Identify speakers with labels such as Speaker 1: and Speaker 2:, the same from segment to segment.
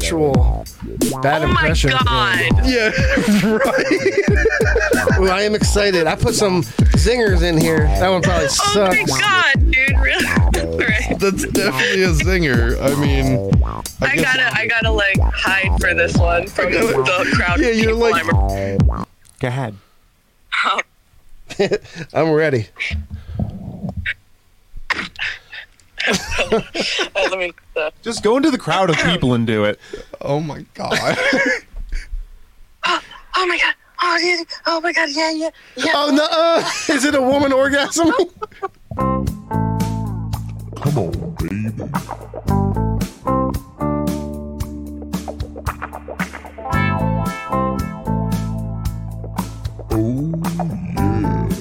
Speaker 1: virtual bad
Speaker 2: Oh my
Speaker 1: impression.
Speaker 2: god!
Speaker 3: Yeah, right.
Speaker 1: Ooh, I am excited. I put some zingers in here. That one probably
Speaker 2: Oh my
Speaker 1: sucks.
Speaker 2: god, dude! Really? All right.
Speaker 3: That's definitely a zinger. I mean,
Speaker 2: I,
Speaker 3: guess-
Speaker 2: gotta, I gotta like hide for this one from the crowd.
Speaker 3: Yeah,
Speaker 2: of
Speaker 3: you're
Speaker 2: people
Speaker 3: like-
Speaker 2: I'm around.
Speaker 4: Go ahead.
Speaker 1: I'm ready.
Speaker 2: Uh, let me. Uh,
Speaker 4: Just go into the crowd of people and do it.
Speaker 3: oh my god.
Speaker 2: oh my god! Oh, yeah. oh my god! Yeah, yeah, yeah.
Speaker 1: Oh no! uh, Is it a woman orgasm?
Speaker 5: Come on, baby. Oh, yeah.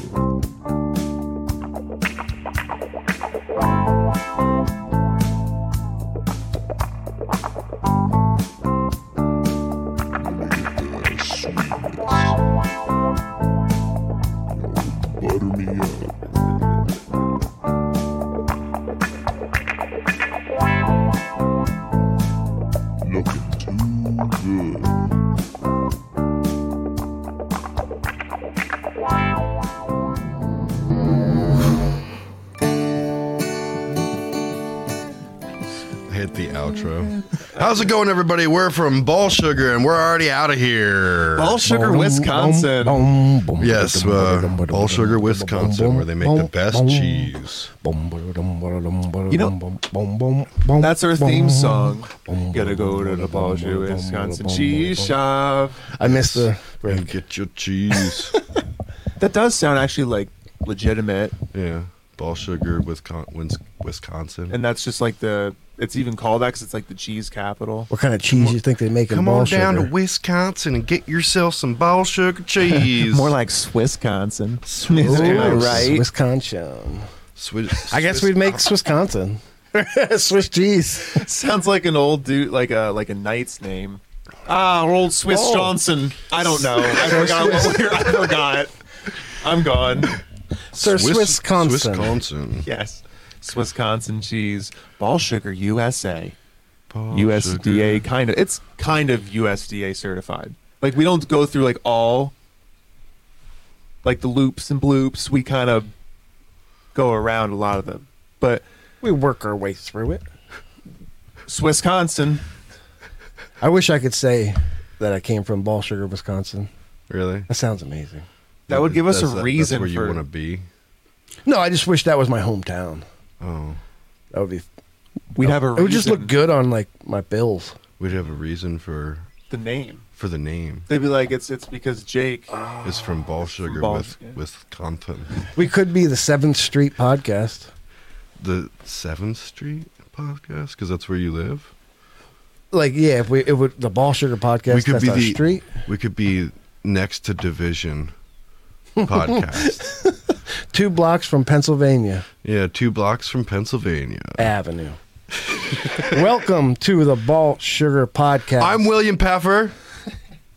Speaker 5: Look at that sweetness. Oh, Butter me up. Looking too good.
Speaker 3: Hit the outro. How's it going, everybody? We're from Ball Sugar, and we're already out of here.
Speaker 4: All Sugar, Wisconsin.
Speaker 3: Yes, uh, Ball Sugar, Wisconsin, where they make the best cheese.
Speaker 4: You know, That's our theme song. Gotta go to the Ballsy, Wisconsin cheese shop.
Speaker 1: I missed the.
Speaker 3: You get your cheese.
Speaker 4: That does sound actually like legitimate,
Speaker 3: yeah, Ball Sugar, Wiscon- Wins- Wisconsin.
Speaker 4: and that's just like the. It's even called that because it's like the cheese capital.
Speaker 1: What kind of cheese you think they make in
Speaker 3: Come
Speaker 1: ball
Speaker 3: on down
Speaker 1: sugar?
Speaker 3: to Wisconsin and get yourself some Ball Sugar cheese.
Speaker 4: More like Swissconsin.
Speaker 1: Ooh,
Speaker 4: right?
Speaker 1: Wisconsin.
Speaker 3: Swiss-
Speaker 1: I guess
Speaker 3: Swiss-
Speaker 1: we'd make Swissconsin. Swiss cheese.
Speaker 4: Sounds like an old dude, like a like a knight's name. Ah, old Swiss
Speaker 1: Oh.
Speaker 4: Johnson. I don't know. I forgot. What we were, I forgot. I'm gone.
Speaker 1: Sir
Speaker 3: Swiss-
Speaker 1: Swissconsin.
Speaker 3: Swissconsin.
Speaker 4: Yes, Swissconsin cheese, ball sugar, USA,
Speaker 3: Ball
Speaker 4: USDA
Speaker 3: sugar.
Speaker 4: kind of. It's kind of USDA certified. Like we don't go through like all, like the loops and bloops. We kind of go around a lot of them, but
Speaker 1: We work our way through it.
Speaker 4: Swissconsin.
Speaker 1: I wish I could say that I came from Ball Sugar, Wisconsin.
Speaker 3: Really?
Speaker 1: That sounds amazing.
Speaker 4: That would give us
Speaker 3: That's-
Speaker 4: a
Speaker 3: that-
Speaker 4: reason
Speaker 3: That's where
Speaker 4: for
Speaker 3: you want to be.
Speaker 1: No, I just wish that was my hometown.
Speaker 3: Oh,
Speaker 1: That would be.
Speaker 4: We'd have a reason.
Speaker 1: It would just look good on like my bills.
Speaker 3: we'd have a reason for
Speaker 4: The name.
Speaker 3: for the name.
Speaker 4: They'd be like, it's it's because Jake.
Speaker 3: It's from Ball Sugar
Speaker 4: Ball-
Speaker 3: with
Speaker 4: yeah.
Speaker 3: Wisconsin.
Speaker 1: We could be the Seventh Street podcast.
Speaker 3: The Seventh Street podcast, because that's where you live.
Speaker 1: Like, yeah, if we it would the Ball Sugar podcast.
Speaker 3: we could
Speaker 1: that's
Speaker 3: be
Speaker 1: our
Speaker 3: the
Speaker 1: street.
Speaker 3: We could be next to Division podcast.
Speaker 1: Two blocks from Pennsylvania
Speaker 3: yeah, two blocks from Pennsylvania.
Speaker 1: Avenue. Welcome to the Ball Sugar podcast.
Speaker 3: I'm William Peffer.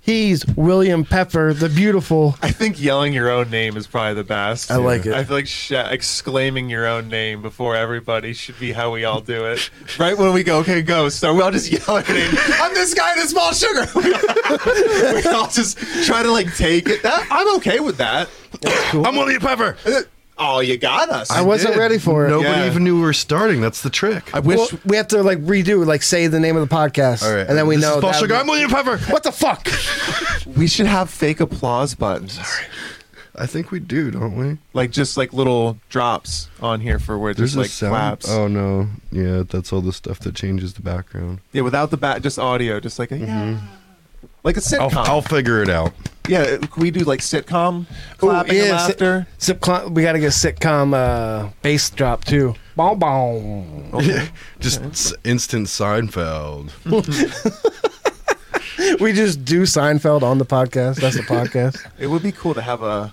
Speaker 1: He's William Pepper, the beautiful.
Speaker 4: I think yelling your own name is probably the best.
Speaker 1: I like it.
Speaker 4: I feel like sh- exclaiming your own name before everybody should be how we all do it. Right when we go, okay, go. So we all just yell our name. I'm this guy that's small sugar. we all just try to like take it. That, I'm okay with that.
Speaker 3: I'm William Peffer.
Speaker 4: Oh, you got us.
Speaker 1: I wasn't
Speaker 3: Did.
Speaker 1: ready for it.
Speaker 3: Nobody
Speaker 4: Yeah.
Speaker 3: even knew we were starting. That's the trick.
Speaker 4: I wish.
Speaker 1: Well, we have to like redo, like say the name of the podcast,
Speaker 3: All right,
Speaker 1: and then we
Speaker 3: this is
Speaker 1: know.
Speaker 3: Ball
Speaker 1: that-
Speaker 3: Sugar. I'm William Peffer.
Speaker 1: what the fuck?
Speaker 4: we should have fake applause buttons.
Speaker 3: I think we do, don't we?
Speaker 4: Like just like little drops on here for where there's,
Speaker 3: There's a
Speaker 4: like
Speaker 3: sound.
Speaker 4: claps.
Speaker 3: Oh no! Yeah, that's all the stuff that changes the background.
Speaker 4: Yeah, without the back, just audio, just like a, like a sitcom.
Speaker 3: I'll, I'll figure it out.
Speaker 4: yeah, uh, can we do like sitcom clapping
Speaker 1: Ooh,
Speaker 4: and
Speaker 1: yeah, sit-
Speaker 4: laughter?
Speaker 1: sitcom- we got to get sitcom uh, bass drop too. Bong bong.
Speaker 3: Just s- instant Seinfeld.
Speaker 1: We just do Seinfeld on the podcast. That's the podcast.
Speaker 4: It would be cool to have a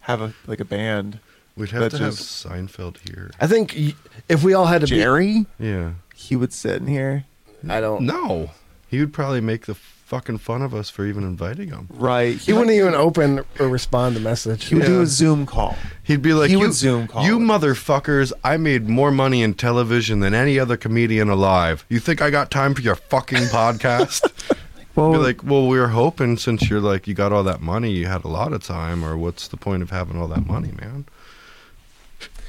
Speaker 4: have a like a band.
Speaker 3: We'd have
Speaker 4: That
Speaker 3: to
Speaker 4: just-
Speaker 3: have Seinfeld here.
Speaker 1: I think y- if we all had to be,
Speaker 4: Jerry,
Speaker 3: Yeah.
Speaker 4: he would sit in here.
Speaker 1: I don't.
Speaker 3: No. he would probably make the fucking fun of us for even inviting him.
Speaker 4: Right.
Speaker 1: He wouldn't even open or respond to message.
Speaker 4: He would do
Speaker 3: Yeah.
Speaker 4: a Zoom call.
Speaker 3: He'd be like,
Speaker 4: He
Speaker 3: you,
Speaker 4: would Zoom call
Speaker 3: you
Speaker 4: it."
Speaker 3: motherfuckers, I made more money in television than any other comedian alive. You think I got time for your fucking podcast?
Speaker 4: Well,
Speaker 3: Be like, well, we were hoping since you're like, you got all that money, you had a lot of time, or what's the point of having all that money, man?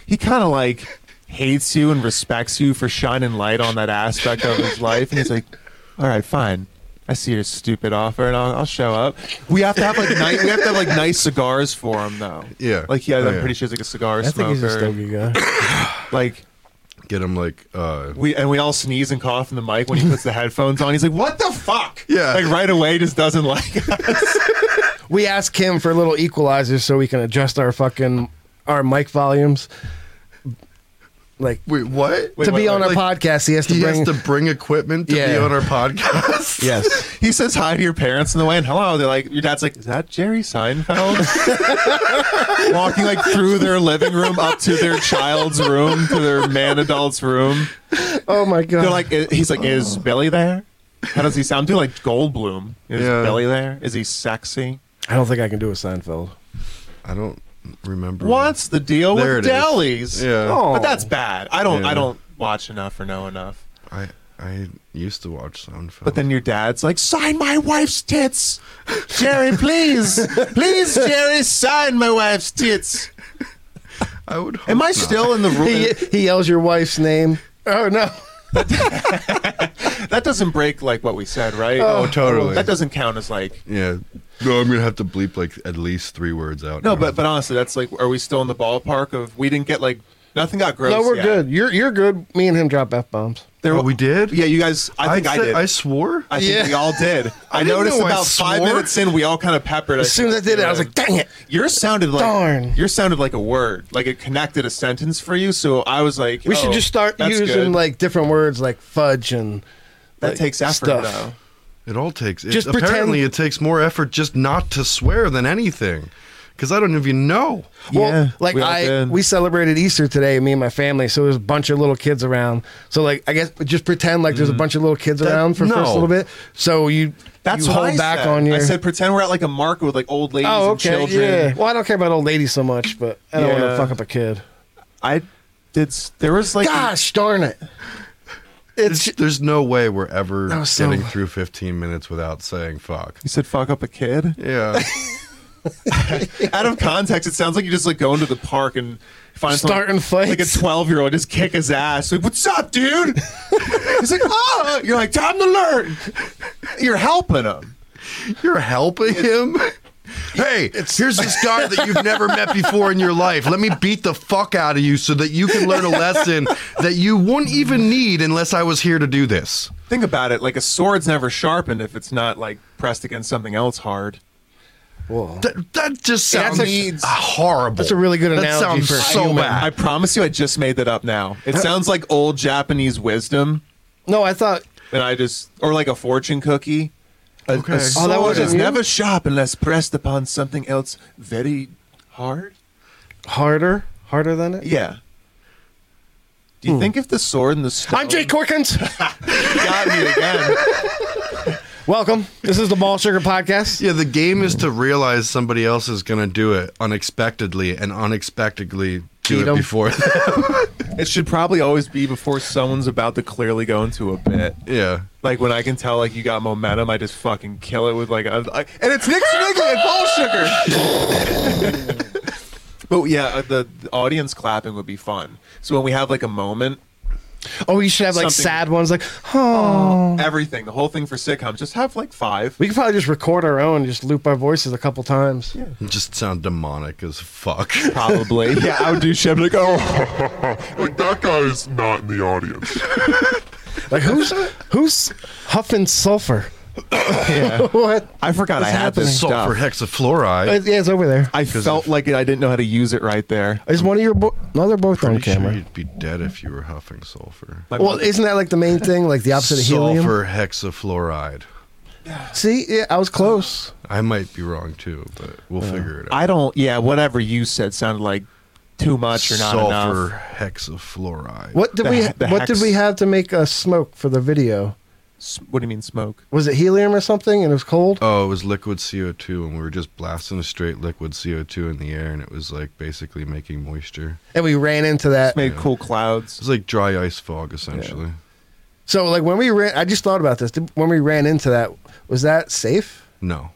Speaker 4: he kind of like hates you and respects you for shining light on that aspect of his life. And he's like, all right, fine. I see your stupid offer, and I'll, I'll show up. We have to have like nice. We have to have like nice cigars for him, though.
Speaker 3: Yeah.
Speaker 4: Like yeah,
Speaker 3: Oh,
Speaker 4: I'm
Speaker 3: yeah.
Speaker 4: pretty sure he's like a cigar
Speaker 1: I think he's a
Speaker 4: smoker.
Speaker 1: stogie guy.
Speaker 4: like
Speaker 3: Get him like, uh,
Speaker 4: we and we all sneeze and cough in the mic when he puts the headphones on. He's like, "What the fuck?"
Speaker 3: Yeah.
Speaker 4: Like right away, just doesn't like. us.
Speaker 1: We ask him for little equalizers so we can adjust our fucking our mic volumes. Like
Speaker 3: wait, what?
Speaker 1: to
Speaker 4: wait,
Speaker 1: be
Speaker 4: wait,
Speaker 1: on our
Speaker 3: like,
Speaker 1: podcast, he has to
Speaker 3: he
Speaker 1: bring.
Speaker 3: has to bring equipment to be
Speaker 1: Yeah.
Speaker 3: on our podcast.
Speaker 1: yes,
Speaker 4: He says hi to your parents in the way, and hello. They're like, your dad's like, is that Jerry Seinfeld? Walking like through their living room up to their child's room to their man adult's room.
Speaker 1: Oh my god.
Speaker 4: They're like, i- he's like, is Billy there? How does he sound? I'm doing like Goldblum. Is
Speaker 3: Yeah.
Speaker 4: Billy there? Is he sexy?
Speaker 1: I don't think I can do a Seinfeld.
Speaker 3: I don't remember.
Speaker 4: What's the deal
Speaker 3: There
Speaker 4: with
Speaker 3: it is.
Speaker 4: delis?
Speaker 3: Yeah.
Speaker 1: Oh.
Speaker 4: But that's bad. I don't.
Speaker 3: Yeah.
Speaker 4: I don't watch enough or know enough.
Speaker 3: I I used to watch Seinfeld.
Speaker 4: But then your dad's like, sign my wife's tits. Jerry, please. please, Jerry, sign my wife's tits.
Speaker 3: I would. Hope
Speaker 4: Am I
Speaker 3: not.
Speaker 4: still in the
Speaker 1: He,
Speaker 4: room?
Speaker 1: he yells your wife's name. Oh no.
Speaker 4: that doesn't break like what we said, right?
Speaker 3: Oh, totally.
Speaker 4: That doesn't count as like.
Speaker 3: Yeah. No, I'm gonna have to bleep like at least three words out.
Speaker 4: No,
Speaker 3: now.
Speaker 4: but but honestly, that's like, are we still in the ballpark of we didn't get like nothing got gross?
Speaker 1: No, we're
Speaker 4: yet.
Speaker 1: good. You're you're good. Me and him drop f bombs.
Speaker 4: There,
Speaker 3: Oh, we did.
Speaker 4: Yeah, you guys. I think I
Speaker 3: said-
Speaker 4: did.
Speaker 3: I
Speaker 4: I,
Speaker 3: swore.
Speaker 4: think
Speaker 1: Yeah.
Speaker 4: we all did. I,
Speaker 3: didn't
Speaker 4: noticed
Speaker 3: know I
Speaker 4: about five
Speaker 3: swore.
Speaker 4: minutes in, we all kind of peppered.
Speaker 1: As soon as I did it, I was like, "Dang it!"
Speaker 4: Yours sounded like
Speaker 1: Darn.
Speaker 4: yours sounded like a word, like it connected a sentence for you. So I was like,
Speaker 1: We
Speaker 4: oh,
Speaker 1: should just start
Speaker 4: that's
Speaker 1: using
Speaker 4: good.
Speaker 1: like different words like fudge and
Speaker 4: that
Speaker 1: like,
Speaker 4: takes effort
Speaker 1: stuff.
Speaker 4: though.
Speaker 3: It all takes. It,
Speaker 1: Just pretend-
Speaker 3: apparently, it takes more effort just not to swear than anything. Because I don't even know.
Speaker 1: Well,
Speaker 4: Yeah,
Speaker 1: like
Speaker 4: we all
Speaker 1: I,
Speaker 4: did.
Speaker 1: we celebrated Easter today, me and my family. So there's a bunch of little kids around. So like, I guess just pretend like
Speaker 4: Mm.
Speaker 1: there's a bunch of little kids around for
Speaker 3: no.
Speaker 1: first little bit. So you
Speaker 4: That's
Speaker 1: you
Speaker 4: what
Speaker 1: hold
Speaker 4: I
Speaker 1: back
Speaker 4: said.
Speaker 1: on your.
Speaker 4: I said pretend we're at like a market with like old ladies
Speaker 1: oh,
Speaker 4: and
Speaker 1: okay,
Speaker 4: children.
Speaker 1: yeah. Well, I don't care about old ladies so much, but I don't want
Speaker 4: Yeah.
Speaker 1: to fuck up a kid.
Speaker 4: I did. s- There was like
Speaker 1: Gosh darn it!
Speaker 3: It's, there's no way we're ever
Speaker 1: That was so-
Speaker 3: getting through 15 minutes without saying fuck.
Speaker 4: you said fuck up a kid.
Speaker 3: Yeah.
Speaker 4: Out of context, it sounds like you just like go into the park and find
Speaker 1: Start and
Speaker 4: someone,
Speaker 1: fight.
Speaker 4: like a twelve year old just kick his ass. Like what's up, dude? He's like oh, you're like time to learn. You're helping him.
Speaker 3: You're helping him? Hey, here's this guy that you've never met before in your life. Let me beat the fuck out of you so that you can learn a lesson that you wouldn't even need unless I was here to do this.
Speaker 4: Think about it. Like a sword's never sharpened if it's not like pressed against something else hard.
Speaker 1: Whoa.
Speaker 3: That, that just
Speaker 1: Yeah,
Speaker 3: sounds
Speaker 1: that's a-
Speaker 3: horrible.
Speaker 1: that's a really good
Speaker 3: That
Speaker 1: analogy
Speaker 3: sounds
Speaker 1: for a
Speaker 3: so
Speaker 1: human.
Speaker 3: bad.
Speaker 4: I promise you, I just made that up now. It sounds like old Japanese wisdom.
Speaker 1: No, I thought
Speaker 4: and I just or like a fortune cookie. A, a
Speaker 3: Okay.
Speaker 1: Oh,
Speaker 4: sword
Speaker 1: that wasn't
Speaker 4: is
Speaker 1: you?
Speaker 4: never sharp unless pressed upon something else very hard.
Speaker 1: harder, harder than it.
Speaker 4: Yeah. Do you think if the sword and the stone
Speaker 1: Hmm. I'm Jake Corkins.
Speaker 4: got me again?
Speaker 1: Welcome. This is the Ball Sugar Podcast.
Speaker 3: Yeah, the game is to realize somebody else is going to do it unexpectedly and unexpectedly do
Speaker 1: Beat
Speaker 3: it
Speaker 1: 'em.
Speaker 3: before them.
Speaker 4: it should probably always be before someone's about to clearly go into a bit.
Speaker 3: yeah.
Speaker 4: Like when I can tell like you got momentum, I just fucking kill it with like a, I- and it's Nick Swigley and Paul Sugar. but yeah, uh, the, the audience clapping would be fun. So when we have like a moment
Speaker 1: Oh, you should have like
Speaker 4: Something-
Speaker 1: sad ones, like oh.
Speaker 4: everything, the whole thing for sitcoms. Just have like five.
Speaker 1: We could probably just record our own, and just loop our voices a couple times. Yeah.
Speaker 3: It just sound demonic as fuck.
Speaker 4: Probably. yeah, I would do shit. I'm like, oh,
Speaker 5: Like, that guy's not in the audience.
Speaker 1: Like who's who's huffing sulfur?
Speaker 4: yeah.
Speaker 1: What?
Speaker 4: I forgot I
Speaker 1: It's
Speaker 4: had this
Speaker 3: Sulfur
Speaker 4: stuff.
Speaker 1: Uh,
Speaker 3: hexafluoride.
Speaker 1: yeah, it's over there.
Speaker 4: I felt like it. I didn't know how to use it right there.
Speaker 1: Is one of your bo- no? They're both on
Speaker 3: Pretty sure
Speaker 1: camera.
Speaker 3: you'd be dead if you were huffing sulfur.
Speaker 4: My
Speaker 1: well,
Speaker 4: mother-
Speaker 1: isn't that like the main thing, like the opposite of helium?
Speaker 3: Sulfur hexafluoride.
Speaker 1: See, yeah, I was close.
Speaker 3: I might be wrong too, but we'll figure it out.
Speaker 4: I don't. Yeah, whatever you said sounded like too much or not
Speaker 3: sulfur
Speaker 4: enough.
Speaker 3: hexafluoride.
Speaker 1: What did
Speaker 4: The
Speaker 1: we?
Speaker 4: he- the
Speaker 1: what
Speaker 4: hex.
Speaker 1: did we have to make us smoke for the video?
Speaker 4: S- What do you mean smoke?
Speaker 1: Was it helium or something? And it was cold.
Speaker 3: Oh, it was liquid CO2, and we were just blasting a straight liquid CO2 in the air, and it was like basically making moisture.
Speaker 1: And we ran into that.
Speaker 4: It's made
Speaker 3: Yeah.
Speaker 4: cool
Speaker 3: It
Speaker 4: clouds.
Speaker 3: was like dry ice fog, essentially.
Speaker 1: So like when we ran, I just thought about this. Did- When we ran into that, was that safe?
Speaker 3: No.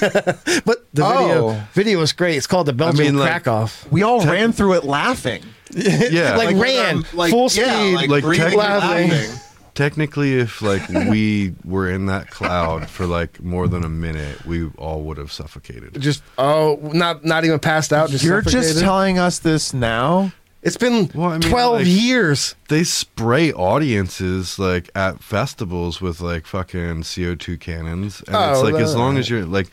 Speaker 1: But the
Speaker 4: Oh.
Speaker 1: video video was great. It's called the Belgian
Speaker 3: mean, like-
Speaker 1: crack off.
Speaker 4: We all ran through it laughing.
Speaker 3: Yeah.
Speaker 1: Like,
Speaker 4: with
Speaker 1: ran
Speaker 4: our-
Speaker 1: full speed.
Speaker 4: yeah,
Speaker 3: like
Speaker 4: breathing and
Speaker 1: laughing.
Speaker 4: laughing.
Speaker 3: Technically, if like we were in that cloud for like more than a minute, we all would have suffocated.
Speaker 1: just oh, not not even passed out. Just
Speaker 4: You're just
Speaker 1: suffocated.
Speaker 4: telling us this now.
Speaker 1: It's been
Speaker 3: Well, I mean,
Speaker 1: twelve
Speaker 3: like-
Speaker 1: years.
Speaker 3: They spray audiences like at festivals with like fucking CO2 cannons, and it's
Speaker 1: Oh,
Speaker 3: like as
Speaker 1: that-
Speaker 3: long as you're like,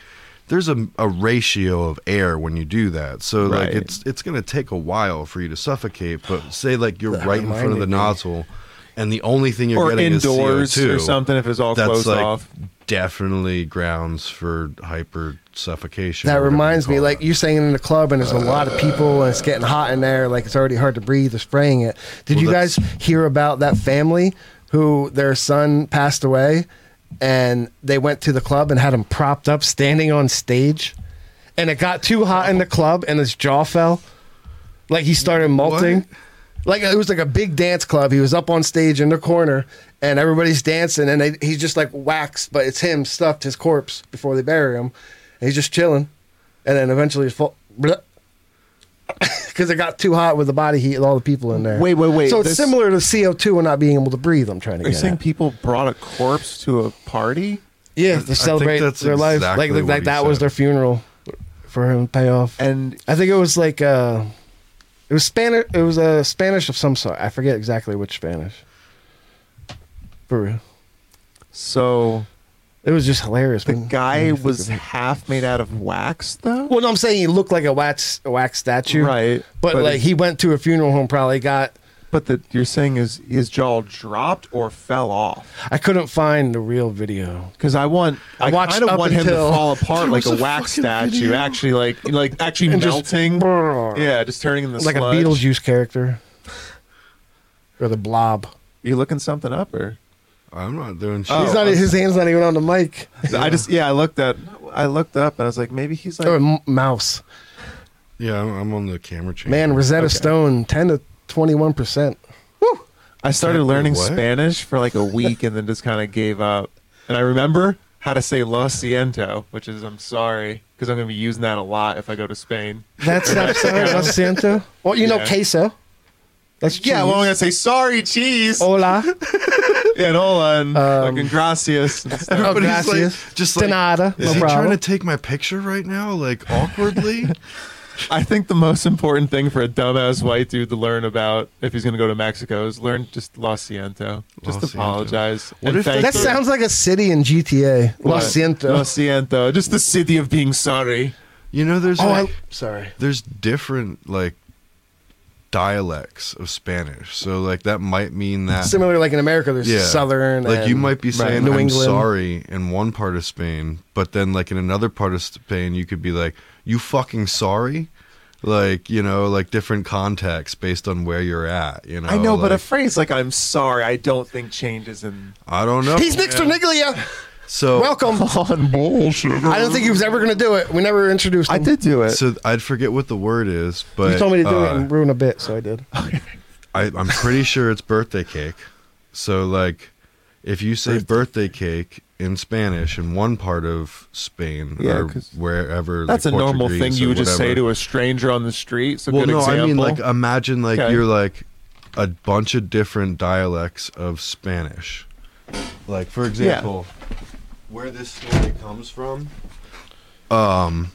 Speaker 3: there's a, a ratio of air when you do that, so like
Speaker 4: Right.
Speaker 3: it's it's gonna take a while for you to suffocate. But say like you're
Speaker 1: That
Speaker 3: right in front of the
Speaker 1: reminded me.
Speaker 3: nozzle, and the only thing you're
Speaker 4: Or
Speaker 3: getting
Speaker 4: indoors
Speaker 3: is CO2
Speaker 4: or something if it's all
Speaker 3: that's
Speaker 4: closed
Speaker 3: like
Speaker 4: off.
Speaker 3: definitely grounds for hyper suffocation.
Speaker 1: That
Speaker 3: or whatever
Speaker 1: reminds
Speaker 3: you
Speaker 1: me,
Speaker 3: call
Speaker 1: like
Speaker 3: it.
Speaker 1: you're saying in the club, and there's a lot of people, and it's getting hot in there. Like it's already hard to breathe. They're spraying it. Did
Speaker 3: Well,
Speaker 1: you
Speaker 3: that's-
Speaker 1: guys hear about that family who their son passed away, and they went to the club and had him propped up, standing on stage, and it got too hot in the club, and his jaw fell, like he started molting. Like it was like a big dance club. He was up on stage in the corner, and everybody's dancing, and they, he's just like waxed, but it's him stuffed his corpse before they bury him. And he's just chilling, and then eventually it's because it got too hot with the body heat and all the people in there.
Speaker 4: Wait, wait, wait,
Speaker 1: So it's
Speaker 4: this-
Speaker 1: similar to CO two and not being able to breathe. I'm trying to
Speaker 4: Are you
Speaker 1: get.
Speaker 4: saying
Speaker 1: At.
Speaker 4: people brought a corpse to a party?
Speaker 1: Yeah, to celebrate
Speaker 3: that's
Speaker 1: their life,
Speaker 3: exactly
Speaker 1: like like,
Speaker 3: what
Speaker 1: like
Speaker 3: he
Speaker 1: that was
Speaker 3: said.
Speaker 1: their funeral for him to pay off.
Speaker 4: And
Speaker 1: I think it was like uh, it was Spanish. It was uh, Spanish of some sort. I forget exactly which Spanish. For real.
Speaker 4: so
Speaker 1: It was just hilarious.
Speaker 4: the
Speaker 1: when-
Speaker 4: guy
Speaker 1: when you Mm, think
Speaker 4: was
Speaker 1: of it.
Speaker 4: half made out of wax, though.
Speaker 1: Well, no, I'm saying he looked like a wax a wax statue,
Speaker 4: Right,
Speaker 1: But,
Speaker 4: but
Speaker 1: like
Speaker 4: it-
Speaker 1: he went to a funeral home, probably got.
Speaker 4: But that you're saying is his jaw dropped or fell off?
Speaker 1: I couldn't find the real video.
Speaker 4: Because I want, I,
Speaker 1: I watched
Speaker 4: kind of
Speaker 1: up
Speaker 4: want him to
Speaker 1: until-
Speaker 4: fall apart like a
Speaker 3: was a
Speaker 4: wax
Speaker 3: fucking
Speaker 4: statue,
Speaker 3: video.
Speaker 4: actually, like like actually
Speaker 1: And just-
Speaker 4: melting. yeah, just turning in the
Speaker 1: like
Speaker 4: sludge.
Speaker 1: a Beetlejuice character, or the Blob.
Speaker 4: You looking something up or?
Speaker 3: I'm not doing shit.
Speaker 4: Oh,
Speaker 1: He's not. His hand's not even on the mic.
Speaker 4: I just yeah, I looked at, I looked up and I was like, maybe he's like
Speaker 1: Or m- mouse.
Speaker 3: yeah, I'm, I'm on the camera chain.
Speaker 1: Man, Rosetta Stone, ten to twenty-one percent.
Speaker 4: I started
Speaker 3: Can't-
Speaker 4: learning
Speaker 3: what?
Speaker 4: Spanish for like a week and then just kind of gave up. And I remember how to say lo siento, which is I'm sorry, because I'm going to be using that a lot if I go to Spain.
Speaker 1: That's not sorry, Lo siento. Well, you know
Speaker 4: Yeah.
Speaker 1: queso. That's
Speaker 4: Yeah,
Speaker 1: cheese.
Speaker 4: well, I'm going to say sorry, cheese,
Speaker 1: Hola.
Speaker 4: and hola, and
Speaker 1: Oh. Um,
Speaker 4: fucking gracias. and stuff.
Speaker 1: Oh,
Speaker 3: But he's like,
Speaker 1: gracias.
Speaker 3: just
Speaker 1: De
Speaker 3: like,
Speaker 1: nada.
Speaker 3: is
Speaker 1: No
Speaker 3: he
Speaker 1: problem.
Speaker 3: trying to take my picture right now, like awkwardly?
Speaker 4: I think the most important thing for a dumbass white dude to learn about if he's going to go to Mexico is learn just lo siento. Just
Speaker 3: Lo siento.
Speaker 4: apologize.
Speaker 3: What
Speaker 4: and
Speaker 3: if
Speaker 4: thank
Speaker 1: That
Speaker 4: you.
Speaker 1: sounds like a city in GTA. Lo
Speaker 4: What? Lo
Speaker 1: siento.
Speaker 4: siento. Just the city of being sorry.
Speaker 3: you know, there's
Speaker 1: Oh,
Speaker 3: like,
Speaker 1: I, sorry.
Speaker 3: there's different like dialects of Spanish, so like that might mean that
Speaker 1: Similar, like in America, there's southern.
Speaker 3: Like you
Speaker 1: and-
Speaker 3: might be
Speaker 1: Right.
Speaker 3: saying
Speaker 1: New
Speaker 3: I'm
Speaker 1: England.
Speaker 3: sorry in one part of Spain, but then like in another part of Spain you could be like you fucking sorry. Like, you know, like different contexts based on where you're at, you know.
Speaker 4: I know, but a
Speaker 3: like,
Speaker 4: phrase like "I'm sorry," I don't think changes in.
Speaker 3: I don't know.
Speaker 1: He's Nick Sterniglia.
Speaker 3: So
Speaker 1: Welcome.
Speaker 4: On bullshit.
Speaker 1: I don't think he was ever going to do it. We never introduced him.
Speaker 4: I did do it.
Speaker 3: so I'd forget what the word is, but
Speaker 1: You told me to do
Speaker 3: uh,
Speaker 1: it and ruin a bit, so I did.
Speaker 3: I, I'm pretty sure it's birthday cake. So, like, if you say birthday, cake in Spanish in one part of Spain
Speaker 4: Yeah,
Speaker 3: or
Speaker 4: 'cause
Speaker 3: wherever, like,
Speaker 4: That's a normal
Speaker 3: Portuguese
Speaker 4: thing
Speaker 3: or
Speaker 4: you would just say
Speaker 3: whatever-
Speaker 4: to a stranger on the street. It's a
Speaker 3: well,
Speaker 4: good
Speaker 3: no,
Speaker 4: example.
Speaker 3: I mean, like, uh, imagine like
Speaker 4: Okay.
Speaker 3: you're like a bunch of different dialects of Spanish. Like, for example, where this story comes from, um,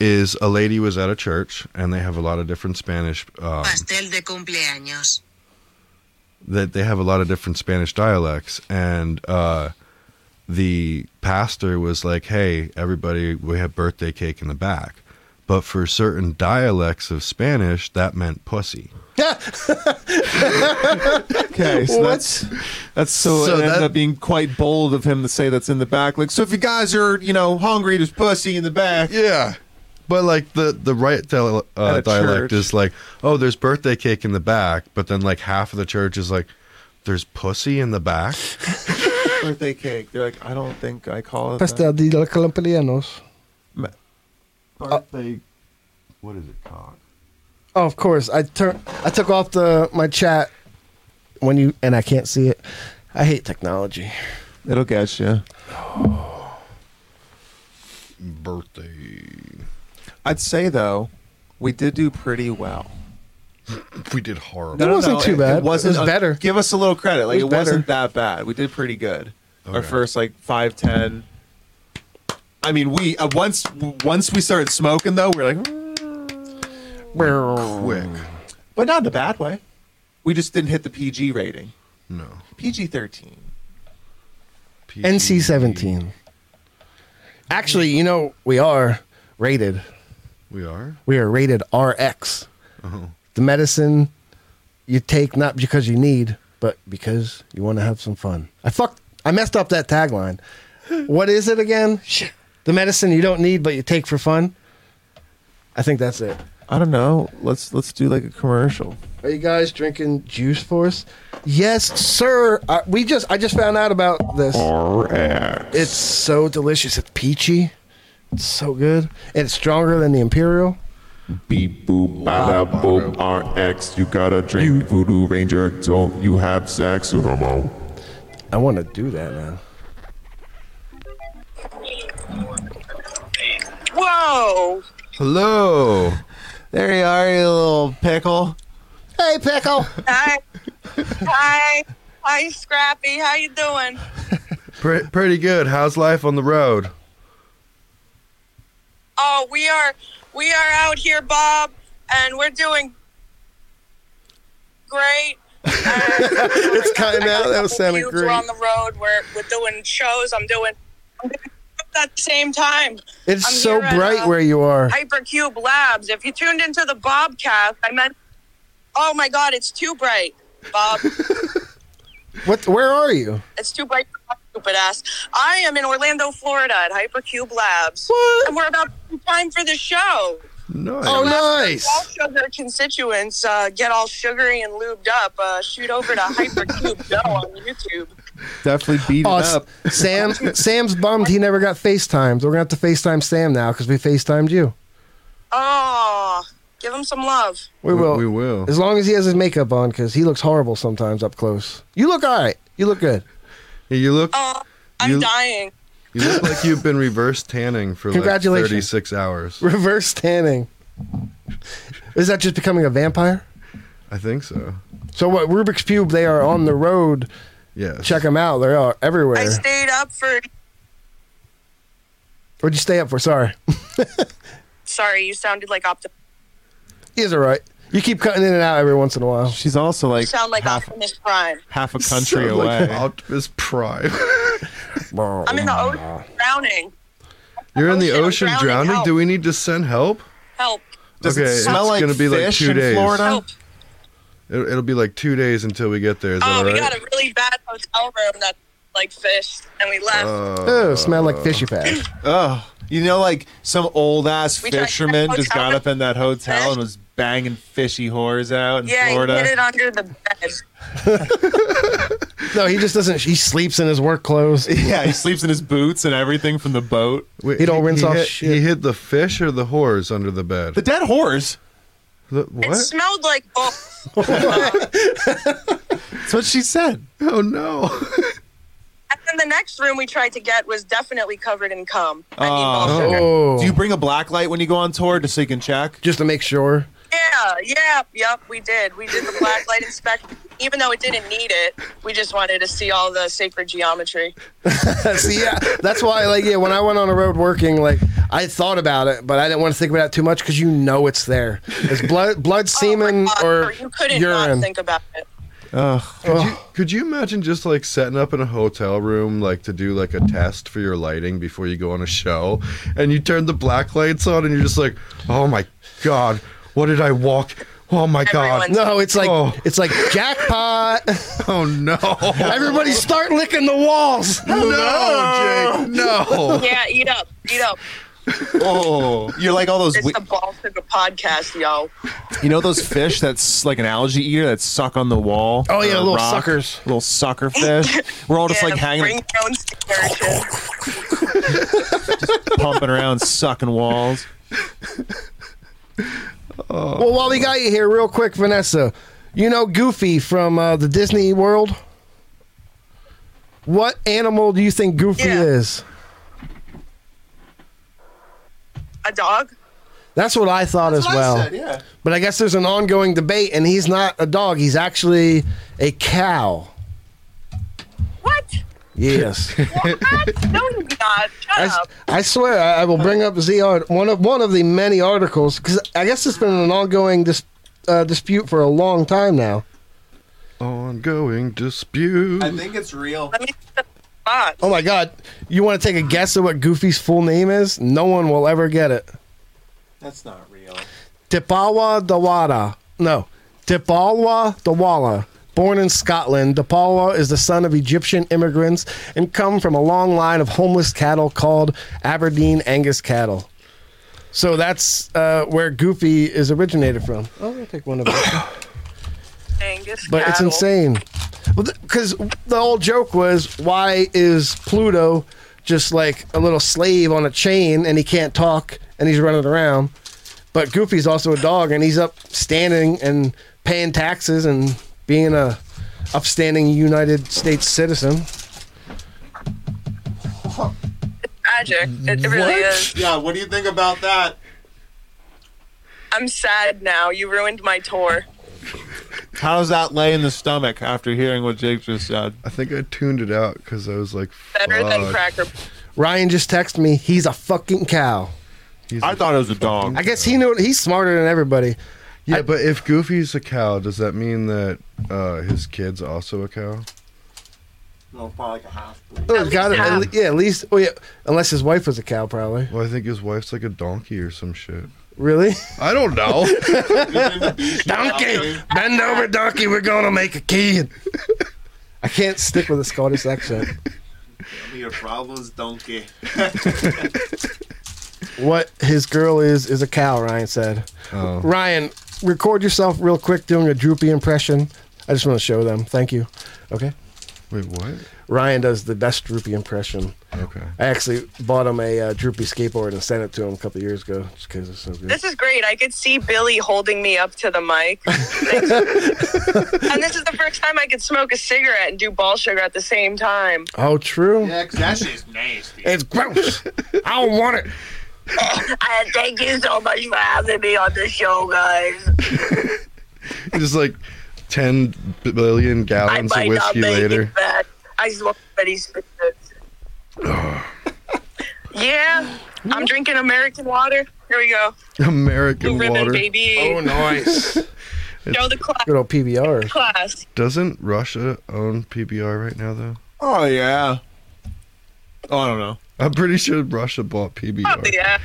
Speaker 3: is a lady was at a church and they have a lot of different Spanish. Um,
Speaker 6: Pastel de cumpleaños.
Speaker 3: that they have a lot of different Spanish dialects, and uh, the pastor was like, "Hey, everybody, we have birthday cake in the back." But for certain dialects of Spanish, that meant pussy.
Speaker 4: okay, so
Speaker 1: What?
Speaker 4: that's that's so,
Speaker 3: So
Speaker 4: it ended
Speaker 3: that-
Speaker 4: up being quite bold of him to say that's in the back. Like, so if you guys are you know hungry, there's pussy in the back.
Speaker 3: Yeah, but like the the right dial
Speaker 4: At
Speaker 3: uh,
Speaker 4: a
Speaker 3: dialect
Speaker 4: church.
Speaker 3: is like, "Oh, there's birthday cake in the back," but then like half of the church is like, "There's pussy in the back."
Speaker 4: birthday cake. They're like, I don't think I call it
Speaker 1: Pastel de los colombianos.
Speaker 4: that.
Speaker 3: Birthday. what is it, cock?
Speaker 1: Oh, of course. I turn. I took off the my chat when you and I can't see it. I hate technology.
Speaker 4: It'll get you.
Speaker 3: Birthday.
Speaker 4: I'd say though, we did do pretty well.
Speaker 3: We did horrible.
Speaker 1: That wasn't too
Speaker 4: it-
Speaker 1: bad.
Speaker 4: It wasn't
Speaker 1: It was better.
Speaker 4: Give us a little credit. Like
Speaker 1: It
Speaker 4: it,
Speaker 1: was
Speaker 4: wasn't that bad. We did pretty good. Our
Speaker 3: Okay.
Speaker 4: first like five ten. I mean, we uh, once once we started smoking though, we are like, "Mm,"
Speaker 3: Quick.
Speaker 4: but not in a bad way. We just didn't hit the PG rating.
Speaker 3: No.
Speaker 4: PG thirteen.
Speaker 3: PG.
Speaker 1: NC seventeen. Actually, you know we are rated.
Speaker 3: We are.
Speaker 1: We are rated RX. The medicine you take not because you need, but because you want to have some fun. I fucked. I messed up that tagline. What is it again? Shit. The medicine you don't need, but you take for fun. I think that's it.
Speaker 4: I don't know. Let's let's do like a commercial.
Speaker 1: Are you guys drinking juice for us? Yes, sir. I, we just I just found out about this. It's so delicious. It's peachy. It's so good. And it's stronger than the imperial.
Speaker 7: Beep boop bada boop RX. You gotta drink Voodoo Ranger. Don't you have sex? Romo.
Speaker 1: I want to do that now.
Speaker 2: Whoa!
Speaker 3: Hello.
Speaker 4: There you are, you little pickle.
Speaker 1: Hey, pickle.
Speaker 2: Hi, hi, hi, Scrappy. How you doing?
Speaker 3: Pre- pretty good. How's life on the road?
Speaker 2: Oh, we are we are out here, Bob, and we're doing great.
Speaker 1: it's cutting out. That was sounding
Speaker 2: We're
Speaker 1: great.
Speaker 2: on the road. We're we're doing shows. I'm doing. I'm doing at the same time,
Speaker 1: It's
Speaker 2: I'm
Speaker 1: so
Speaker 2: here at,
Speaker 1: bright
Speaker 2: uh,
Speaker 1: where you are.
Speaker 2: Hypercube Labs. If you tuned into the Bobcast, I meant, oh my God, it's too bright, Bob.
Speaker 1: What? Where are you?
Speaker 2: It's too bright for my stupid ass. I am in Orlando, Florida at Hypercube Labs. And we're about time for the show.
Speaker 3: Nice.
Speaker 1: Oh, nice.
Speaker 2: All show their constituents uh, get all sugary and lubed up. Uh, shoot over to Hypercube Go on YouTube.
Speaker 4: Definitely beat
Speaker 1: Oh,
Speaker 4: it
Speaker 1: S-
Speaker 4: up.
Speaker 1: Sam. Sam's bummed he never got FaceTimed. We're gonna have to FaceTime Sam now because we FaceTimed you.
Speaker 2: Oh, give them some love.
Speaker 1: We will.
Speaker 3: We will.
Speaker 1: As long as he has his makeup on, because he looks horrible sometimes up close. You look all right. You look good.
Speaker 3: Hey, you look.
Speaker 2: Oh, I'm
Speaker 3: You-
Speaker 2: dying.
Speaker 3: You look like you've been reverse tanning for like
Speaker 1: Congratulations.
Speaker 3: 36 hours.
Speaker 1: Reverse tanning. Is that just becoming a vampire?
Speaker 3: I think so.
Speaker 1: So what? Rubik's Cube. They are on the road.
Speaker 3: Yes.
Speaker 1: Check them out. They are
Speaker 2: I
Speaker 1: everywhere.
Speaker 2: stayed up for.
Speaker 1: What'd you stay up for? Sorry.
Speaker 2: Sorry, you sounded like Opti.
Speaker 1: He's all right. You keep cutting in and out every once in a while.
Speaker 4: She's also
Speaker 2: You
Speaker 4: like
Speaker 2: sound like
Speaker 4: half,
Speaker 2: Optimus Prime.
Speaker 4: half a country
Speaker 3: Sound like
Speaker 4: away.
Speaker 3: Optimus Prime.
Speaker 2: I'm in the ocean drowning.
Speaker 3: You're in the
Speaker 2: Ocean, drowning,
Speaker 3: ocean drowning.
Speaker 2: help.
Speaker 3: Do we need to send help?
Speaker 2: Help.
Speaker 4: Does it
Speaker 3: okay,
Speaker 4: smell
Speaker 3: it's
Speaker 4: like
Speaker 3: gonna be like
Speaker 4: fish
Speaker 3: two
Speaker 4: in
Speaker 3: days.
Speaker 4: Florida?
Speaker 2: Help.
Speaker 3: It, it'll be like two days until we get there. Is
Speaker 2: Oh,
Speaker 3: that
Speaker 2: we
Speaker 3: all
Speaker 2: got
Speaker 3: right?
Speaker 2: a really bad hotel room that like fish, and we left.
Speaker 4: Uh,
Speaker 1: Oh, smell like fishy fat.
Speaker 4: Ugh. You know, like some old ass
Speaker 2: We tried to
Speaker 4: fisherman
Speaker 2: get a
Speaker 4: just
Speaker 2: hotel
Speaker 4: got up in that hotel
Speaker 2: room.
Speaker 4: and was banging fishy whores out in
Speaker 2: yeah,
Speaker 4: Florida.
Speaker 2: he hid it under the bed.
Speaker 1: No, he just doesn't. He sleeps in his work clothes.
Speaker 4: yeah, he sleeps in his boots and everything from the boat.
Speaker 3: Wait,
Speaker 1: He don't rinse off
Speaker 3: hid-
Speaker 1: shit.
Speaker 3: He hid the fish or the whores under the bed.
Speaker 4: The dead whores.
Speaker 3: The-
Speaker 2: It
Speaker 3: what?
Speaker 2: smelled like oh,
Speaker 4: That's what she said.
Speaker 3: Oh no!
Speaker 2: and then the next room we tried to get was definitely covered in cum. I mean,
Speaker 4: Oh.
Speaker 2: bullshit.
Speaker 1: Oh,
Speaker 4: Do you bring a black light when you go on tour just so you can check?
Speaker 1: just to make sure.
Speaker 2: Yeah, yeah, yep, we did. We did the black light inspection. Even though it didn't need it, we just wanted to see all the sacred geometry.
Speaker 1: See, yeah, that's why. Like, yeah, when I went on the road working, like I thought about it, but I didn't want to think about it too much because you know it's there. It's blood, blood, semen,
Speaker 2: Oh God,
Speaker 1: or
Speaker 2: you couldn't
Speaker 1: urine.
Speaker 2: not think about it.
Speaker 4: Ugh.
Speaker 3: Could you, could you imagine just like setting up in a hotel room, like to do like a test for your lighting before you go on a show, and you turn the black lights on, and you're just like, oh my god, what did I walk? Oh my god!
Speaker 2: Everyone's-
Speaker 1: no, it's like
Speaker 3: Oh.
Speaker 1: it's like jackpot.
Speaker 3: Oh no!
Speaker 1: Everybody, start licking the walls.
Speaker 3: no, Jake! No!
Speaker 2: Yeah, eat up, eat up.
Speaker 4: Oh, you're like all those.
Speaker 2: It's
Speaker 4: we-
Speaker 2: the Baltic podcast, yo.
Speaker 4: you know those fish that's like an algae eater that suck on the wall.
Speaker 1: Oh, yeah,
Speaker 4: or a
Speaker 1: little suckers.
Speaker 4: Little sucker fish. We're all just
Speaker 2: Yeah,
Speaker 4: like hanging,
Speaker 2: bring your own sea urchin.
Speaker 4: pumping around, sucking walls.
Speaker 1: Well, while we got you here, real quick, Vanessa, you know Goofy from uh, the Disney World. What animal do you think Goofy
Speaker 2: Yeah.
Speaker 1: is?
Speaker 2: A dog?
Speaker 1: That's what I thought as well.
Speaker 4: yeah.
Speaker 1: But I guess there's an ongoing debate, and he's not a dog. He's actually a cow.
Speaker 2: What?
Speaker 1: Yes,
Speaker 2: What? no, he's not. Shut
Speaker 1: I, s-
Speaker 2: up.
Speaker 1: I swear I, I will bring up the art- one of one of the many articles because I guess it's been an ongoing dis, uh, dispute for a long time now.
Speaker 3: Ongoing dispute.
Speaker 4: think it's real.
Speaker 2: Let me spot.
Speaker 1: Oh my God! You want to take a guess at what Goofy's full name is? No one will ever get it.
Speaker 4: That's not real.
Speaker 1: Tipawa Dawada. No, Tipalwa Dawala. Born in Scotland, Dipalwa is the son of Egyptian immigrants and come from a long line of homeless cattle called Aberdeen Angus cattle. So that's uh, where Goofy is originated from. Oh, I'll take one of them.
Speaker 2: Angus
Speaker 1: But it's
Speaker 2: cattle.
Speaker 1: insane. Because the old joke was, why is Pluto just like a little slave on a chain and he can't talk and he's running around? But Goofy's also a dog and he's up standing and paying taxes and being a upstanding United States citizen.
Speaker 2: Magic. It, it really is.
Speaker 4: Yeah. What do you think about that?
Speaker 2: I'm sad now. You ruined my tour.
Speaker 4: How's that lay in the stomach after hearing what Jake just said?
Speaker 3: I think I tuned it out because I was like,
Speaker 2: Better than
Speaker 3: "Fuck."
Speaker 2: Cracker.
Speaker 1: Ryan just texted me, he's a fucking cow.
Speaker 3: He's
Speaker 4: I
Speaker 3: a-
Speaker 4: thought it was a dog.
Speaker 1: I guess he knew he's smarter than everybody.
Speaker 3: Yeah, but if Goofy's a cow, does that mean that uh, his kid's also a cow?
Speaker 1: Oh, got it. At le- yeah, at least. Oh, yeah. Unless his wife was a cow, probably.
Speaker 3: Well, I think his wife's like a donkey or some shit.
Speaker 1: Really?
Speaker 3: I don't know.
Speaker 1: Donkey, bend over, donkey. We're gonna make a kid. I can't stick with a Scottish accent.
Speaker 8: Your problems, donkey.
Speaker 1: What his girl is is a cow. Ryan said.
Speaker 3: Oh.
Speaker 1: Ryan, record yourself real quick doing a droopy impression. I just want to show them. Thank you. Okay.
Speaker 3: Wait, what?
Speaker 1: Ryan does the best droopy impression.
Speaker 3: Okay.
Speaker 1: I actually bought him a uh, droopy skateboard and sent it to him a couple years ago just because it's so good.
Speaker 2: This is great. I could see Billy holding me up to the mic. Thanks. and this is the first time I could smoke a cigarette and do ball sugar at the same time.
Speaker 1: Oh, true.
Speaker 8: That shit's nasty.
Speaker 1: It's gross. I don't want it.
Speaker 2: And thank you so much for having me on the show, guys.
Speaker 3: Just like 10 billion gallons of whiskey later.
Speaker 2: back. I smoked many spirits. yeah, I'm drinking American water. Here we go. Blue
Speaker 3: American
Speaker 2: ribbon,
Speaker 3: water. Oh,
Speaker 2: baby.
Speaker 1: nice.
Speaker 2: Show the class.
Speaker 1: Good old PBR.
Speaker 2: class.
Speaker 3: Doesn't Russia own PBR right now, though?
Speaker 4: oh yeah. Oh, I don't know.
Speaker 3: I'm pretty sure Russia bought PBR.
Speaker 2: Oh, yeah.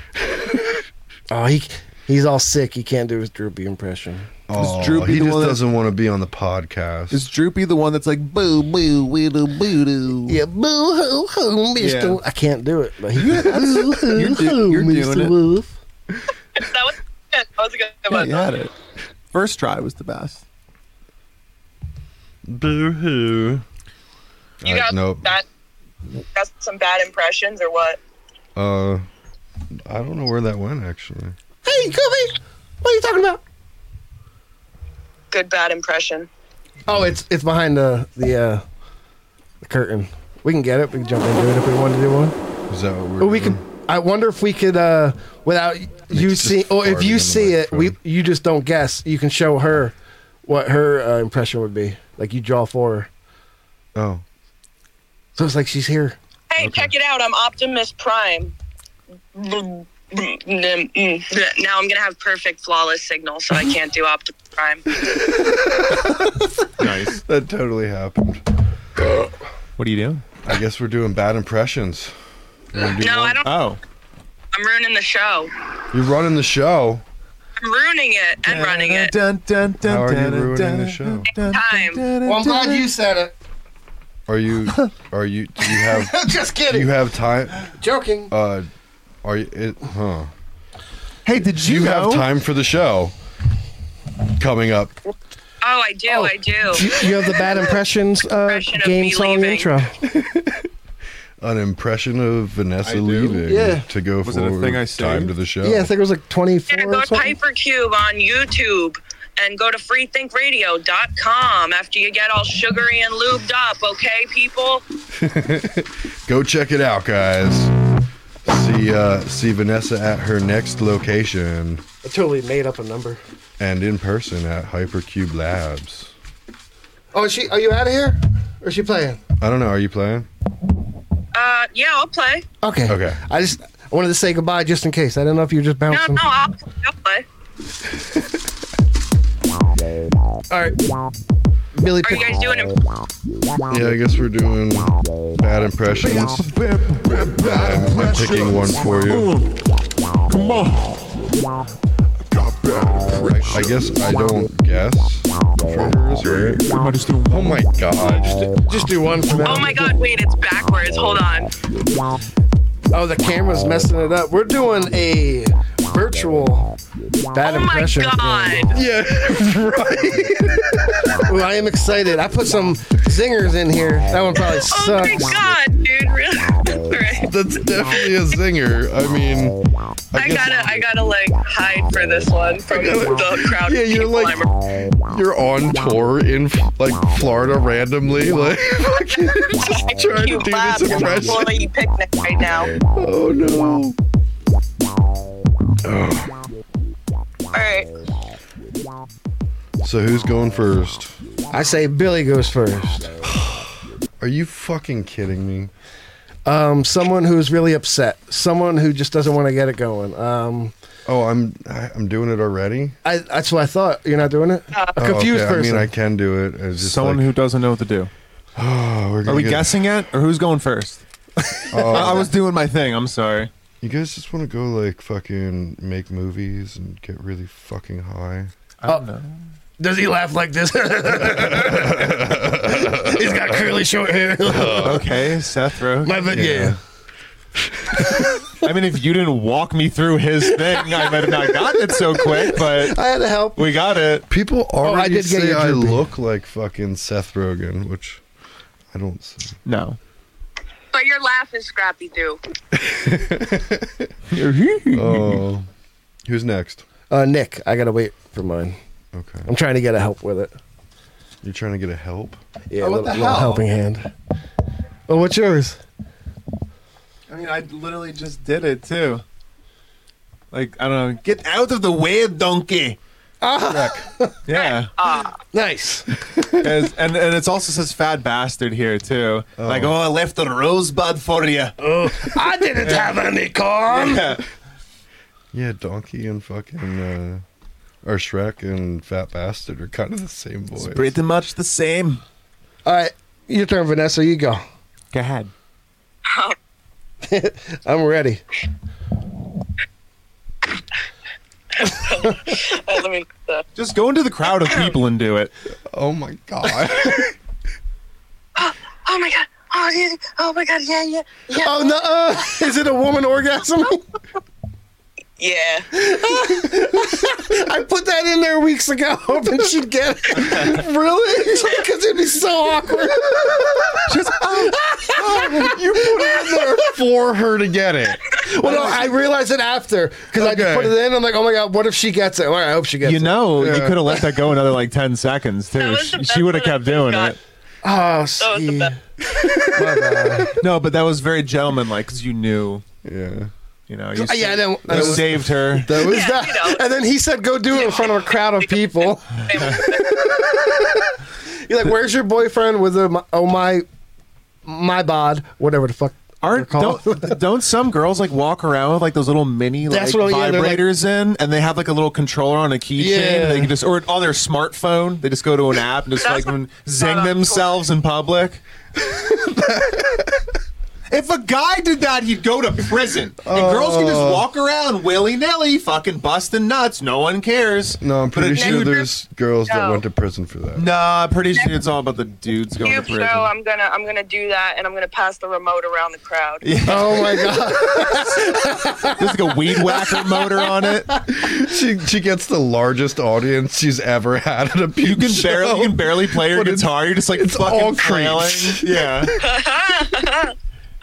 Speaker 1: Oh, he he's all sick. He can't do his droopy impression.
Speaker 3: Aw,
Speaker 4: Is Droopy
Speaker 3: he
Speaker 4: the
Speaker 3: just
Speaker 4: one that-
Speaker 3: doesn't want to be on the podcast.
Speaker 4: Is Droopy the one that's like boo boo wheedle boo doo?
Speaker 1: Yeah, boo hoo hoo, Mister.
Speaker 4: Yeah.
Speaker 1: I can't do it, but he boo hoo
Speaker 4: do-
Speaker 1: hoo,
Speaker 4: you're doing
Speaker 1: Mister
Speaker 4: it.
Speaker 1: Wolf.
Speaker 2: That was good. That was a good
Speaker 4: Yeah,
Speaker 2: one.
Speaker 4: you had it. First try was the best.
Speaker 3: Boo hoo.
Speaker 2: You got
Speaker 3: Uh, nope.
Speaker 2: that. Got some bad impressions or what?
Speaker 3: Uh, I don't know where that went, actually.
Speaker 1: Hey, Goofy, what are you talking about?
Speaker 2: Good bad impression.
Speaker 1: Oh, it's it's behind the the, uh, the curtain. We can get it. We can jump into it if we want to do one.
Speaker 3: Is that what we're
Speaker 1: Or we
Speaker 3: doing?
Speaker 1: could. I wonder if we could, uh, without you
Speaker 3: just
Speaker 1: see, or
Speaker 3: farting
Speaker 1: if
Speaker 3: in the
Speaker 1: you see it, we
Speaker 3: microphone.
Speaker 1: you just don't guess. You can show her what her uh, impression would be. Like you draw for her.
Speaker 3: Oh.
Speaker 1: So it's like she's here.
Speaker 2: Hey, check it out. I'm Optimus Prime. Now I'm gonna have perfect flawless signal, so I can't do Optimus Prime.
Speaker 4: Nice.
Speaker 3: That totally happened.
Speaker 4: What are you doing?
Speaker 3: I guess we're doing bad impressions.
Speaker 2: No, I don't.
Speaker 4: Oh.
Speaker 2: I'm ruining the show.
Speaker 3: You're running the show.
Speaker 2: I'm ruining it and running it.
Speaker 4: Dun, dun, dun,
Speaker 3: How are you
Speaker 4: dun,
Speaker 3: ruining
Speaker 4: dun,
Speaker 3: the show?
Speaker 4: dun,
Speaker 2: Time.
Speaker 4: dun,
Speaker 1: Well, I'm
Speaker 4: dun,
Speaker 1: glad you said it.
Speaker 3: Are you? Are you? Do you have?
Speaker 1: Just
Speaker 3: Do
Speaker 1: kidding.
Speaker 3: you have time?
Speaker 1: Joking.
Speaker 3: Uh, Are you? It, huh.
Speaker 4: Hey, did
Speaker 3: Do
Speaker 4: you,
Speaker 3: you
Speaker 4: know?
Speaker 3: have time for the show coming up?
Speaker 2: Oh, I do. I do.
Speaker 1: You, you have the bad impressions uh,
Speaker 2: Impression of
Speaker 1: game
Speaker 2: me
Speaker 1: song
Speaker 2: leaving.
Speaker 1: intro.
Speaker 3: An impression of Vanessa
Speaker 4: I do.
Speaker 3: leaving
Speaker 1: Yeah.
Speaker 3: to go
Speaker 4: Was it a
Speaker 3: forward.
Speaker 4: thing I
Speaker 3: time
Speaker 4: saved?
Speaker 3: to the show.
Speaker 1: Yeah, I think it was like 24
Speaker 2: Yeah,
Speaker 1: or
Speaker 2: go to
Speaker 1: something.
Speaker 2: Pipercube on YouTube and go to freethinkradio.com after you get all sugary and lubed up, okay, people?
Speaker 3: Go check it out, guys. See uh, see Vanessa at her next location
Speaker 1: I totally made up a number.
Speaker 3: and in person at Hypercube Labs.
Speaker 1: Oh, is she? Are you out of here? Or is she playing?
Speaker 3: I don't know. Are you playing?
Speaker 2: Uh, yeah, I'll play.
Speaker 1: Okay.
Speaker 3: Okay.
Speaker 1: I just I wanted to say goodbye just in case. I didn't know if you were just
Speaker 2: No,
Speaker 1: bouncing.
Speaker 2: no, I'll, I'll play.
Speaker 1: All right. Billy.
Speaker 2: Are you guys doing it?
Speaker 3: Yeah, I guess we're doing bad impressions. I'm, I'm picking one for you.
Speaker 9: Come on. Got bad
Speaker 3: I
Speaker 9: impressions.
Speaker 3: guess I don't guess. Triggers, right?
Speaker 9: I just don't
Speaker 3: Oh my god.
Speaker 1: Just do one for now.
Speaker 2: Oh my god, wait, it's backwards. Hold on.
Speaker 1: Oh, the camera's messing it up. We're doing a virtual bad
Speaker 2: Oh my
Speaker 1: impression.
Speaker 2: god.
Speaker 3: Yeah, right.
Speaker 1: Well, I am excited. I put some zingers in here. That one probably
Speaker 2: Oh my
Speaker 1: sucks.
Speaker 2: god, dude. Really? All right.
Speaker 3: That's definitely a zinger. I mean, I,
Speaker 2: I
Speaker 3: guess
Speaker 2: gotta, I gotta like hide for this one from the crowd.
Speaker 3: Yeah,
Speaker 2: of
Speaker 3: you're
Speaker 2: people
Speaker 3: like-
Speaker 2: I'm-
Speaker 3: you're on tour in like Florida randomly, like fucking just trying to
Speaker 2: You
Speaker 3: do
Speaker 2: Bob,
Speaker 3: this impression.
Speaker 2: employee picnic right now.
Speaker 3: Oh no. Ugh.
Speaker 2: All right.
Speaker 3: So who's going first?
Speaker 1: I say Billy goes first.
Speaker 3: Are you fucking kidding me?
Speaker 1: Um, someone who's really upset. Someone who just doesn't want to get it going. Um,
Speaker 3: Oh, I'm I, I'm doing it already.
Speaker 1: I, that's what I thought. You're not doing it.
Speaker 2: uh,
Speaker 1: A
Speaker 3: Oh,
Speaker 1: confused
Speaker 3: okay.
Speaker 1: person.
Speaker 3: I mean, I can do it. It's just
Speaker 4: Someone
Speaker 3: like,
Speaker 4: who doesn't know what to do.
Speaker 3: oh, we're
Speaker 4: Are
Speaker 3: gonna
Speaker 4: we
Speaker 3: get-
Speaker 4: guessing it, or who's going first? I, I was doing my thing. I'm sorry.
Speaker 3: You guys just want to go like fucking make movies and get really fucking high.
Speaker 4: I don't know.
Speaker 1: Does he laugh like this? He's got curly short hair.
Speaker 4: Okay, Seth Rogen.
Speaker 1: My bad. Yeah.
Speaker 4: I mean, if you didn't walk me through his thing, I might have not gotten it so quick. But
Speaker 1: I had to help.
Speaker 4: we got it.
Speaker 3: People already
Speaker 1: Oh, I did get
Speaker 3: say
Speaker 1: your
Speaker 3: I
Speaker 1: droopy.
Speaker 3: look like fucking Seth Rogen, which I don't. s-
Speaker 4: No.
Speaker 2: But your laugh is scrappy too.
Speaker 3: Oh, who's next?
Speaker 1: Uh, Nick, I gotta wait for mine.
Speaker 3: Okay,
Speaker 1: I'm trying to get a help with it.
Speaker 3: you're trying to get a help.
Speaker 1: Yeah,
Speaker 4: Oh,
Speaker 1: a
Speaker 4: what
Speaker 1: little,
Speaker 4: the
Speaker 1: little
Speaker 4: hell?
Speaker 1: helping hand. Oh, what's yours?
Speaker 4: I mean, I literally just did it too. Like, I don't know. Get out of the way, donkey. Ah. yeah.
Speaker 1: Nice.
Speaker 4: As- and, and it also says fat bastard here too. Like, oh, I left a rosebud for you.
Speaker 1: I didn't have any corn.
Speaker 4: Yeah.
Speaker 3: Yeah, Donkey and fucking uh, or Shrek and Fat Bastard are kind of the same voice.
Speaker 4: Pretty much the same.
Speaker 1: All right, your turn, Vanessa. You go.
Speaker 4: Go ahead.
Speaker 1: I'm ready.
Speaker 2: Uh, let me. Uh,
Speaker 4: Just go into the crowd of people and do it.
Speaker 3: oh my god.
Speaker 2: oh my god. Oh, yeah. oh my god. Yeah, yeah, yeah.
Speaker 1: Oh no! Uh, is it a woman orgasm?
Speaker 2: Yeah.
Speaker 1: I put that in there weeks ago, hoping she'd get it. Really? Because it'd be so awkward.
Speaker 3: you put it in there for her to get it.
Speaker 1: Well, no, I realized it after because I just
Speaker 3: Okay.
Speaker 1: put it in. I'm like, oh my god, what if she gets it? All right, I hope she gets
Speaker 4: You
Speaker 1: it.
Speaker 4: know, you
Speaker 3: Yeah.
Speaker 4: could have let that go another like ten seconds
Speaker 2: That
Speaker 4: too.
Speaker 2: was the
Speaker 4: She,
Speaker 2: best
Speaker 4: she would have
Speaker 2: one
Speaker 4: kept
Speaker 2: I've
Speaker 4: doing
Speaker 2: got.
Speaker 4: it.
Speaker 1: Oh,
Speaker 2: was the
Speaker 1: see.
Speaker 2: best.
Speaker 1: My bad.
Speaker 4: No, but that was very gentlemanlike because you knew.
Speaker 3: Yeah.
Speaker 4: You know. You
Speaker 1: Uh, yeah, I
Speaker 4: saved,
Speaker 1: don't- I
Speaker 4: you
Speaker 1: was-
Speaker 4: saved her.
Speaker 3: That was
Speaker 1: Is
Speaker 2: Yeah,
Speaker 1: that-
Speaker 2: you know.
Speaker 1: And then he said, "Go do it in front of a crowd of people." You're like, "Where's your boyfriend with the oh my my bod, whatever the fuck."
Speaker 4: Aren't
Speaker 1: they're called?
Speaker 4: don't, don't some girls like walk around with like those little mini like
Speaker 1: That's what I- yeah, they're like-
Speaker 4: vibrators in, and they have like a little controller on a keychain.
Speaker 1: Yeah.
Speaker 4: And they can just or on their smartphone, they just go to an app and just like
Speaker 2: That's
Speaker 4: zing
Speaker 2: not a-
Speaker 4: themselves in public. If a guy did that, he'd go to prison. And girls can just
Speaker 1: Uh.
Speaker 4: walk around willy nilly, fucking busting nuts. No one cares.
Speaker 3: No, I'm pretty
Speaker 4: But a
Speaker 3: sure
Speaker 4: dude-
Speaker 3: there's girls that
Speaker 2: No.
Speaker 3: went to prison for that.
Speaker 4: Nah, I'm pretty sure it's all about the dudes going to
Speaker 2: Cube
Speaker 4: prison.
Speaker 2: show, I'm gonna I'm gonna do that, and I'm gonna pass the remote around the crowd.
Speaker 1: Oh my god.
Speaker 4: There's like a weed whacker motor on it.
Speaker 3: She she gets the largest audience she's ever had at a puke
Speaker 4: You can
Speaker 3: show.
Speaker 4: barely you can barely play your
Speaker 3: But it's-
Speaker 4: guitar. You're just like
Speaker 3: it's
Speaker 4: fucking
Speaker 3: all
Speaker 4: flailing.
Speaker 3: creeps.
Speaker 4: Yeah.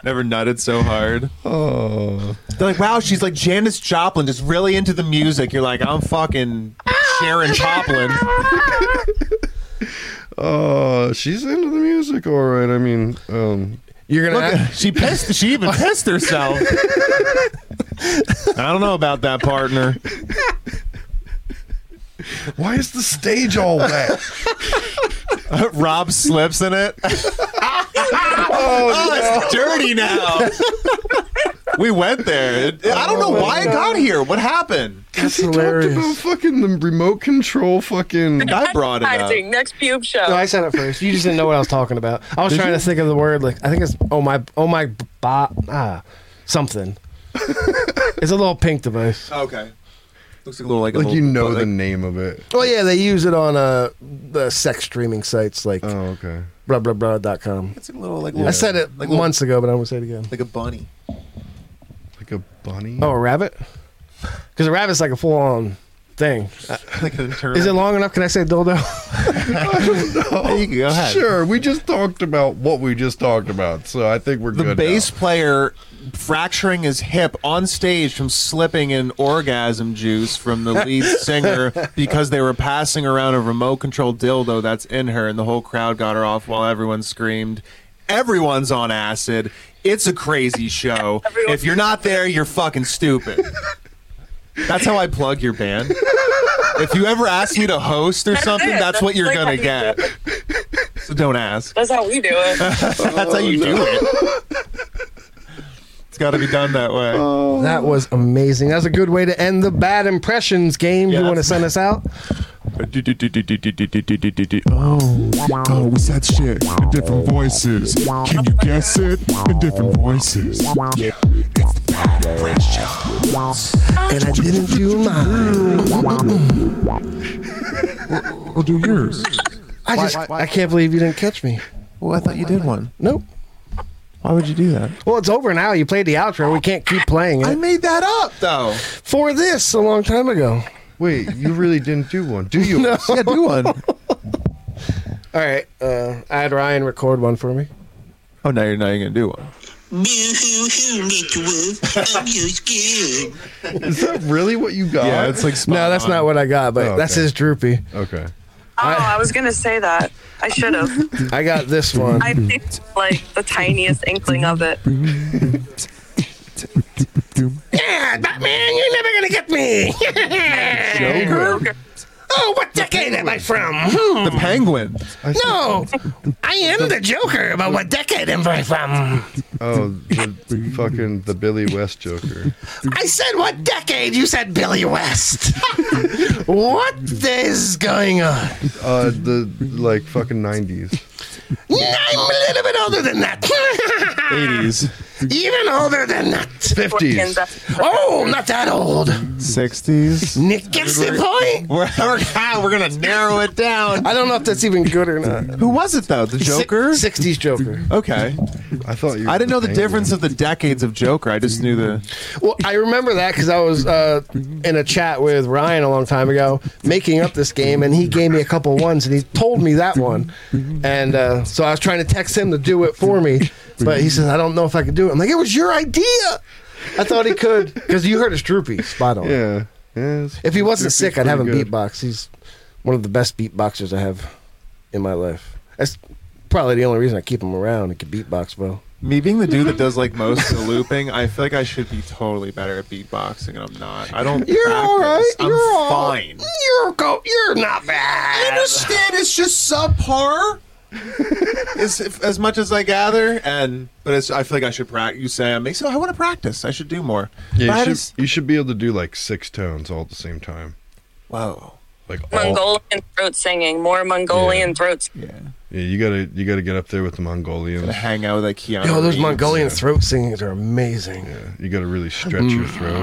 Speaker 4: Never nutted so hard.
Speaker 3: Oh,
Speaker 4: They're like, wow, she's like Janis Joplin, just really into the music. You're like, I'm fucking Sharon Joplin.
Speaker 3: oh, she's into the music, all right. I mean, um,
Speaker 1: You're gonna
Speaker 4: Look,
Speaker 1: act-
Speaker 4: she pissed. She even pissed herself. I don't know about that partner.
Speaker 3: why is the stage all wet?
Speaker 4: Rob slips in it. oh, it's dirty now. we went there. It- I don't know why it got here. What happened?
Speaker 1: that's
Speaker 3: Talked about
Speaker 1: hilarious.
Speaker 3: fucn the remote control fucking.
Speaker 4: I brought it up.
Speaker 2: Advertising, next pube show.
Speaker 1: No, I said it first. You just didn't know what I was talking about. I was trying to think of the word like I think it's oh my oh my bot ah something. it's a little pink device.
Speaker 4: Okay. Looks like a little like,
Speaker 3: Like you know the name of it.
Speaker 1: Oh yeah, they use it on uh the sex streaming sites like
Speaker 3: Oh, okay.
Speaker 1: blah blah blah dot com.
Speaker 4: It's a little like
Speaker 1: I said it
Speaker 4: Like
Speaker 1: months ago, but I'm gonna say it again.
Speaker 4: like a bunny.
Speaker 3: Like a bunny.
Speaker 1: Oh, a rabbit? Because a rabbit's like a full on thing. Uh,
Speaker 4: like an internal.
Speaker 1: Is it long enough? Can I say dildo?
Speaker 4: you can go ahead.
Speaker 3: Sure, we just talked about what we just talked about, so I think we're
Speaker 4: The
Speaker 3: good. now.
Speaker 4: bass player fracturing his hip on stage from slipping in orgasm juice from the lead singer because they were passing around a remote control dildo that's in her, and the whole crowd got her off while everyone screamed. Everyone's on acid. It's a crazy show. if you're not there, you're fucking stupid. That's how I plug your band. If you ever ask me to host or something,
Speaker 2: it.
Speaker 4: that's, what
Speaker 2: That's
Speaker 4: you're
Speaker 2: like how
Speaker 4: gonna
Speaker 2: you do
Speaker 4: get. So don't ask.
Speaker 2: That's how we do it.
Speaker 4: That's how you do it. It's got to be done that way.
Speaker 1: That was amazing. That's a good way to end the bad impressions game.
Speaker 4: Yeah,
Speaker 1: you want to
Speaker 4: that's-
Speaker 1: send us out?
Speaker 6: Oh, what's that shit? The different voices. Can you guess it? The different voices. Yeah, it's the bad impressions.
Speaker 1: And I didn't do mine.
Speaker 6: I'll do yours.
Speaker 1: I just I can't believe you didn't catch me.
Speaker 4: Well, I thought you did one.
Speaker 1: Nope.
Speaker 4: Why would you do that?
Speaker 1: Well, it's over now. You played the outro. We can't keep playing
Speaker 4: I
Speaker 1: it.
Speaker 4: made that up, though.
Speaker 1: For this, a long time ago.
Speaker 3: Wait, you really didn't do one, do you?
Speaker 4: Yeah, do one.
Speaker 1: All right. Uh, I had Ryan record one for me.
Speaker 4: Oh, now you're now you're gonna do one.
Speaker 10: Boo-hoo-hoo, little wolf. I'm your scared.
Speaker 3: Is that really what you got?
Speaker 4: Yeah, it's like spot
Speaker 1: no, that's
Speaker 4: on.
Speaker 1: not what I got, but
Speaker 3: Oh,
Speaker 1: that's
Speaker 3: okay.
Speaker 1: his droopy.
Speaker 3: okay.
Speaker 2: Oh, I was gonna say that. I should have.
Speaker 1: I got this one.
Speaker 2: I picked like the tiniest inkling of it.
Speaker 1: yeah, Batman, you're never gonna get me.
Speaker 2: Krueger.
Speaker 1: oh, what decade am I from? Hmm.
Speaker 4: The penguin.
Speaker 1: No, I am the Joker, but what decade am I from?
Speaker 3: Oh, the fucking the Billy West Joker.
Speaker 1: I said what decade? You said Billy West. what is going on?
Speaker 3: Uh, the like fucking nineties.
Speaker 1: I'm a little bit older than that.
Speaker 4: 80s,
Speaker 1: Even older than that.
Speaker 3: Fifties.
Speaker 1: Oh, not that old.
Speaker 4: 60s.
Speaker 1: Nick gets the point.
Speaker 4: We're, we're, God, we're gonna narrow it down.
Speaker 1: I don't know if that's even good or not.
Speaker 4: Who was it though? The Joker.
Speaker 1: Si- 60s Joker.
Speaker 4: Okay.
Speaker 3: I thought you.
Speaker 4: I didn't know the
Speaker 3: Thank you.
Speaker 4: difference of the decades of Joker. I just knew the.
Speaker 1: Well, I remember that because I was uh, in a chat with Ryan a long time ago making up this game, and he gave me a couple ones, and he told me that one. And uh, so I was trying to text him to do it for me, but he says, I don't know if I could do it. I'm like, it was your idea. I thought he could because you heard his droopy. Spot on.
Speaker 3: Yeah. yeah it's-
Speaker 1: If he wasn't sick, I'd have him
Speaker 3: pretty good.
Speaker 1: beatbox. He's one of the best beatboxers I have in my life. That's probably the only reason I keep him around. He can beatbox well.
Speaker 4: Me being the dude that does like most of the looping, I feel like I should be totally better at beatboxing, and I'm not. I don't.
Speaker 1: You're all
Speaker 4: practice.
Speaker 1: right.
Speaker 4: I'm
Speaker 1: You're all-
Speaker 4: fine.
Speaker 1: You're go. You're not bad.
Speaker 4: understand it's just subpar. as, as much as I gather, and but it's, I feel like I should practice. You say I make so I want to practice. I should do more.
Speaker 3: Yeah,
Speaker 4: But I
Speaker 3: you, should,
Speaker 4: just-
Speaker 3: you should be able to do like six tones all at the same time.
Speaker 4: whoa,
Speaker 3: Like all,
Speaker 2: Mongolian throat singing, more Mongolian throats.
Speaker 4: Yeah.
Speaker 3: yeah, you gotta you gotta get up there with the Mongolians.
Speaker 4: Gonna hang out with like Keanu.
Speaker 1: Yo, those
Speaker 4: Reeves.
Speaker 1: Mongolian throat singings are amazing.
Speaker 3: You gotta really stretch your throat.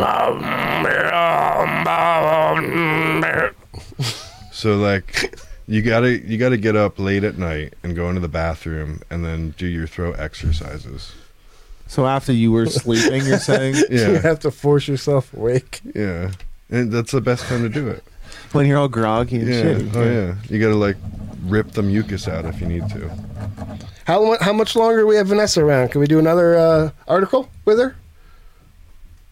Speaker 3: So like you gotta you gotta get up late at night and go into the bathroom and then do your throat exercises.
Speaker 4: So after you were sleeping, you're saying
Speaker 1: You
Speaker 3: Yeah.
Speaker 1: have to force yourself awake.
Speaker 3: Yeah. And that's the best time to do it.
Speaker 4: when you're all groggy and
Speaker 3: Yeah.
Speaker 4: shit.
Speaker 3: Oh yeah. You gotta like rip the mucus out if you need to.
Speaker 1: How mu- how much longer do we have Vanessa around? Can we do another uh, article with her?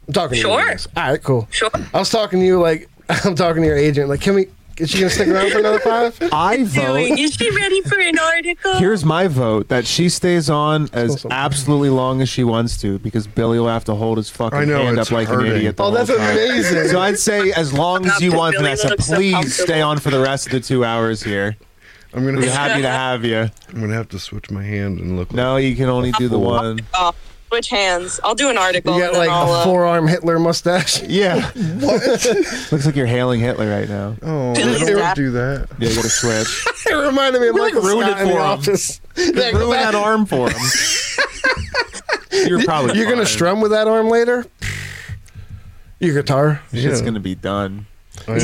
Speaker 1: I'm talking to you.
Speaker 2: Sure.
Speaker 1: Vanessa. All right, cool.
Speaker 2: Sure.
Speaker 1: I was talking to you like I'm talking to your agent. Like, can we? Is she gonna stick around for another five?
Speaker 4: I vote.
Speaker 2: Doing? Is she ready for an article?
Speaker 4: Here's my vote that she stays on as
Speaker 1: awesome.
Speaker 4: absolutely long as she wants to because Billy will have to hold his fucking
Speaker 3: I know,
Speaker 4: hand
Speaker 3: it's
Speaker 4: up like
Speaker 3: hurting.
Speaker 4: an idiot. The
Speaker 1: Oh,
Speaker 4: whole
Speaker 1: that's
Speaker 4: time.
Speaker 1: amazing.
Speaker 4: So I'd say as long as you
Speaker 2: Stop it,
Speaker 4: want,
Speaker 2: Billy
Speaker 4: Vanessa,
Speaker 2: looks so
Speaker 4: please stay
Speaker 2: comfortable.
Speaker 4: on for the rest of the two hours here.
Speaker 3: I'm gonna
Speaker 4: We're happy to have you.
Speaker 3: I'm gonna have to switch my hand and look
Speaker 4: No, you can only do the one.
Speaker 2: Oh, switch hands. I'll do an article.
Speaker 1: You got
Speaker 2: and then
Speaker 1: like
Speaker 2: I'll,
Speaker 1: a
Speaker 2: uh,
Speaker 1: forearm Hitler mustache.
Speaker 4: Yeah. What? Looks like you're hailing Hitler right now.
Speaker 3: like Oh
Speaker 2: Billy's
Speaker 3: don't
Speaker 2: dad.
Speaker 3: do that.
Speaker 4: Yeah, you gotta switch.
Speaker 1: it reminded me of Michael
Speaker 4: ruined
Speaker 1: Scott
Speaker 4: it
Speaker 1: in the
Speaker 4: for him.
Speaker 1: office. Like,
Speaker 4: Ruin that arm for him. You're probably
Speaker 1: You're gonna
Speaker 4: fine.
Speaker 1: strum with that arm later. Your guitar.
Speaker 4: It's
Speaker 3: Yeah.
Speaker 4: gonna be done.
Speaker 3: I am-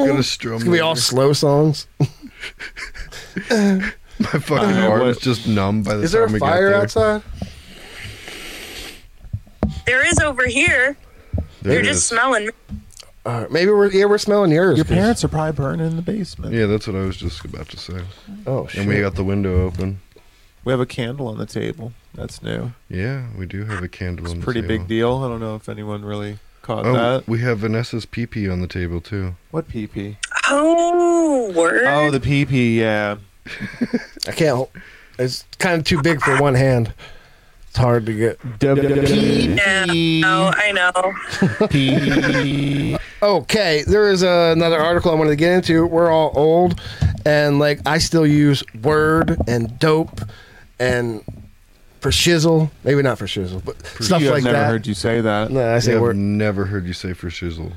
Speaker 3: I'm gonna strum
Speaker 1: It's gonna be all slow songs.
Speaker 3: my fucking
Speaker 4: Uh,
Speaker 3: arm
Speaker 4: what-
Speaker 3: is just numb by the
Speaker 1: Is
Speaker 3: time
Speaker 1: there a
Speaker 3: we
Speaker 1: fire
Speaker 3: got there.
Speaker 1: outside?
Speaker 2: There is over here.
Speaker 3: There
Speaker 2: You're
Speaker 3: it
Speaker 2: just
Speaker 3: is.
Speaker 2: smelling me.
Speaker 1: All right, Uh, maybe we're yeah we're smelling yours.
Speaker 4: Your
Speaker 1: 'cause-
Speaker 4: parents are probably burning in the basement.
Speaker 3: Yeah, that's what I was just about to say.
Speaker 1: Oh shit.
Speaker 3: And we got the window open.
Speaker 4: We have a candle on the table. That's new.
Speaker 3: Yeah, we do have a candle.
Speaker 4: It's
Speaker 3: on
Speaker 4: a
Speaker 3: the
Speaker 4: pretty
Speaker 3: table.
Speaker 4: big deal. I don't know if anyone really caught
Speaker 3: Oh,
Speaker 4: that.
Speaker 3: we have Vanessa's pee pee on the table too.
Speaker 4: What PP?
Speaker 2: Oh, word.
Speaker 4: Oh, the PP. Yeah.
Speaker 1: I can't. It's kind of too big for one hand. It's hard to get.
Speaker 2: yeah. No, I know.
Speaker 1: Okay, there is uh, another article I wanted to get into. We're all old, and like I still use word and dope and for shizzle. Maybe not for shizzle, but stuff
Speaker 4: you have
Speaker 1: like
Speaker 4: never
Speaker 1: that.
Speaker 4: heard you say that.
Speaker 1: no, I say
Speaker 3: I've
Speaker 1: word.
Speaker 3: never heard you say for shizzle.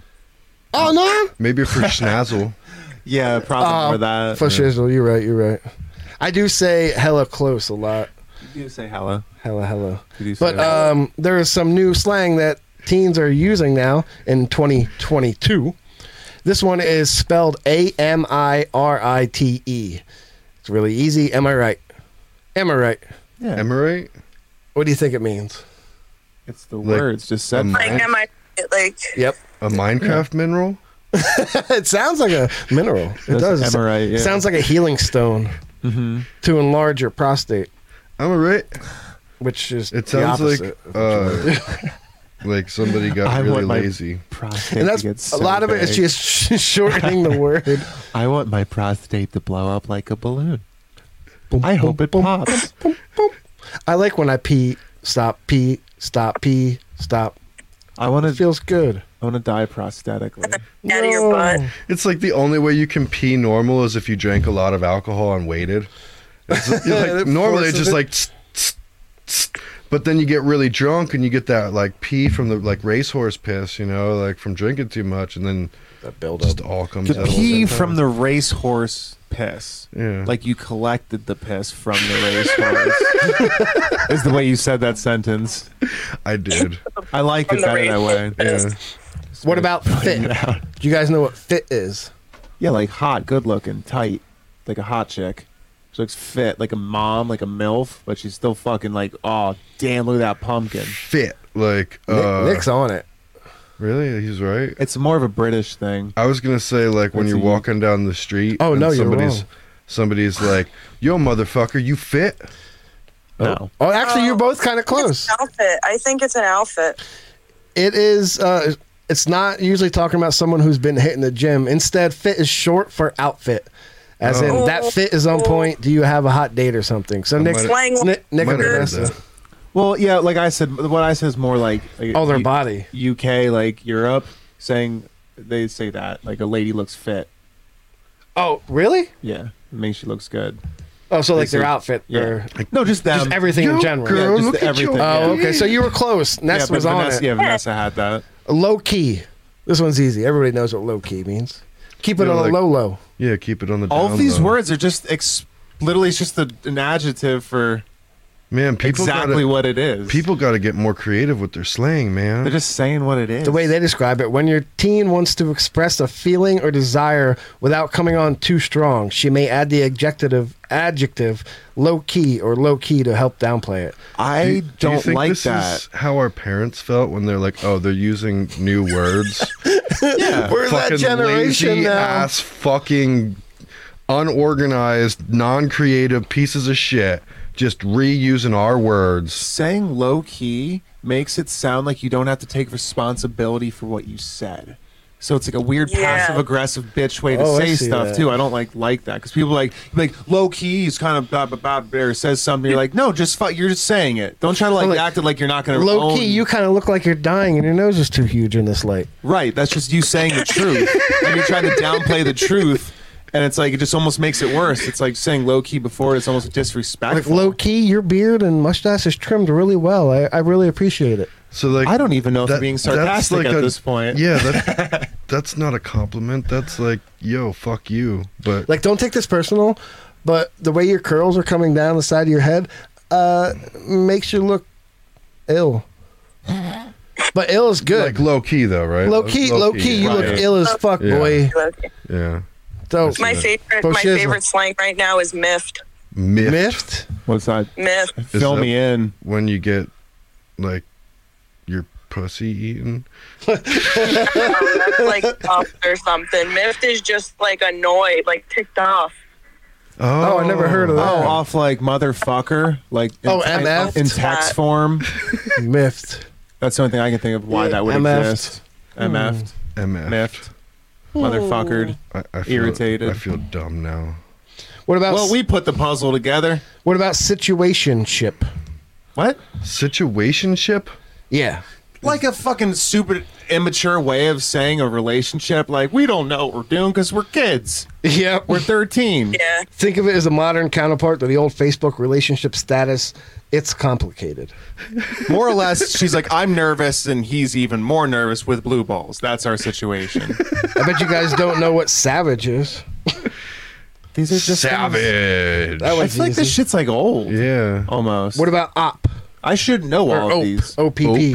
Speaker 1: Oh no,
Speaker 3: Maybe for schnazzle.
Speaker 4: Yeah, probably for that.
Speaker 1: Ah, for shizzle. You're right. You're right. I do say hella close a lot.
Speaker 4: You do say hello.
Speaker 1: Hella, hella.
Speaker 4: You do say
Speaker 1: But
Speaker 4: hello.
Speaker 1: um, there is some new slang that teens are using now in 2022. This one is spelled A M I R I T E. It's really easy. Am I right? Am I right?
Speaker 4: yeah,
Speaker 3: Am I right?
Speaker 1: What do you think it means?
Speaker 4: it's the
Speaker 3: like,
Speaker 4: words just said.
Speaker 3: um,
Speaker 2: Like, am I like?
Speaker 1: Yep.
Speaker 3: A Minecraft mineral?
Speaker 1: it sounds like a mineral. It
Speaker 4: That's
Speaker 1: does.
Speaker 4: am I right, yeah. Mm-hmm.
Speaker 1: Sounds like a healing stone to enlarge your prostate,
Speaker 3: Am I right?
Speaker 1: which is
Speaker 3: It sounds
Speaker 1: the
Speaker 3: like
Speaker 1: opposite.
Speaker 3: uh, like somebody got
Speaker 4: I
Speaker 3: really
Speaker 4: want my-
Speaker 3: lazy.
Speaker 4: prostate.
Speaker 1: and that's
Speaker 4: to get so
Speaker 1: a lot of it is
Speaker 4: big.
Speaker 1: just shortening the word.
Speaker 4: I want my prostate to blow up like a balloon. I hope it pops.
Speaker 1: I like when I pee, stop, pee, stop, pee, stop.
Speaker 4: I want
Speaker 1: It
Speaker 4: to.
Speaker 1: feels good.
Speaker 4: I want to die prosthetically.
Speaker 2: Out of your butt.
Speaker 3: It's like the only way you can pee normal is if you drank a lot of alcohol and waited. It's like-
Speaker 1: Yeah, it
Speaker 3: normally it's
Speaker 1: forces
Speaker 3: just
Speaker 1: it.
Speaker 3: like, tss, tss, tss. but then you get really drunk and you get that like pee from the like racehorse piss, you know, like from drinking too much, and then
Speaker 1: That build
Speaker 3: just all comes
Speaker 4: The
Speaker 3: out.
Speaker 4: pee from the racehorse piss.
Speaker 3: Yeah.
Speaker 4: Like you collected the piss from the racehorse. is the way you said that sentence.
Speaker 3: I did.
Speaker 4: I liked
Speaker 2: From
Speaker 4: it
Speaker 2: the
Speaker 4: better that way.
Speaker 3: Yeah.
Speaker 1: What about fit? Do you guys know what fit is?
Speaker 4: Yeah, like hot, good looking, tight, like a hot chick. She looks fit, like a mom, like a milf, but she's still fucking like, oh damn, look at that pumpkin.
Speaker 3: Fit like
Speaker 1: Nick,
Speaker 3: uh,
Speaker 1: Nick's on it.
Speaker 3: really? He's right.
Speaker 4: It's more of a British thing.
Speaker 3: I was gonna say like when
Speaker 4: That's
Speaker 3: you're
Speaker 4: a-
Speaker 3: walking down the street.
Speaker 1: Oh,
Speaker 3: and
Speaker 1: no, you're
Speaker 3: somebody's
Speaker 1: wrong.
Speaker 3: somebody's like, "Yo, motherfucker, you fit?"
Speaker 4: No,
Speaker 1: Oh, actually, you're both kind of close.
Speaker 2: Outfit. I think it's an outfit.
Speaker 1: It is. Uh, it's not usually talking about someone who's been hitting the gym. Instead, fit is short for outfit, as in
Speaker 2: Oh.
Speaker 1: that fit is on point. Do you have a hot date or something? So Nick's
Speaker 3: might've-
Speaker 2: Slang.
Speaker 1: Nick, Nick and
Speaker 3: Might have heard
Speaker 1: Vanessa.
Speaker 3: that.
Speaker 4: well, yeah, like I said, what I said is more like, like
Speaker 1: Oh, their
Speaker 4: U-
Speaker 1: body.
Speaker 4: UK, like Europe, saying they say that like a lady looks fit.
Speaker 1: Oh, really?
Speaker 4: Yeah, it means she looks good.
Speaker 1: Oh, so like
Speaker 4: They
Speaker 1: their
Speaker 4: say-
Speaker 1: outfit.
Speaker 4: Yeah,
Speaker 1: their-
Speaker 4: no, just them.
Speaker 1: just everything
Speaker 3: yo,
Speaker 1: in general.
Speaker 3: girl.
Speaker 4: Yeah, just
Speaker 3: look at
Speaker 4: the
Speaker 3: your-
Speaker 4: everything. yeah.
Speaker 1: Oh, okay. So you were close.
Speaker 4: Yeah,
Speaker 1: Ness
Speaker 4: but
Speaker 1: was on
Speaker 4: Vanessa,
Speaker 1: it.
Speaker 4: Yeah, Vanessa had that.
Speaker 1: Low key. This one's easy. Everybody knows what low key means. Keep it
Speaker 3: You're
Speaker 1: on
Speaker 3: like-
Speaker 1: a low low.
Speaker 3: Yeah, keep it on the.
Speaker 4: All
Speaker 3: down
Speaker 4: of these
Speaker 3: low.
Speaker 4: words are just ex- literally it's just a, an adjective for
Speaker 3: man. People
Speaker 4: exactly
Speaker 3: gotta,
Speaker 4: what it is.
Speaker 3: People got to get more creative with their slang, man.
Speaker 4: they're just saying what it is.
Speaker 1: The way they describe it, when your teen wants to express a feeling or desire without coming on too strong, she may add the adjective adjective low key or low key to help downplay it.
Speaker 4: I
Speaker 3: Do you- do you
Speaker 4: don't
Speaker 3: think
Speaker 4: like
Speaker 3: this
Speaker 4: that.
Speaker 3: is how our parents felt when they're like, "Oh, they're using new words."
Speaker 4: yeah.
Speaker 1: We're that generation
Speaker 3: lazy
Speaker 1: now.
Speaker 3: ass fucking unorganized, non-creative pieces of shit just reusing our words.
Speaker 4: saying low key makes it sound like you don't have to take responsibility for what you said. So it's like a weird
Speaker 2: Yeah.
Speaker 4: passive aggressive bitch way to
Speaker 1: Oh, I
Speaker 4: say
Speaker 1: see
Speaker 4: stuff
Speaker 1: that.
Speaker 4: too. I don't like like that because people like like low key is kind of blah blah blah or says something. You're like no, just fu- you're just saying it. Don't try to like,
Speaker 1: Well, like,
Speaker 4: act it like you're not gonna
Speaker 1: Low
Speaker 4: own-
Speaker 1: key, you kind of look like you're dying and your nose is too huge in this light.
Speaker 4: right. That's just you saying the truth and you're trying to downplay the truth. And it's like it just almost makes it worse. It's like saying low key before it's almost disrespectful.
Speaker 1: Like low key, your beard and mustache is trimmed really well. I, I really appreciate it.
Speaker 3: So like,
Speaker 4: I don't even know if
Speaker 3: that-
Speaker 4: I'm being
Speaker 3: that's
Speaker 4: sarcastic
Speaker 3: like
Speaker 4: at
Speaker 3: a-
Speaker 4: this point.
Speaker 3: Yeah, that, that's not a compliment. That's like, yo, fuck you. But
Speaker 1: Like, don't take this personal, but the way your curls are coming down the side of your head uh, makes you look ill. But ill is good.
Speaker 3: like low key though, right?
Speaker 1: low key, low key, you
Speaker 3: right.
Speaker 1: look ill as fuck,
Speaker 3: Yeah.
Speaker 1: boy.
Speaker 3: Yeah,
Speaker 1: So
Speaker 2: My favorite, my
Speaker 1: Bushizzle.
Speaker 2: favorite slang right now is miffed.
Speaker 3: myth.
Speaker 1: miffed.
Speaker 4: What's that?
Speaker 2: Miffed.
Speaker 3: Is
Speaker 4: Fill
Speaker 3: that-
Speaker 4: me in.
Speaker 3: when you get like your pussy eaten.
Speaker 2: Um, that's like puffed or something. Miffed is just like annoyed, like ticked off.
Speaker 1: Oh, I never heard of
Speaker 4: Oh,
Speaker 1: that.
Speaker 4: off like motherfucker, like in,
Speaker 1: Oh, MF?
Speaker 4: in text form.
Speaker 1: Miffed.
Speaker 4: That's the only thing I can think of why that would
Speaker 1: MF.
Speaker 4: exist.
Speaker 1: Hmm.
Speaker 4: MF,
Speaker 3: MF.
Speaker 4: miffed, motherfuckered.
Speaker 3: I, I feel,
Speaker 4: Irritated.
Speaker 3: I feel dumb now.
Speaker 1: What about
Speaker 4: Well, we put the puzzle together.
Speaker 1: what about situationship?
Speaker 4: What?
Speaker 3: Situationship?
Speaker 1: Yeah.
Speaker 4: Like a fucking super immature way of saying a relationship. Like we don't know what we're doing because we're kids.
Speaker 1: Yeah.
Speaker 4: We're thirteen.
Speaker 2: Yeah.
Speaker 1: Think of it as a modern counterpart to the old Facebook relationship status. It's complicated.
Speaker 4: More or less, she's like, I'm nervous, and he's even more nervous with blue balls. That's our situation.
Speaker 1: I bet you guys don't know what savage is.
Speaker 4: These are just
Speaker 3: Savage.
Speaker 1: That
Speaker 4: I
Speaker 1: was
Speaker 4: feel like this
Speaker 1: easy.
Speaker 4: shit's like old.
Speaker 3: Yeah.
Speaker 4: Almost.
Speaker 1: What about op
Speaker 4: I should know
Speaker 1: or oh,
Speaker 4: all of
Speaker 1: ope?
Speaker 4: these.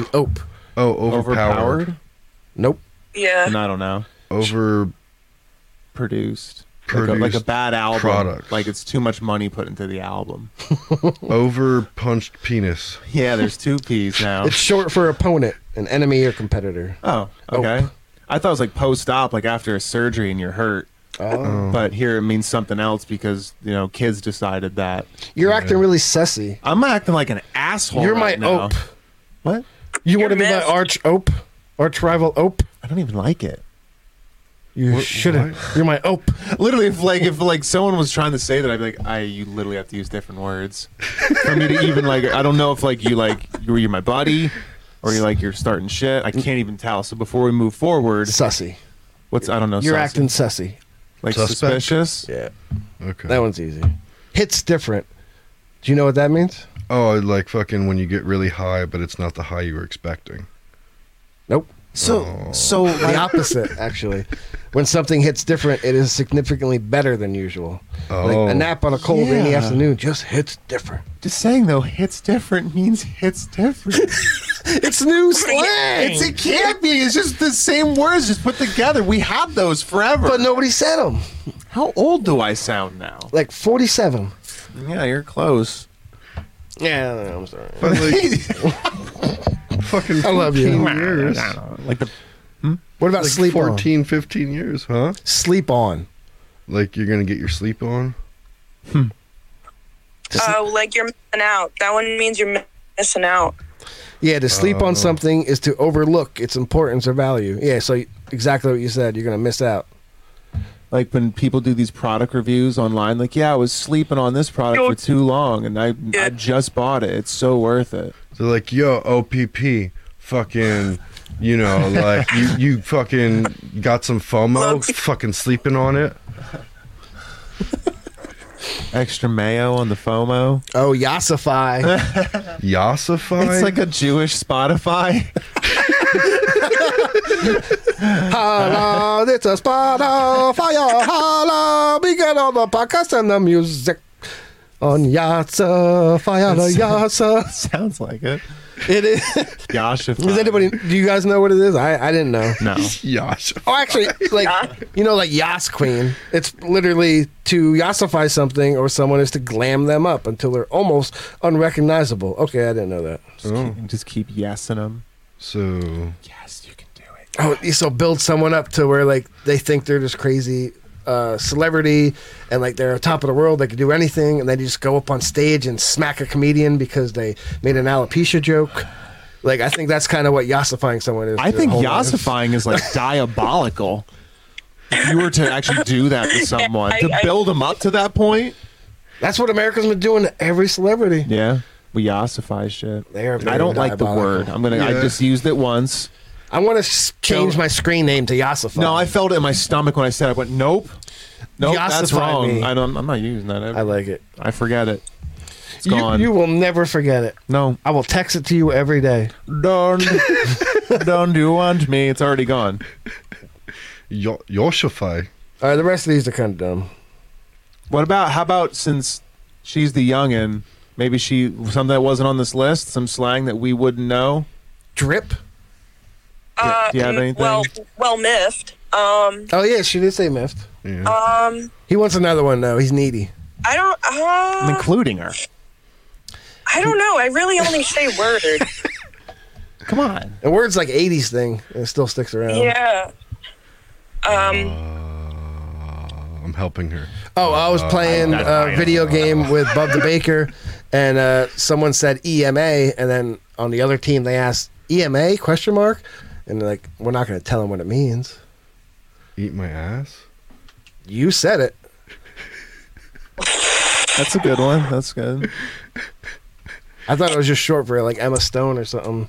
Speaker 1: OPP. Ope.
Speaker 3: Oh, overpowered.
Speaker 4: Overpowered?
Speaker 1: Nope.
Speaker 4: And
Speaker 2: Yeah.
Speaker 4: I don't know.
Speaker 3: Over
Speaker 4: Produced. Like a, like a
Speaker 3: Produced
Speaker 4: bad album.
Speaker 3: products.
Speaker 4: Like it's too much money put into the album.
Speaker 3: over punched penis.
Speaker 4: Yeah, there's two P's now.
Speaker 1: It's short for opponent, an enemy or competitor.
Speaker 4: oh, okay. I thought it was like post op, like after a surgery and you're hurt.
Speaker 1: Oh.
Speaker 4: But here it means something else because, you know, kids decided that.
Speaker 1: You're acting really sussy.
Speaker 4: I'm acting like an asshole.
Speaker 1: You're
Speaker 4: right
Speaker 1: my
Speaker 4: now.
Speaker 1: ope.
Speaker 4: What?
Speaker 1: You
Speaker 2: You're
Speaker 1: want to be my
Speaker 2: missed.
Speaker 1: arch ope? Arch rival ope?
Speaker 4: I don't even like it.
Speaker 1: You shouldn't. You're my ope.
Speaker 4: Literally, if like if like someone was trying to say that, I'd be like, I you literally have to use different words for me to even like. I don't know if like you like were you my buddy or you like you're starting shit. I can't even tell. So before we move forward,
Speaker 1: Sussy.
Speaker 4: what's I don't know.
Speaker 1: You're
Speaker 4: sus-
Speaker 1: acting sussy.
Speaker 4: like
Speaker 3: Suspect?
Speaker 4: suspicious.
Speaker 1: Yeah.
Speaker 3: Okay.
Speaker 1: That one's easy. Hits different. Do you know what that means?
Speaker 3: Oh, like fucking when you get really high, but it's not the high you were expecting.
Speaker 1: Nope.
Speaker 4: So so
Speaker 1: The opposite, actually. When something hits different, it is significantly better than usual.
Speaker 3: Oh.
Speaker 1: Like a nap on a cold, rainy
Speaker 4: Yeah.
Speaker 1: afternoon just hits different.
Speaker 4: just saying though, hits different means hits different.
Speaker 1: It's new slang.
Speaker 4: it's, it can't be. It's just the same words just put together. We had those forever.
Speaker 1: but nobody said them.
Speaker 4: how old do I sound now?
Speaker 1: Like 47.
Speaker 4: Yeah, you're close.
Speaker 1: Yeah, I don't know, I'm sorry.
Speaker 3: But like fucking
Speaker 1: I love you.
Speaker 3: 14 years.
Speaker 4: Like the
Speaker 1: What about
Speaker 3: Like
Speaker 1: sleep
Speaker 3: 14, 15 years, huh?
Speaker 1: on? Sleep on.
Speaker 3: Like you're gonna get your sleep on?
Speaker 2: Oh, like you're missing out. That one means you're mi- missing out.
Speaker 1: Yeah, to sleep on something is to overlook its importance or value. Yeah, so exactly what you said. You're going to miss out.
Speaker 4: like when people do these product reviews online like yeah i was sleeping on this product for too long and i, I just bought it it's so worth it
Speaker 3: They're like, yo, OPP, fucking, you know, like you, you fucking got some FOMO, fucking sleeping on it.
Speaker 4: extra mayo on the fomo
Speaker 1: Oh, Yassify.
Speaker 3: Yassify.
Speaker 4: it's like a jewish spotify
Speaker 1: Hello, it's a spot of fire. Hello, we get on the podcast and the music. On Yatsa, fire the Yatsa.
Speaker 4: Sounds like it.
Speaker 1: It is.
Speaker 4: Yasha.
Speaker 1: Does anybody? Do you guys know what it is? I, I didn't know.
Speaker 4: No.
Speaker 11: Yash.
Speaker 1: Oh, actually, like you know, like Yas Queen. It's literally to Yasify something or someone is to glam them up until they're almost unrecognizable. Okay, I didn't know that.
Speaker 4: Just, keep, just keep yesing them.
Speaker 11: So
Speaker 4: Yes, you can do it.
Speaker 1: Oh, so build someone up to where like they think they're this crazy uh, celebrity and like they're top of the world. They can do anything, and they just go up on stage and smack a comedian because they made an alopecia joke. Like I think that's kind of what yassifying someone is.
Speaker 4: I
Speaker 1: to
Speaker 4: think
Speaker 1: hold on.
Speaker 4: yassifying is like diabolical. If you were to actually do that to someone,
Speaker 2: I-
Speaker 4: to
Speaker 2: I-
Speaker 4: build them up to that point.
Speaker 1: That's what America's been doing to every celebrity.
Speaker 4: Yeah. We yassify shit.
Speaker 1: They are
Speaker 4: I don't
Speaker 1: very
Speaker 4: like the
Speaker 1: diabolical.
Speaker 4: word. I'm gonna. I
Speaker 11: Yeah.
Speaker 4: just used it once.
Speaker 1: I want to change my screen name to Yassify.
Speaker 4: No, I felt it in my stomach when I said. it. I went, nope, nope, that's
Speaker 1: Yassify
Speaker 4: wrong.
Speaker 1: me.
Speaker 4: I don't. I'm not using that.
Speaker 1: I
Speaker 4: I,
Speaker 1: like it.
Speaker 4: I forget it. It's
Speaker 1: You,
Speaker 4: gone.
Speaker 1: you will never forget it.
Speaker 4: no,
Speaker 1: I will text it to you every day.
Speaker 4: don't, don't you want me? It's already gone.
Speaker 11: Yo- Yoshify.
Speaker 1: All right, the rest of these are kind of dumb.
Speaker 4: What about? How about since she's the youngin', maybe she something that wasn't on this list, some slang that we wouldn't know.
Speaker 1: Drip.
Speaker 2: Uh,
Speaker 4: do you have
Speaker 2: mm,
Speaker 4: anything?
Speaker 2: Well, well, miffed. Um,
Speaker 1: Oh yeah, she did say miffed.
Speaker 11: Yeah.
Speaker 2: um,
Speaker 1: He wants another one though. He's needy.
Speaker 2: I don't.
Speaker 4: I'm
Speaker 2: Uh,
Speaker 4: including her.
Speaker 2: I don't know. I really only say word.
Speaker 4: Come on.
Speaker 1: And words like '80s thing, and it still sticks around.
Speaker 2: Yeah. Um.
Speaker 11: I'm helping her.
Speaker 1: Oh, I was playing a video game with Bub the Baker, and uh, someone said EMA, and then on the other team they asked EMA question mark, and they're like, we're not going to tell him what it means.
Speaker 11: Eat my ass.
Speaker 1: You said it.
Speaker 4: That's a good one. That's good.
Speaker 1: I thought it was just short for like Emma Stone or something.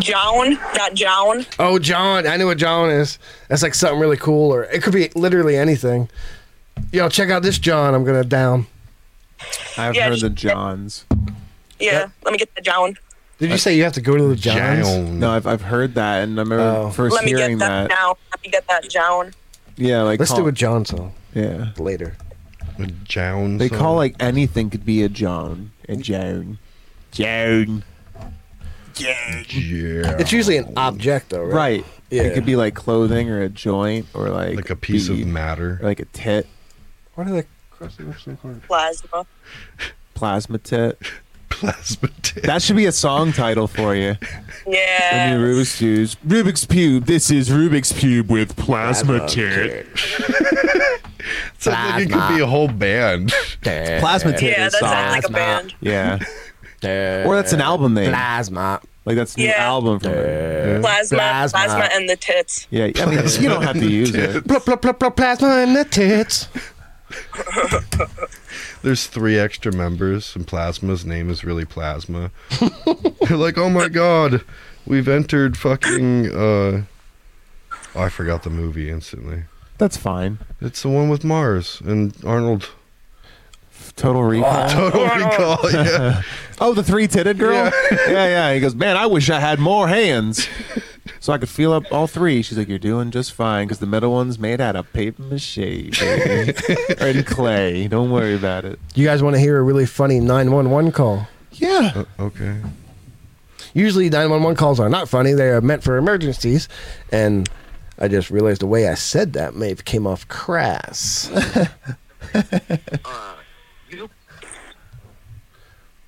Speaker 2: Joan, not Joan.
Speaker 1: Oh, John. I know what John is. That's like something really cool, or it could be literally anything. Yo, check out this John. I'm gonna down.
Speaker 4: I've
Speaker 2: Yeah,
Speaker 4: heard the
Speaker 2: she-
Speaker 4: Johns.
Speaker 2: Yeah, let me get the Joan.
Speaker 1: Did you say you have to go to the Johns?
Speaker 11: Down.
Speaker 4: No, I've, I've heard that, and I remember
Speaker 1: Oh.
Speaker 4: first
Speaker 2: let me
Speaker 4: hearing
Speaker 2: get
Speaker 4: that.
Speaker 2: that, now. Let me get that Joan.
Speaker 4: Yeah, like
Speaker 1: Let's
Speaker 4: call-
Speaker 1: do a John song
Speaker 4: Yeah,
Speaker 1: later.
Speaker 11: A Jown.
Speaker 4: they
Speaker 11: song.
Speaker 4: call like anything could be a Joan, a Joan, Joan.
Speaker 11: yeah.
Speaker 1: It's usually an object, though, right?
Speaker 4: Right.
Speaker 1: Yeah.
Speaker 4: It could be like clothing or a joint or like
Speaker 11: like a piece of
Speaker 4: bead
Speaker 11: matter.
Speaker 4: or like a tit,
Speaker 1: What are they?
Speaker 2: Plasma.
Speaker 4: plasma tit.
Speaker 11: Plasma tip.
Speaker 4: That should be a song title for you. The
Speaker 2: Yeah.
Speaker 4: new Rubik's cubes. Rubik's cube. This is Rubik's cube with plasma tit.
Speaker 11: Sounds like it could be a whole band.
Speaker 4: Plasma tit.
Speaker 2: Yeah,
Speaker 4: is
Speaker 2: that
Speaker 4: song.
Speaker 2: sounds like a band.
Speaker 4: Yeah. Or that's an album name.
Speaker 1: Plasma.
Speaker 4: Like that's new
Speaker 2: Yeah.
Speaker 4: album from her.
Speaker 2: Plasma,
Speaker 1: Plasma.
Speaker 2: plasma, and the tits.
Speaker 4: Yeah. I mean, you don't have to use it.
Speaker 1: Blah, blah, blah, blah, plasma and the tits.
Speaker 11: There's three extra members, and Plasma's name is really Plasma. They're like, oh my god, we've entered fucking. uh oh, I forgot the movie instantly.
Speaker 4: That's fine.
Speaker 11: It's the one with Mars and Arnold.
Speaker 4: Total
Speaker 1: Oh,
Speaker 4: recall.
Speaker 11: Total Recall. Yeah.
Speaker 4: Oh, the three titted girl? Yeah. yeah, He goes, Man, I wish I had more hands. So I could feel up all three. She's like, You're doing just fine because the middle one's made out of paper mache baby. and clay. Don't worry about it.
Speaker 1: You guys want to hear a really funny 911 call?
Speaker 4: Yeah.
Speaker 11: Okay.
Speaker 1: Usually 911 calls are not funny. They are meant for emergencies. And I just realized the way I said that may have came off crass.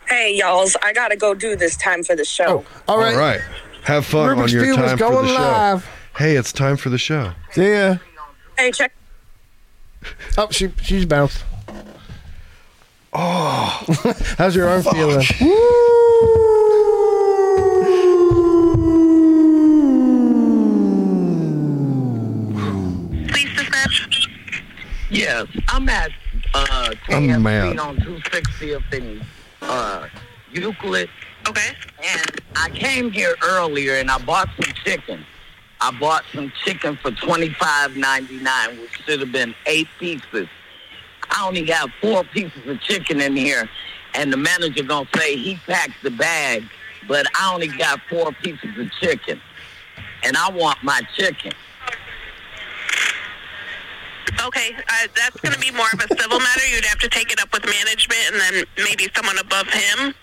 Speaker 2: Hey, y'alls, I gotta go do this time for the show.
Speaker 1: Oh, All
Speaker 11: All
Speaker 1: right.
Speaker 11: right. Have fun
Speaker 1: Rubik's
Speaker 11: on your
Speaker 1: Cube is
Speaker 11: time for
Speaker 1: going
Speaker 11: the show.
Speaker 1: live.
Speaker 11: Hey, it's time for the show.
Speaker 4: See ya.
Speaker 2: Hey, check.
Speaker 1: Oh, she she's bounced. Oh, how's your arm feeling?
Speaker 12: Yeah, I'm at uh,
Speaker 11: I'm
Speaker 12: KFC
Speaker 11: mad.
Speaker 12: on 260th and uh, Euclid. Okay. And I came here earlier and I bought some chicken. I bought some chicken for twenty five ninety nine, which should have been eight pieces. I only got four pieces of chicken in here, and the manager gonna say he packed the bag, but I only got four pieces of chicken, and I want my chicken.
Speaker 13: Okay, uh, that's going to be more of a civil matter. You'd have to take it up with management and then maybe someone above him.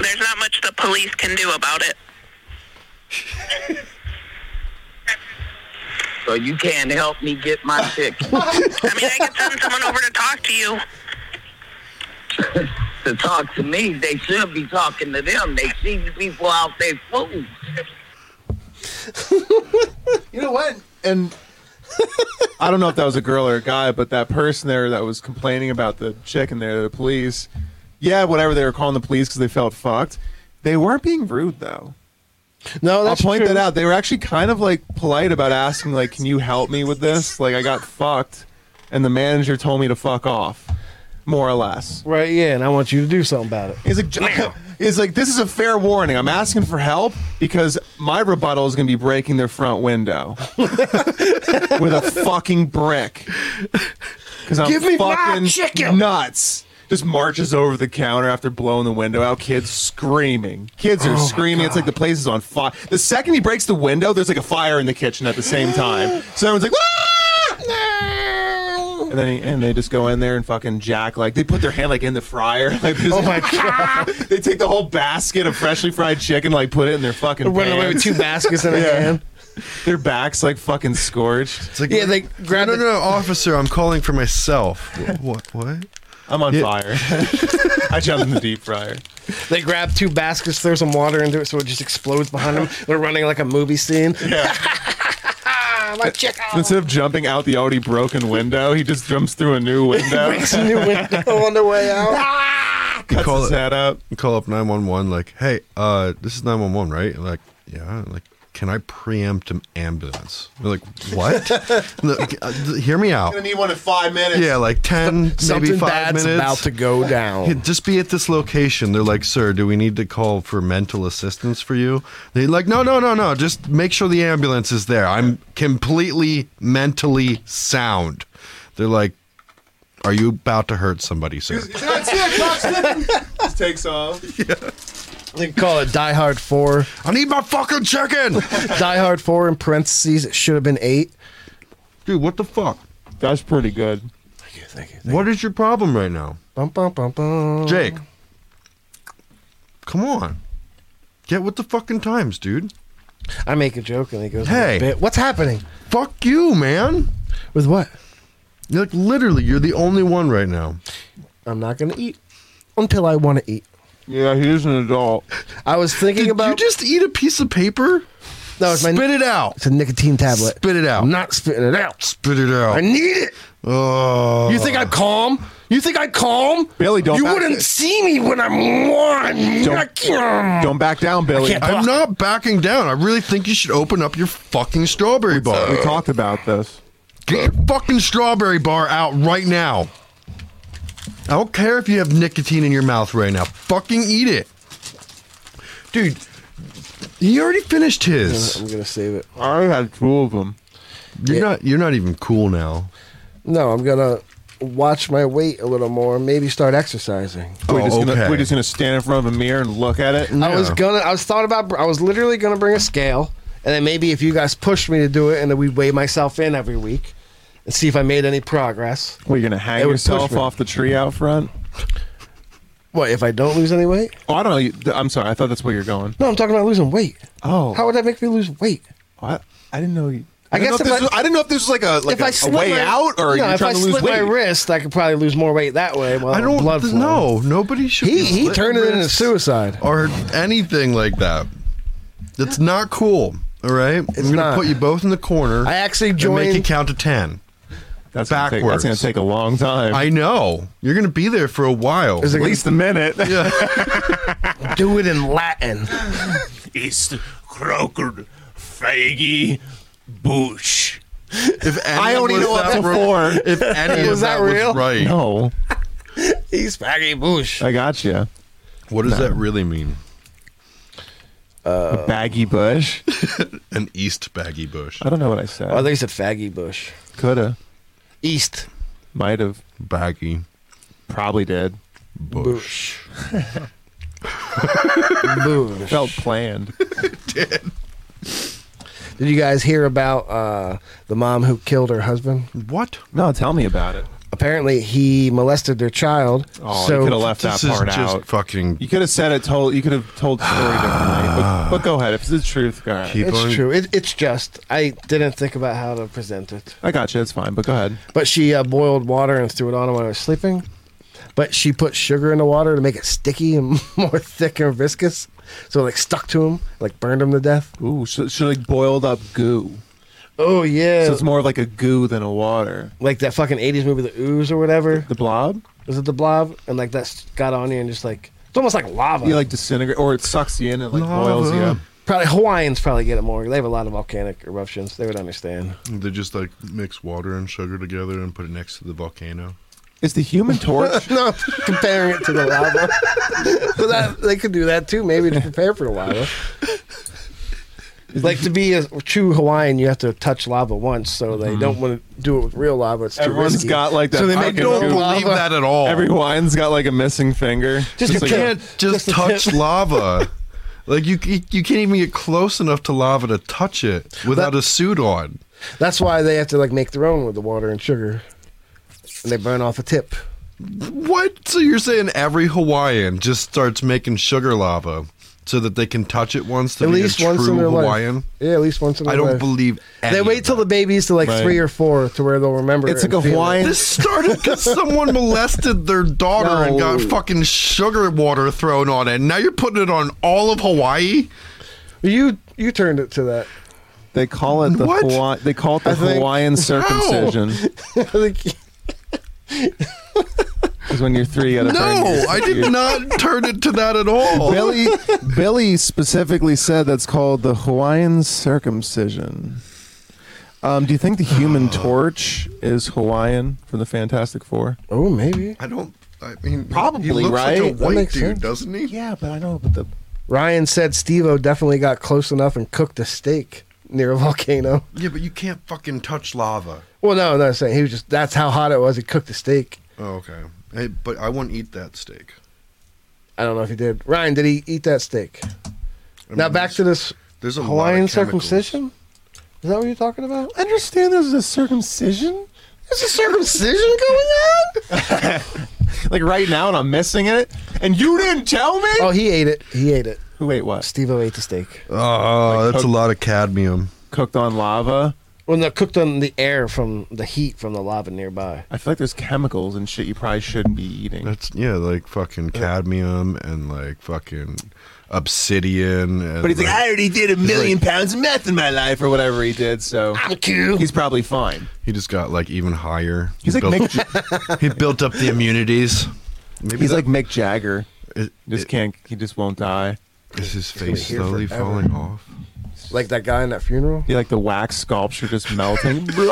Speaker 13: There's not much the police can do about it.
Speaker 12: So you can't help me get my chicken.
Speaker 13: I mean, I could send someone over to talk to you.
Speaker 12: to talk to me, they should be talking to them. They see the people out there food.
Speaker 4: you know what? And I don't know if that was a girl or a guy, but that person there that was complaining about the chicken there, the police, yeah, whatever they were calling the police because they felt fucked. They weren't being rude though.
Speaker 1: No,
Speaker 4: I'll point that out. They were actually kind of like polite about asking, like, "Can you help me with this? Like, I got fucked, and the manager told me to fuck off, more or less."
Speaker 1: Right? Yeah, and I want you to do something about it.
Speaker 4: He's like, "J- he's like, this is a fair warning. I'm asking for help because my rebuttal is going to be breaking their front window with a fucking brick. Because I'm
Speaker 5: Give me my
Speaker 4: fucking
Speaker 5: chicken.
Speaker 4: nuts. Just marches over the counter after blowing the window out. Kids screaming. Kids are
Speaker 5: Oh my
Speaker 4: screaming. It's like the place is on fire. The second he breaks the window, there's like a fire in the kitchen at the same time. So everyone's like, "Ah!" and then he, and they just go in there and fucking jack like they put their hand like in the fryer. Like, oh my god! they take the whole basket of freshly fried chicken, like put it in their fucking.
Speaker 1: Run away with
Speaker 4: pants.
Speaker 1: two baskets in a hand.
Speaker 4: Their backs like fucking scorched. It's
Speaker 3: like, Yeah, they grab No, no, no, officer, I'm calling for myself. What? What?
Speaker 4: I'm on fire. I jumped in the deep fryer.
Speaker 1: They grab two baskets, throw some water into it, so it just explodes behind them. They're running like a movie scene.
Speaker 4: Yeah.
Speaker 1: My chicken.
Speaker 4: Instead of jumping out the already broken window, he just jumps through a new window.
Speaker 1: Breaks a new window on the way out.
Speaker 4: Cuts his head up.
Speaker 3: Call up 911 like, hey, uh, this is 911, right? Like, yeah. Like, can I preempt an ambulance? They're like, what? Look, uh, hear me out.
Speaker 4: need one in five minutes.
Speaker 3: Yeah, like 10, maybe
Speaker 1: Something
Speaker 3: five
Speaker 1: bad's
Speaker 3: minutes.
Speaker 1: about to go down.
Speaker 3: Yeah, just be at this location. They're like, sir, do we need to call for mental assistance for you? They're like, no, no, no, no. Just make sure the ambulance is there. I'm completely mentally sound. They're like, are you about to hurt somebody, sir?
Speaker 4: just takes off.
Speaker 1: They call it Die Hard 4.
Speaker 3: I need my fucking chicken!
Speaker 1: Die Hard 4 in parentheses, it should have been 8.
Speaker 3: Dude, what the fuck?
Speaker 4: That's pretty good.
Speaker 3: What is your problem right now?
Speaker 1: Bum, bum, bum, bum.
Speaker 3: Jake, come on. Get with the fucking times, dude.
Speaker 1: I make a joke and he goes,
Speaker 3: Hey.
Speaker 1: hey. Bit. What's happening?
Speaker 3: Fuck you, man.
Speaker 1: With what?
Speaker 3: You're like, literally, you're the only one right now.
Speaker 1: I'm not going to eat until I want to eat.
Speaker 4: Yeah, he is an adult.
Speaker 1: I was thinking
Speaker 3: Did you
Speaker 1: about.
Speaker 3: just eat a piece of paper?
Speaker 1: no, it's my.
Speaker 3: Spit it out.
Speaker 1: It's a nicotine tablet.
Speaker 3: Spit it out.
Speaker 1: I'm not spitting it out.
Speaker 3: Spit it out.
Speaker 1: I need it.
Speaker 3: oh.
Speaker 1: You think I'm calm? You think I'm calm?
Speaker 4: Billy, don't
Speaker 1: You
Speaker 4: back
Speaker 1: wouldn't
Speaker 4: it.
Speaker 1: see me when I'm one. Don't,
Speaker 4: Don't back down, Billy.
Speaker 1: can't-
Speaker 3: I'm not backing down. I really think you should open up your fucking strawberry
Speaker 4: We
Speaker 3: bar.
Speaker 4: talked about this.
Speaker 3: Get your fucking strawberry bar out right now. I don't care if you have nicotine in your mouth right now. Fucking eat it. Dude, you already finished his.
Speaker 1: I'm gonna save it.
Speaker 4: I already had two of them.
Speaker 3: You're not you're not even cool now.
Speaker 1: No, I'm gonna watch my weight a little more. Maybe start exercising.
Speaker 4: We're just
Speaker 3: Oh,
Speaker 4: gonna
Speaker 3: okay.
Speaker 4: we're just gonna stand in front of a mirror and look at it.
Speaker 1: I was gonna. I was thought about. I was literally gonna bring a scale, and then maybe if you guys pushed me to do it, and then we'd weigh myself in every week and see if I made any progress.
Speaker 4: We're gonna hang
Speaker 1: It would
Speaker 4: yourself
Speaker 1: push me.
Speaker 4: off the tree out front.
Speaker 1: What if I don't lose any weight?
Speaker 4: Oh, I don't know. You- th- I'm sorry. I thought that's where you're going.
Speaker 1: No, I'm talking about losing weight.
Speaker 4: Oh,
Speaker 1: How would that make me lose weight?
Speaker 4: I, I didn't know. You,
Speaker 1: I guess
Speaker 4: didn't know if
Speaker 1: if
Speaker 4: this
Speaker 1: I-
Speaker 4: was, I didn't know if this was like a like a- a,
Speaker 1: slit
Speaker 4: way
Speaker 1: my-
Speaker 4: out or
Speaker 1: no,
Speaker 4: you're
Speaker 1: if
Speaker 4: trying
Speaker 1: I
Speaker 4: to lose
Speaker 1: slit
Speaker 4: weight.
Speaker 1: my wrist, I could probably lose more weight that way. Well,
Speaker 3: I don't
Speaker 1: Oh, blood flow.
Speaker 3: know. Nobody should
Speaker 1: He
Speaker 3: be
Speaker 1: he
Speaker 3: slit
Speaker 1: turned it into
Speaker 3: wrists
Speaker 1: suicide.
Speaker 3: or anything like that. That's not cool. All right, I'm gonna
Speaker 1: not.
Speaker 3: put you both in the corner.
Speaker 1: I actually
Speaker 3: and make you
Speaker 1: joined.
Speaker 3: count to ten.
Speaker 4: That's gonna take- that's gonna
Speaker 3: Backwards.
Speaker 4: take a long time.
Speaker 3: I know you're gonna be there for a while.
Speaker 1: Is it
Speaker 4: At least a minute.
Speaker 1: do it in Latin?
Speaker 8: It's Croker Faggy Bush.
Speaker 3: if any
Speaker 4: I only
Speaker 3: was
Speaker 4: know up
Speaker 3: that
Speaker 4: to
Speaker 3: ro-
Speaker 4: four.
Speaker 3: If any
Speaker 1: Was
Speaker 3: of that,
Speaker 1: that real?
Speaker 3: was right,
Speaker 4: no,
Speaker 1: He's baggy bush.
Speaker 4: I got you.
Speaker 3: what does that really mean?
Speaker 4: baggy bush.
Speaker 3: An East baggy bush,
Speaker 4: I don't know what
Speaker 1: Oh,
Speaker 4: I
Speaker 1: I
Speaker 4: said.
Speaker 1: think he said faggy bush.
Speaker 4: Coulda,
Speaker 1: East.
Speaker 4: might have.
Speaker 3: baggy.
Speaker 4: Probably did. Bush. Bush. Felt planned.
Speaker 1: Did you guys hear about uh, the mom who killed her husband?
Speaker 3: What?
Speaker 4: No, tell me about it.
Speaker 1: Apparently, he molested their child.
Speaker 4: Oh,
Speaker 1: so
Speaker 4: you could have left that part out.
Speaker 3: Fucking.
Speaker 4: You could have said it. Told. You could have told the story differently. But, but go ahead. If it's the truth, go ahead.
Speaker 1: it's true. It, it's just I didn't think about how to present it.
Speaker 4: I got you. It's fine. But go ahead.
Speaker 1: But she uh, boiled water and threw it on him when I was sleeping. But she put sugar in the water to make it sticky and more thick and viscous. So it like stuck to him, like burned him to death.
Speaker 4: Ooh, so she like boiled up goo.
Speaker 1: Oh yeah.
Speaker 4: So it's more of like a goo than a water.
Speaker 1: like that fucking eighties movie, The Ooze or whatever.
Speaker 4: The Blob.
Speaker 1: Was it The Blob? And like that got on you and just like it's almost like lava.
Speaker 4: You like disintegrate, or it sucks you in and like
Speaker 1: Lava.
Speaker 4: boils you up.
Speaker 1: Probably Hawaiians probably get it more. They have a lot of volcanic eruptions. They would understand.
Speaker 11: They just like mix water and sugar together and put it next to the volcano.
Speaker 4: Is the Human Torch?
Speaker 1: no, comparing it to the lava. but that, they could do that too, maybe to prepare for the lava. Like to be a true Hawaiian, you have to touch lava once, so
Speaker 3: Mm-hmm.
Speaker 1: they don't want to do it with real lava. It's too
Speaker 4: Everyone's
Speaker 1: risky.
Speaker 4: got like that.
Speaker 1: So they
Speaker 4: fucking
Speaker 1: make their own lava.
Speaker 3: at all.
Speaker 4: Every wine's got like a missing finger.
Speaker 1: Just
Speaker 4: like,
Speaker 1: a tip.
Speaker 3: Just
Speaker 1: a
Speaker 3: touch
Speaker 1: tip.
Speaker 3: lava. Like you, you, you can't even get close enough to lava to touch it without a suit on.
Speaker 1: That's why they have to like make their own with the water and sugar, and they burn off a tip.
Speaker 3: What? So you're saying every Hawaiian just starts making sugar lava so that they can touch it once to
Speaker 1: at
Speaker 3: be
Speaker 1: least
Speaker 3: a true
Speaker 1: once in their
Speaker 3: Hawaiian?
Speaker 1: life. Yeah, at least once in
Speaker 3: I
Speaker 1: their
Speaker 3: don't
Speaker 1: life.
Speaker 3: believe any
Speaker 1: They wait till the baby's to like
Speaker 3: Right.
Speaker 1: three or four to where they'll remember.
Speaker 4: It's
Speaker 1: it
Speaker 4: like
Speaker 1: and
Speaker 4: a
Speaker 1: feel it.
Speaker 4: Hawaiian-
Speaker 3: This started because someone molested their daughter and got
Speaker 1: No.
Speaker 3: fucking sugar water thrown on it. Now you're putting it on all of Hawaii.
Speaker 1: You you turned it to that.
Speaker 4: They call it the
Speaker 3: What?
Speaker 4: Hawaii, they call it the
Speaker 1: I think-
Speaker 4: Hawaiian circumcision.
Speaker 1: I think-
Speaker 4: Because when you're three, you gotta burn
Speaker 3: No,
Speaker 4: your-
Speaker 3: I
Speaker 4: your-
Speaker 3: did not turn it to that at all.
Speaker 4: Billy Billy specifically said that's called the Hawaiian circumcision. Um, do you think the Human Torch is Hawaiian from the Fantastic Four?
Speaker 1: oh, maybe
Speaker 3: I don't. I mean,
Speaker 4: Probably,
Speaker 3: he looks
Speaker 4: right?
Speaker 3: Like a
Speaker 4: That
Speaker 3: white
Speaker 1: makes
Speaker 3: dude,
Speaker 1: sense.
Speaker 3: doesn't he?
Speaker 4: Yeah, but I know. But the
Speaker 1: Ryan said Steve-O definitely got close enough and cooked a steak near a volcano.
Speaker 3: Yeah, but you can't fucking touch lava.
Speaker 1: Well, no, no, I'm saying he was just that's how hot it was. He cooked a steak.
Speaker 3: Oh, okay. Hey, but I wouldn't eat that steak.
Speaker 1: I don't know if he did. Ryan, did he eat that steak?
Speaker 3: I
Speaker 1: now
Speaker 3: mean,
Speaker 1: back to this
Speaker 3: There's a
Speaker 1: Hawaiian
Speaker 3: lot of chemicals.
Speaker 1: circumcision. Is that what you're talking about?
Speaker 4: I understand there's a circumcision.
Speaker 1: There's a circumcision going on.
Speaker 4: Like right now, and I'm missing it, and you didn't tell me.
Speaker 1: Oh, he ate it. He ate it.
Speaker 4: Who ate what?
Speaker 1: Steve-O ate the steak.
Speaker 3: Oh, that's a lot of cadmium.
Speaker 4: Cooked on lava.
Speaker 1: Well, no, cooked on the air from the heat from the lava nearby.
Speaker 4: I feel like there's chemicals and shit you probably shouldn't be eating.
Speaker 11: That's yeah, like fucking cadmium and like fucking obsidian. And
Speaker 4: But he's like, I already did a million
Speaker 11: like-
Speaker 4: pounds of meth in my life, or whatever he did. So
Speaker 1: I'm cool.
Speaker 4: he's probably fine.
Speaker 11: he just got like even higher.
Speaker 4: He's
Speaker 11: he
Speaker 4: like Mick.
Speaker 11: built,
Speaker 4: Ja-
Speaker 11: he built up the immunities. Maybe
Speaker 4: he's
Speaker 11: that-
Speaker 4: like Mick Jagger.
Speaker 11: It-
Speaker 4: Just can't. He just won't die.
Speaker 11: is his
Speaker 1: gonna be
Speaker 11: face
Speaker 1: here
Speaker 11: slowly
Speaker 1: forever.
Speaker 11: falling off?
Speaker 1: Like that guy in that funeral.
Speaker 4: He like the wax sculpture just melting.
Speaker 11: Steve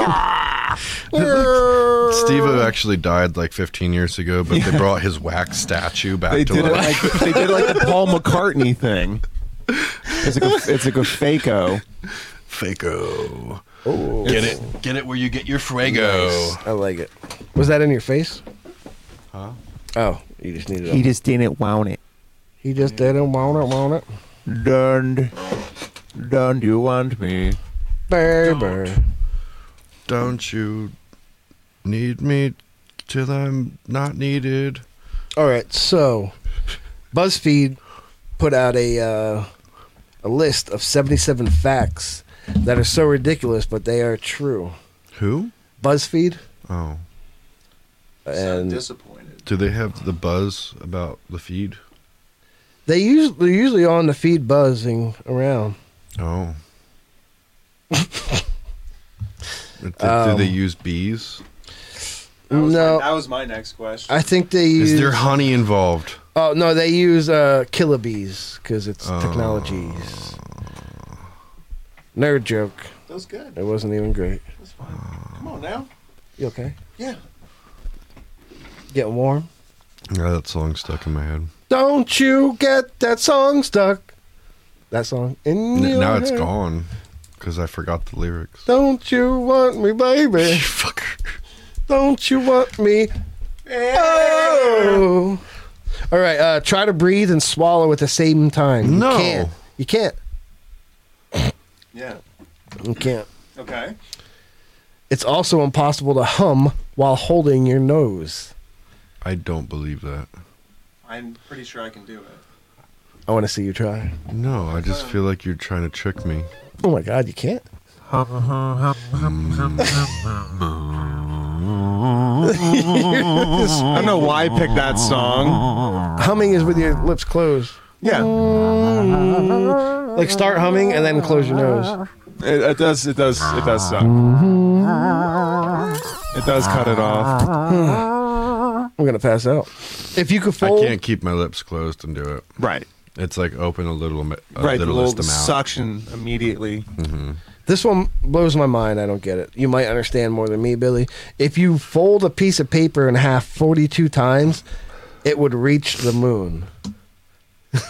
Speaker 11: actually died like 15 years ago, but they brought his wax statue back
Speaker 4: they
Speaker 11: to
Speaker 4: did it
Speaker 11: life.
Speaker 4: like they did like the Paul McCartney thing. It's like a, it's like a fako.
Speaker 11: Fako.
Speaker 1: Oh,
Speaker 11: Get it, get it where you get your fuego.
Speaker 1: I like it. Was that in your face? Huh? Oh, you just needed. He,
Speaker 4: just didn't want it.
Speaker 1: he just didn't want it, want it.
Speaker 4: Don't, don't you want me?
Speaker 1: Baby.
Speaker 11: Don't you need me till I'm not needed?
Speaker 1: All right, so BuzzFeed put out a uh, a list of seventy-seven facts that are so ridiculous, but they are true.
Speaker 11: Who?
Speaker 1: BuzzFeed
Speaker 11: Oh.
Speaker 1: and
Speaker 4: disappointed.
Speaker 11: Do they have the buzz about the feed?
Speaker 1: they usually they're usually on the feed buzzing around.
Speaker 11: Oh. do, do
Speaker 1: Um,
Speaker 11: they use bees?
Speaker 1: no,
Speaker 4: was my next question.
Speaker 1: I think they use.
Speaker 11: Is there honey involved?
Speaker 1: oh no, they use uh, killer bees because it's
Speaker 11: Oh.
Speaker 1: technologies. Nerd joke.
Speaker 4: That was good.
Speaker 1: It wasn't even great.
Speaker 4: That was fine. Come on now.
Speaker 1: You okay?
Speaker 4: Yeah.
Speaker 1: Getting warm.
Speaker 11: Yeah, that song stuck in my head.
Speaker 1: Don't you get that song stuck? That song in
Speaker 11: N-
Speaker 1: your
Speaker 11: now it's
Speaker 1: head.
Speaker 11: gone because I forgot the lyrics.
Speaker 1: Don't you want me, baby?
Speaker 11: Fucker.
Speaker 1: Don't you want me? Oh. All right. Uh, try to breathe and swallow at the same time.
Speaker 3: No.
Speaker 1: You can't. You can't.
Speaker 4: Yeah.
Speaker 1: You can't.
Speaker 4: Okay.
Speaker 1: It's also impossible to hum while holding your nose.
Speaker 3: I don't believe that.
Speaker 4: I'm pretty sure I can do it.
Speaker 1: I want to see you try.
Speaker 3: No, I
Speaker 1: Uh.
Speaker 3: just feel like you're trying to trick me.
Speaker 1: Oh my God, you can't.
Speaker 4: I don't know why I picked that song.
Speaker 1: Humming is with your lips closed.
Speaker 4: Yeah.
Speaker 1: Like start humming and then close your nose.
Speaker 4: It, it does. It does. It does suck. It does cut it off.
Speaker 1: I'm gonna pass out. If you could
Speaker 3: I
Speaker 1: fold,
Speaker 3: can't keep my lips closed and do it.
Speaker 4: Right.
Speaker 3: It's like open a little, am- a
Speaker 4: right.
Speaker 3: little
Speaker 4: little
Speaker 3: amount.
Speaker 4: suction immediately.
Speaker 1: this one blows my mind. I don't get it. You might understand more than me, Billy. If you fold a piece of paper in half 42 times, it would reach the moon. I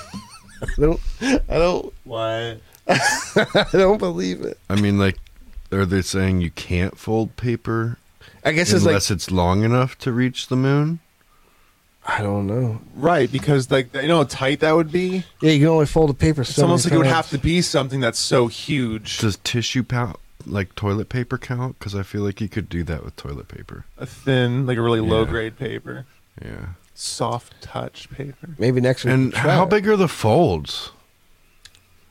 Speaker 1: don't. I don't.
Speaker 4: What?
Speaker 1: I don't believe it.
Speaker 3: I mean, like, are they saying you can't fold paper?
Speaker 1: I guess it's like-
Speaker 3: unless it's long enough to reach the moon.
Speaker 1: I don't know.
Speaker 4: Right, because like you know how tight that would be.
Speaker 1: Yeah, you can only fold a paper.
Speaker 4: It's
Speaker 1: so many
Speaker 4: almost like it would
Speaker 1: times.
Speaker 4: have to be something that's so huge.
Speaker 3: Does tissue count, like toilet paper count? Because I feel like you could do that with toilet paper.
Speaker 4: A thin, like a really
Speaker 3: Yeah.
Speaker 4: low grade paper,
Speaker 3: Yeah.
Speaker 4: soft touch paper.
Speaker 1: Maybe next week.
Speaker 3: And
Speaker 1: try
Speaker 3: how
Speaker 1: it.
Speaker 3: big are the folds?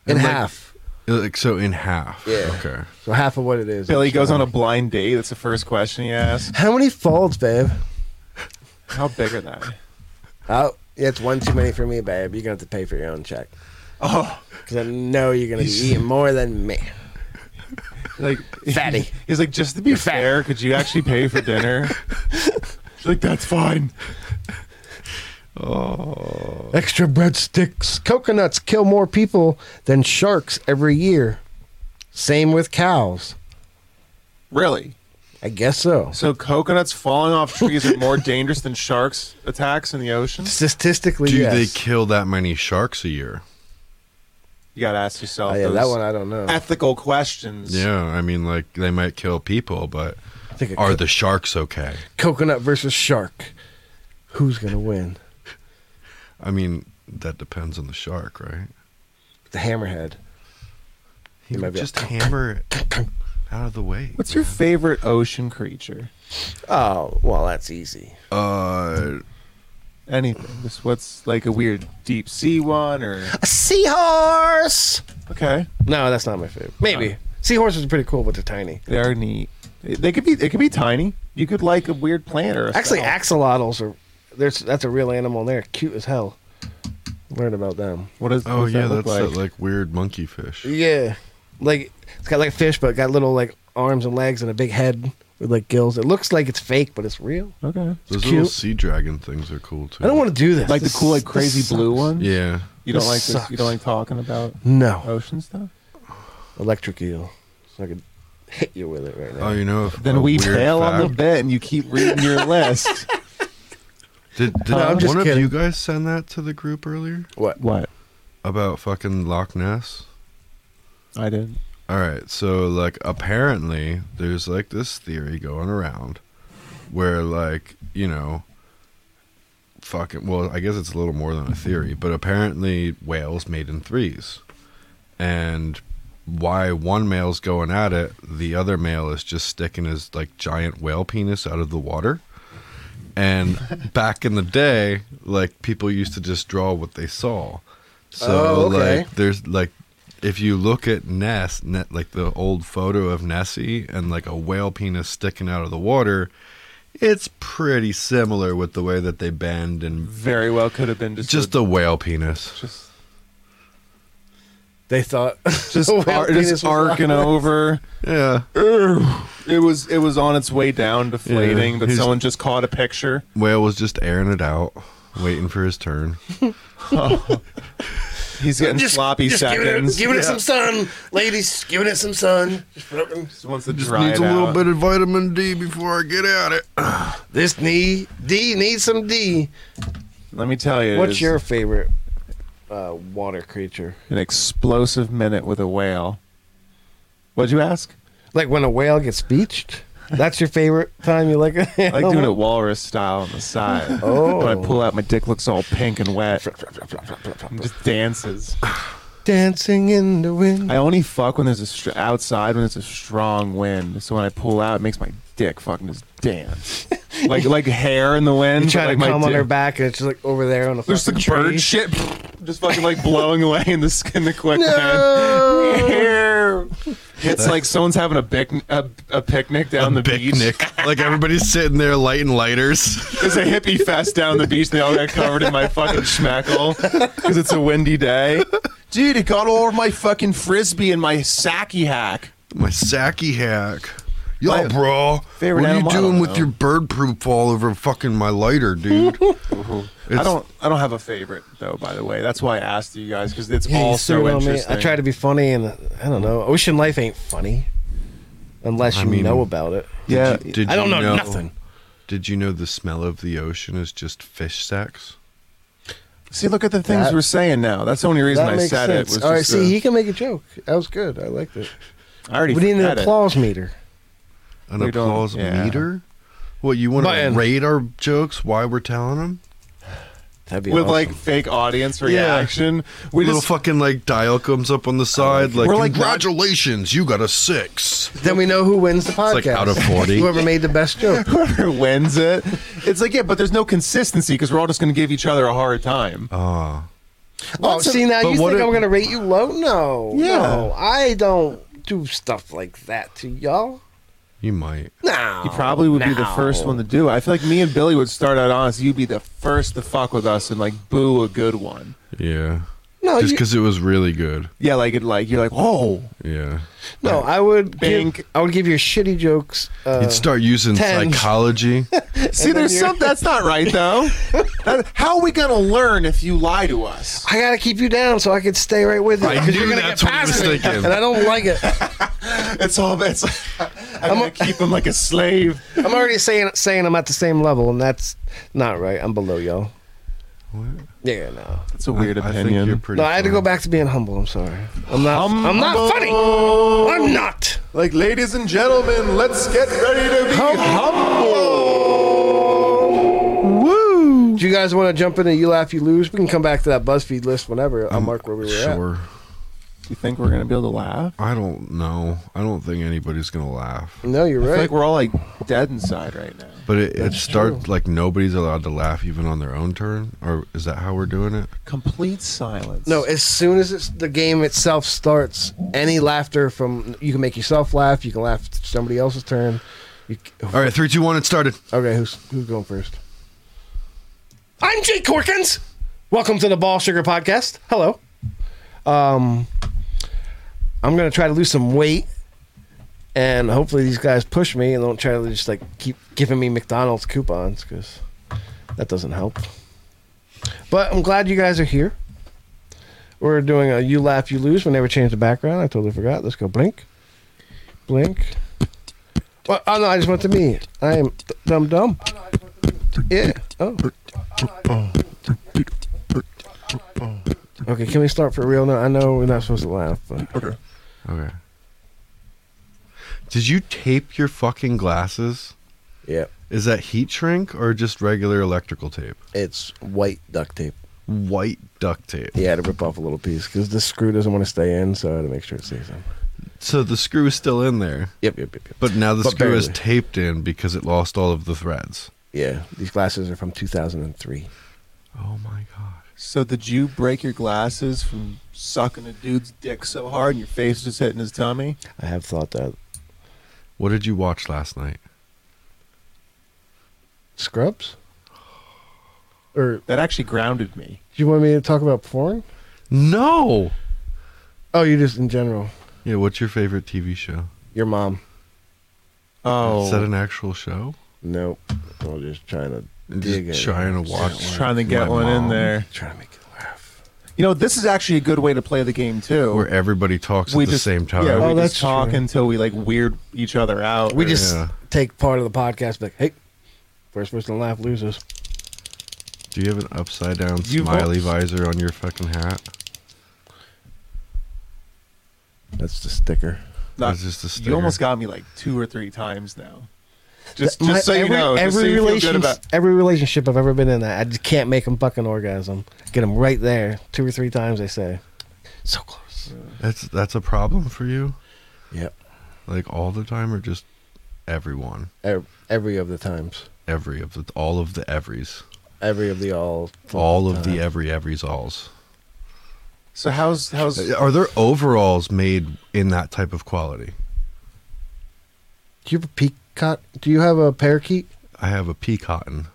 Speaker 1: In
Speaker 3: And, like-
Speaker 1: half.
Speaker 3: Like so, in half.
Speaker 1: Yeah.
Speaker 3: Okay.
Speaker 1: So half of what it is.
Speaker 4: Billy goes on a blind date. That's the first question he asks.
Speaker 1: How many folds, babe?
Speaker 4: How big are they?
Speaker 1: Oh, it's one too many for me, babe. You're gonna have to pay for your own check.
Speaker 4: Oh,
Speaker 1: Because I know you're gonna be
Speaker 4: He's-
Speaker 1: eating more than me.
Speaker 4: like
Speaker 1: Fatty.
Speaker 4: He's like, just to be fair, could you actually pay for dinner? She's like, that's fine.
Speaker 1: Extra breadsticks. Coconuts kill more people than sharks every year. Same with cows.
Speaker 4: Really?
Speaker 1: I guess so.
Speaker 4: So coconuts falling off trees are more dangerous than sharks attacks in the ocean?
Speaker 1: Statistically,
Speaker 3: Do
Speaker 1: yes.
Speaker 3: they kill that many sharks a year?
Speaker 4: You gotta ask yourself.
Speaker 1: Oh, yeah,
Speaker 4: those
Speaker 1: that one I don't know.
Speaker 4: Ethical questions.
Speaker 3: Yeah, I mean, like they might kill people, but
Speaker 1: think it
Speaker 3: are
Speaker 1: could-
Speaker 3: the sharks okay?
Speaker 1: Coconut versus shark. Who's gonna win?
Speaker 3: I mean, that depends on the shark, right?
Speaker 1: The hammerhead.
Speaker 3: He
Speaker 1: might
Speaker 3: would
Speaker 1: be
Speaker 3: just hammer it out of the way.
Speaker 4: What's your favorite ocean creature?
Speaker 1: Oh, well, that's easy.
Speaker 3: Uh,
Speaker 4: Anything. Just what's like a weird deep sea one or
Speaker 1: A seahorse.
Speaker 4: okay.
Speaker 1: No, that's not my favorite. Maybe seahorses are pretty cool, but they're tiny.
Speaker 4: They are neat. They could be they could be tiny. You could like a weird plant or a
Speaker 1: Actually,
Speaker 4: cell.
Speaker 1: axolotls are. There's that's a real animal. and They're cute as hell. Learn about them.
Speaker 4: what is
Speaker 3: oh
Speaker 4: what does that
Speaker 3: yeah,
Speaker 4: look
Speaker 3: that's like?
Speaker 4: like?
Speaker 3: that like weird monkey fish.
Speaker 1: Yeah, like it's got like a fish, but it got little like arms and legs and a big head with like gills. It looks like it's fake, but it's real.
Speaker 4: Okay.
Speaker 3: Those
Speaker 1: cute.
Speaker 3: little sea dragon things are cool too.
Speaker 1: I don't want to do this.
Speaker 4: Like the
Speaker 1: This-
Speaker 4: cool like
Speaker 1: this
Speaker 4: crazy blue
Speaker 1: sucks.
Speaker 4: one?
Speaker 3: Yeah,
Speaker 4: You don't
Speaker 1: This
Speaker 4: like this
Speaker 1: sucks.
Speaker 4: you don't like talking about
Speaker 1: No,
Speaker 4: ocean stuff? Oh.
Speaker 1: electric eel. So I could hit you with it right now.
Speaker 3: Oh, you know. if a
Speaker 4: Then we
Speaker 3: weird
Speaker 4: tail on the
Speaker 3: fact-
Speaker 4: bed and you keep reading your list.
Speaker 3: Did, did
Speaker 1: No, I'm just
Speaker 3: one of
Speaker 1: kidding.
Speaker 3: you guys send that to the group earlier
Speaker 1: What?
Speaker 4: What?
Speaker 3: about fucking Loch Ness?
Speaker 4: I didn't.
Speaker 3: All right, so like apparently there's like this theory going around where like, you know, fucking well, I guess it's a little more than a theory, but apparently whales mate in threes. And why one male's going at it, the other male is just sticking his like giant whale penis out of the water. And back in the day, like people used to just draw what they saw. So
Speaker 1: Oh, okay.
Speaker 3: like there's like if you look at Ness, ne- like the old photo of Nessie and like a whale penis sticking out of the water, it's pretty similar with the way that they bend and
Speaker 4: Very well could have been just
Speaker 3: just a whale penis.
Speaker 4: just
Speaker 1: They thought
Speaker 4: just,
Speaker 1: Whale
Speaker 4: ar-
Speaker 1: penis was
Speaker 4: just arcing over.
Speaker 3: Yeah.
Speaker 4: It was it was on its way down, deflating, but
Speaker 3: he's-
Speaker 4: someone just caught a picture.
Speaker 3: Whale was just airing it out, waiting for his turn.
Speaker 4: He's getting sloppy seconds.
Speaker 1: Giving it some sun, ladies. Giving it some sun.
Speaker 4: Just wants to
Speaker 3: Just
Speaker 4: dry
Speaker 3: needs
Speaker 4: it
Speaker 3: a little
Speaker 4: out.
Speaker 3: bit of vitamin D before I get at it.
Speaker 1: This knee D needs some D.
Speaker 4: Let me tell you, it
Speaker 1: What's
Speaker 4: is
Speaker 1: your favorite uh, water creature?
Speaker 4: an explosive minute with a whale? What'd you ask?
Speaker 1: Like when a whale gets beached? That's your favorite time you like it?
Speaker 4: I like doing it walrus style on the side.
Speaker 1: Oh.
Speaker 4: When I pull out, my dick looks all pink and wet. And just dances.
Speaker 1: Dancing in the wind.
Speaker 4: I only fuck when there's a str- outside when it's a strong wind. So when I pull out, it makes my dick fucking just dance, like like hair in the wind.
Speaker 1: You try
Speaker 4: but,
Speaker 1: to
Speaker 4: like, my
Speaker 1: come on
Speaker 4: dick-
Speaker 1: her back, and it's just like over there on the.
Speaker 4: There's
Speaker 1: fucking
Speaker 4: like bird
Speaker 1: tree.
Speaker 4: shit, just fucking like blowing away in the skin, the quick
Speaker 1: No.
Speaker 4: wind. It's like someone's having a, pic- a, a picnic down the beach.
Speaker 3: like everybody's sitting there lighting lighters.
Speaker 4: There's a hippie fest down the beach. And they all got covered in my fucking schmeckle because it's a windy day. Dude, it got all over my fucking frisbee and my sacky hack.
Speaker 3: My sacky hack. Yo, bro.
Speaker 4: favorite
Speaker 3: what are you
Speaker 4: animal? I
Speaker 3: doing
Speaker 4: don't
Speaker 3: with
Speaker 4: know.
Speaker 3: your bird poop all over fucking my lighter, dude?
Speaker 4: I don't. I don't have a favorite though. By the way, that's why I asked you guys because it's
Speaker 1: Yeah,
Speaker 4: all
Speaker 1: you threw
Speaker 4: so
Speaker 1: it on me.
Speaker 4: interesting.
Speaker 1: I try to be funny, and uh, I don't know. Ocean life ain't funny unless you
Speaker 3: I mean,
Speaker 1: know about it.
Speaker 3: Did
Speaker 1: yeah,
Speaker 3: you- did
Speaker 1: I don't
Speaker 3: you
Speaker 1: know, nothing.
Speaker 3: Did you know the smell of the ocean is just fish sacks?
Speaker 4: See, look at the things
Speaker 1: That-
Speaker 4: we're saying now. That's the only reason
Speaker 1: That
Speaker 4: I
Speaker 1: makes
Speaker 4: said
Speaker 1: sense.
Speaker 4: it. Was
Speaker 1: All right,
Speaker 4: just,
Speaker 1: see,
Speaker 4: uh,
Speaker 1: he can make a joke. That was good. I liked it.
Speaker 4: I already
Speaker 1: we need an
Speaker 4: had it.
Speaker 1: applause meter.
Speaker 3: An
Speaker 4: We don't-
Speaker 3: applause
Speaker 4: yeah.
Speaker 3: meter? What, you want to
Speaker 1: Button.
Speaker 3: rate our jokes? Why we're telling them?
Speaker 1: That'd
Speaker 4: with like fake audience
Speaker 3: Yeah.
Speaker 4: reaction.
Speaker 3: We
Speaker 4: We
Speaker 3: Little
Speaker 4: just
Speaker 3: fucking like dial comes up on
Speaker 1: Oh,
Speaker 3: the side, like,
Speaker 4: We're like-
Speaker 3: congratulations, you got a six.
Speaker 1: Then we know who wins the podcast.
Speaker 3: like out of 40.
Speaker 1: Whoever made the best joke.
Speaker 4: whoever wins it, it's like yeah, but there's no consistency because we're all just going to give each other a hard time.
Speaker 3: Oh.
Speaker 1: Oh, see now
Speaker 3: but
Speaker 1: you
Speaker 3: what
Speaker 1: think
Speaker 3: if-
Speaker 1: I'm gonna rate you low? No,
Speaker 4: Yeah.
Speaker 1: no, I don't do stuff like that to y'all.
Speaker 3: You might.
Speaker 1: No,
Speaker 4: You probably would be the
Speaker 1: no.
Speaker 4: first one to do it. I feel like me and Billy would start out honest. You'd be the first to fuck with us and like boo a good one.
Speaker 3: Yeah.
Speaker 1: No,
Speaker 3: just
Speaker 1: you-
Speaker 3: because it was really good.
Speaker 4: Yeah, like it, like you're like, oh,
Speaker 3: Yeah.
Speaker 1: No, I would
Speaker 4: Bink.
Speaker 1: give, I would give your shitty jokes. Uh,
Speaker 3: You'd start using
Speaker 1: 10.
Speaker 3: psychology.
Speaker 4: see, there's some that's not right though. That- how are we gonna learn if you lie to us?
Speaker 1: I gotta keep you down so I can stay right with you.
Speaker 3: I
Speaker 1: 'cause you're
Speaker 3: knew
Speaker 1: gonna
Speaker 3: that's
Speaker 1: get
Speaker 3: what I was
Speaker 1: past me,
Speaker 3: thinking.
Speaker 1: and I don't like it.
Speaker 4: It's all it's. I'm gonna keep him like a slave.
Speaker 1: I'm already saying saying I'm at the same level, and that's not right. I'm below y'all. Yeah, no,
Speaker 4: That's a weird
Speaker 3: I think
Speaker 4: opinion.
Speaker 3: you're pretty.
Speaker 1: no. I had to
Speaker 3: funny.
Speaker 1: go back to being humble. I'm sorry. I'm not. I'm not funny.
Speaker 4: Humble.
Speaker 1: I'm not.
Speaker 4: Like, ladies and gentlemen, let's get ready to be
Speaker 1: Do you guys want to jump into you laugh you lose? We can come back to that BuzzFeed list whenever.
Speaker 4: Mm,
Speaker 1: I'll mark where we were at.
Speaker 3: Sure.
Speaker 4: You think we're gonna be able to laugh?
Speaker 3: I don't know. I don't think anybody's gonna laugh.
Speaker 1: No, you're
Speaker 4: I feel
Speaker 1: right.
Speaker 4: like we're all like dead inside right now.
Speaker 3: But it, it starts like nobody's allowed to laugh even on their own turn. Or is that how we're doing it?
Speaker 4: Complete silence.
Speaker 1: no, as soon as it's, the game itself starts, any laughter from you can make yourself laugh. You can laugh at somebody else's turn. You, c-
Speaker 3: All right, three, two, one. It started.
Speaker 1: okay, who's who's going first? I'm Jake Corkins. Welcome to the Ball Sugar Podcast. Hello. Um, I'm gonna try to lose some weight, and hopefully these guys push me and don't try to just like keep giving me McDonald's coupons because that doesn't help. But I'm glad you guys are here. We're doing a "You Laugh, You Lose." We never change the background. I totally forgot. Let's go blink, blink. Well, oh no, I just went to me. I am d- dumb dumb. Yeah. Oh. Okay, can we start for real now? I know we're not supposed to laugh, but
Speaker 3: Okay. Did you tape your fucking glasses?
Speaker 1: yeah,
Speaker 3: Is that heat shrink or just regular electrical tape?
Speaker 1: it's white duct tape.
Speaker 3: White duct tape.
Speaker 1: Yeah, to rip off a little piece because the screw doesn't want to stay in, so I had to make sure it stays in.
Speaker 3: So the screw is still in there,
Speaker 1: Yep, yep, yep, yep.
Speaker 3: but now the
Speaker 1: But
Speaker 3: screw is
Speaker 1: barely.
Speaker 3: taped in because it lost all of the threads.
Speaker 1: Yeah, these glasses are from 2003.
Speaker 3: Oh my god.
Speaker 4: So did you break your glasses from sucking a dude's dick so hard and your face just hitting his tummy?
Speaker 1: I have thought that.
Speaker 3: What did you watch last night?
Speaker 1: Scrubs? Or
Speaker 4: That actually grounded me.
Speaker 1: do you want me to talk about porn?
Speaker 3: No.
Speaker 1: Oh, you just in general.
Speaker 3: Yeah, what's your favorite TV show?
Speaker 1: Your mom.
Speaker 4: Oh,
Speaker 3: Is that an actual show?
Speaker 1: Nope. I'm just trying to
Speaker 3: I'm
Speaker 1: dig
Speaker 3: Just
Speaker 1: it.
Speaker 3: trying to watch.
Speaker 4: trying to get
Speaker 3: my
Speaker 4: one in
Speaker 3: mom,
Speaker 4: there.
Speaker 1: Trying to make it laugh.
Speaker 4: You know, this is actually a good way to play the game too.
Speaker 3: Where everybody talks
Speaker 4: we
Speaker 3: at the
Speaker 4: just,
Speaker 3: same time.
Speaker 4: Yeah, we
Speaker 1: Oh,
Speaker 4: just
Speaker 1: that's
Speaker 4: talk
Speaker 1: true.
Speaker 4: until we like weird each other out.
Speaker 1: We
Speaker 4: or-
Speaker 1: just
Speaker 3: Yeah.
Speaker 1: take part of the podcast, like, hey, first person to laugh loses.
Speaker 3: Do you have an upside down
Speaker 4: You've
Speaker 3: smiley
Speaker 4: al-
Speaker 3: visor on your fucking hat?
Speaker 1: That's the sticker.
Speaker 4: Not-
Speaker 3: That's just a sticker.
Speaker 4: you almost got me like two or three times now. Just, just
Speaker 1: My-
Speaker 4: so you
Speaker 1: every-
Speaker 4: know, just so
Speaker 1: every
Speaker 4: you feel good
Speaker 1: relations-
Speaker 4: about.
Speaker 1: every relationship I've ever been in, that I just can't make them fucking orgasm. Get them right there, two or three times. They say, so close.
Speaker 3: That's that's a problem for you.
Speaker 1: Yep.
Speaker 3: Like all the time, or just everyone.
Speaker 1: Every, every of the times.
Speaker 3: Every of the all of the everys.
Speaker 1: Every of the all.
Speaker 3: All of
Speaker 1: time.
Speaker 3: the every everys alls.
Speaker 4: So how's how's
Speaker 3: Are there overalls made in that type of quality?
Speaker 1: Do you have a peacock? Do you have a parakeet?
Speaker 3: I have a pea cotton.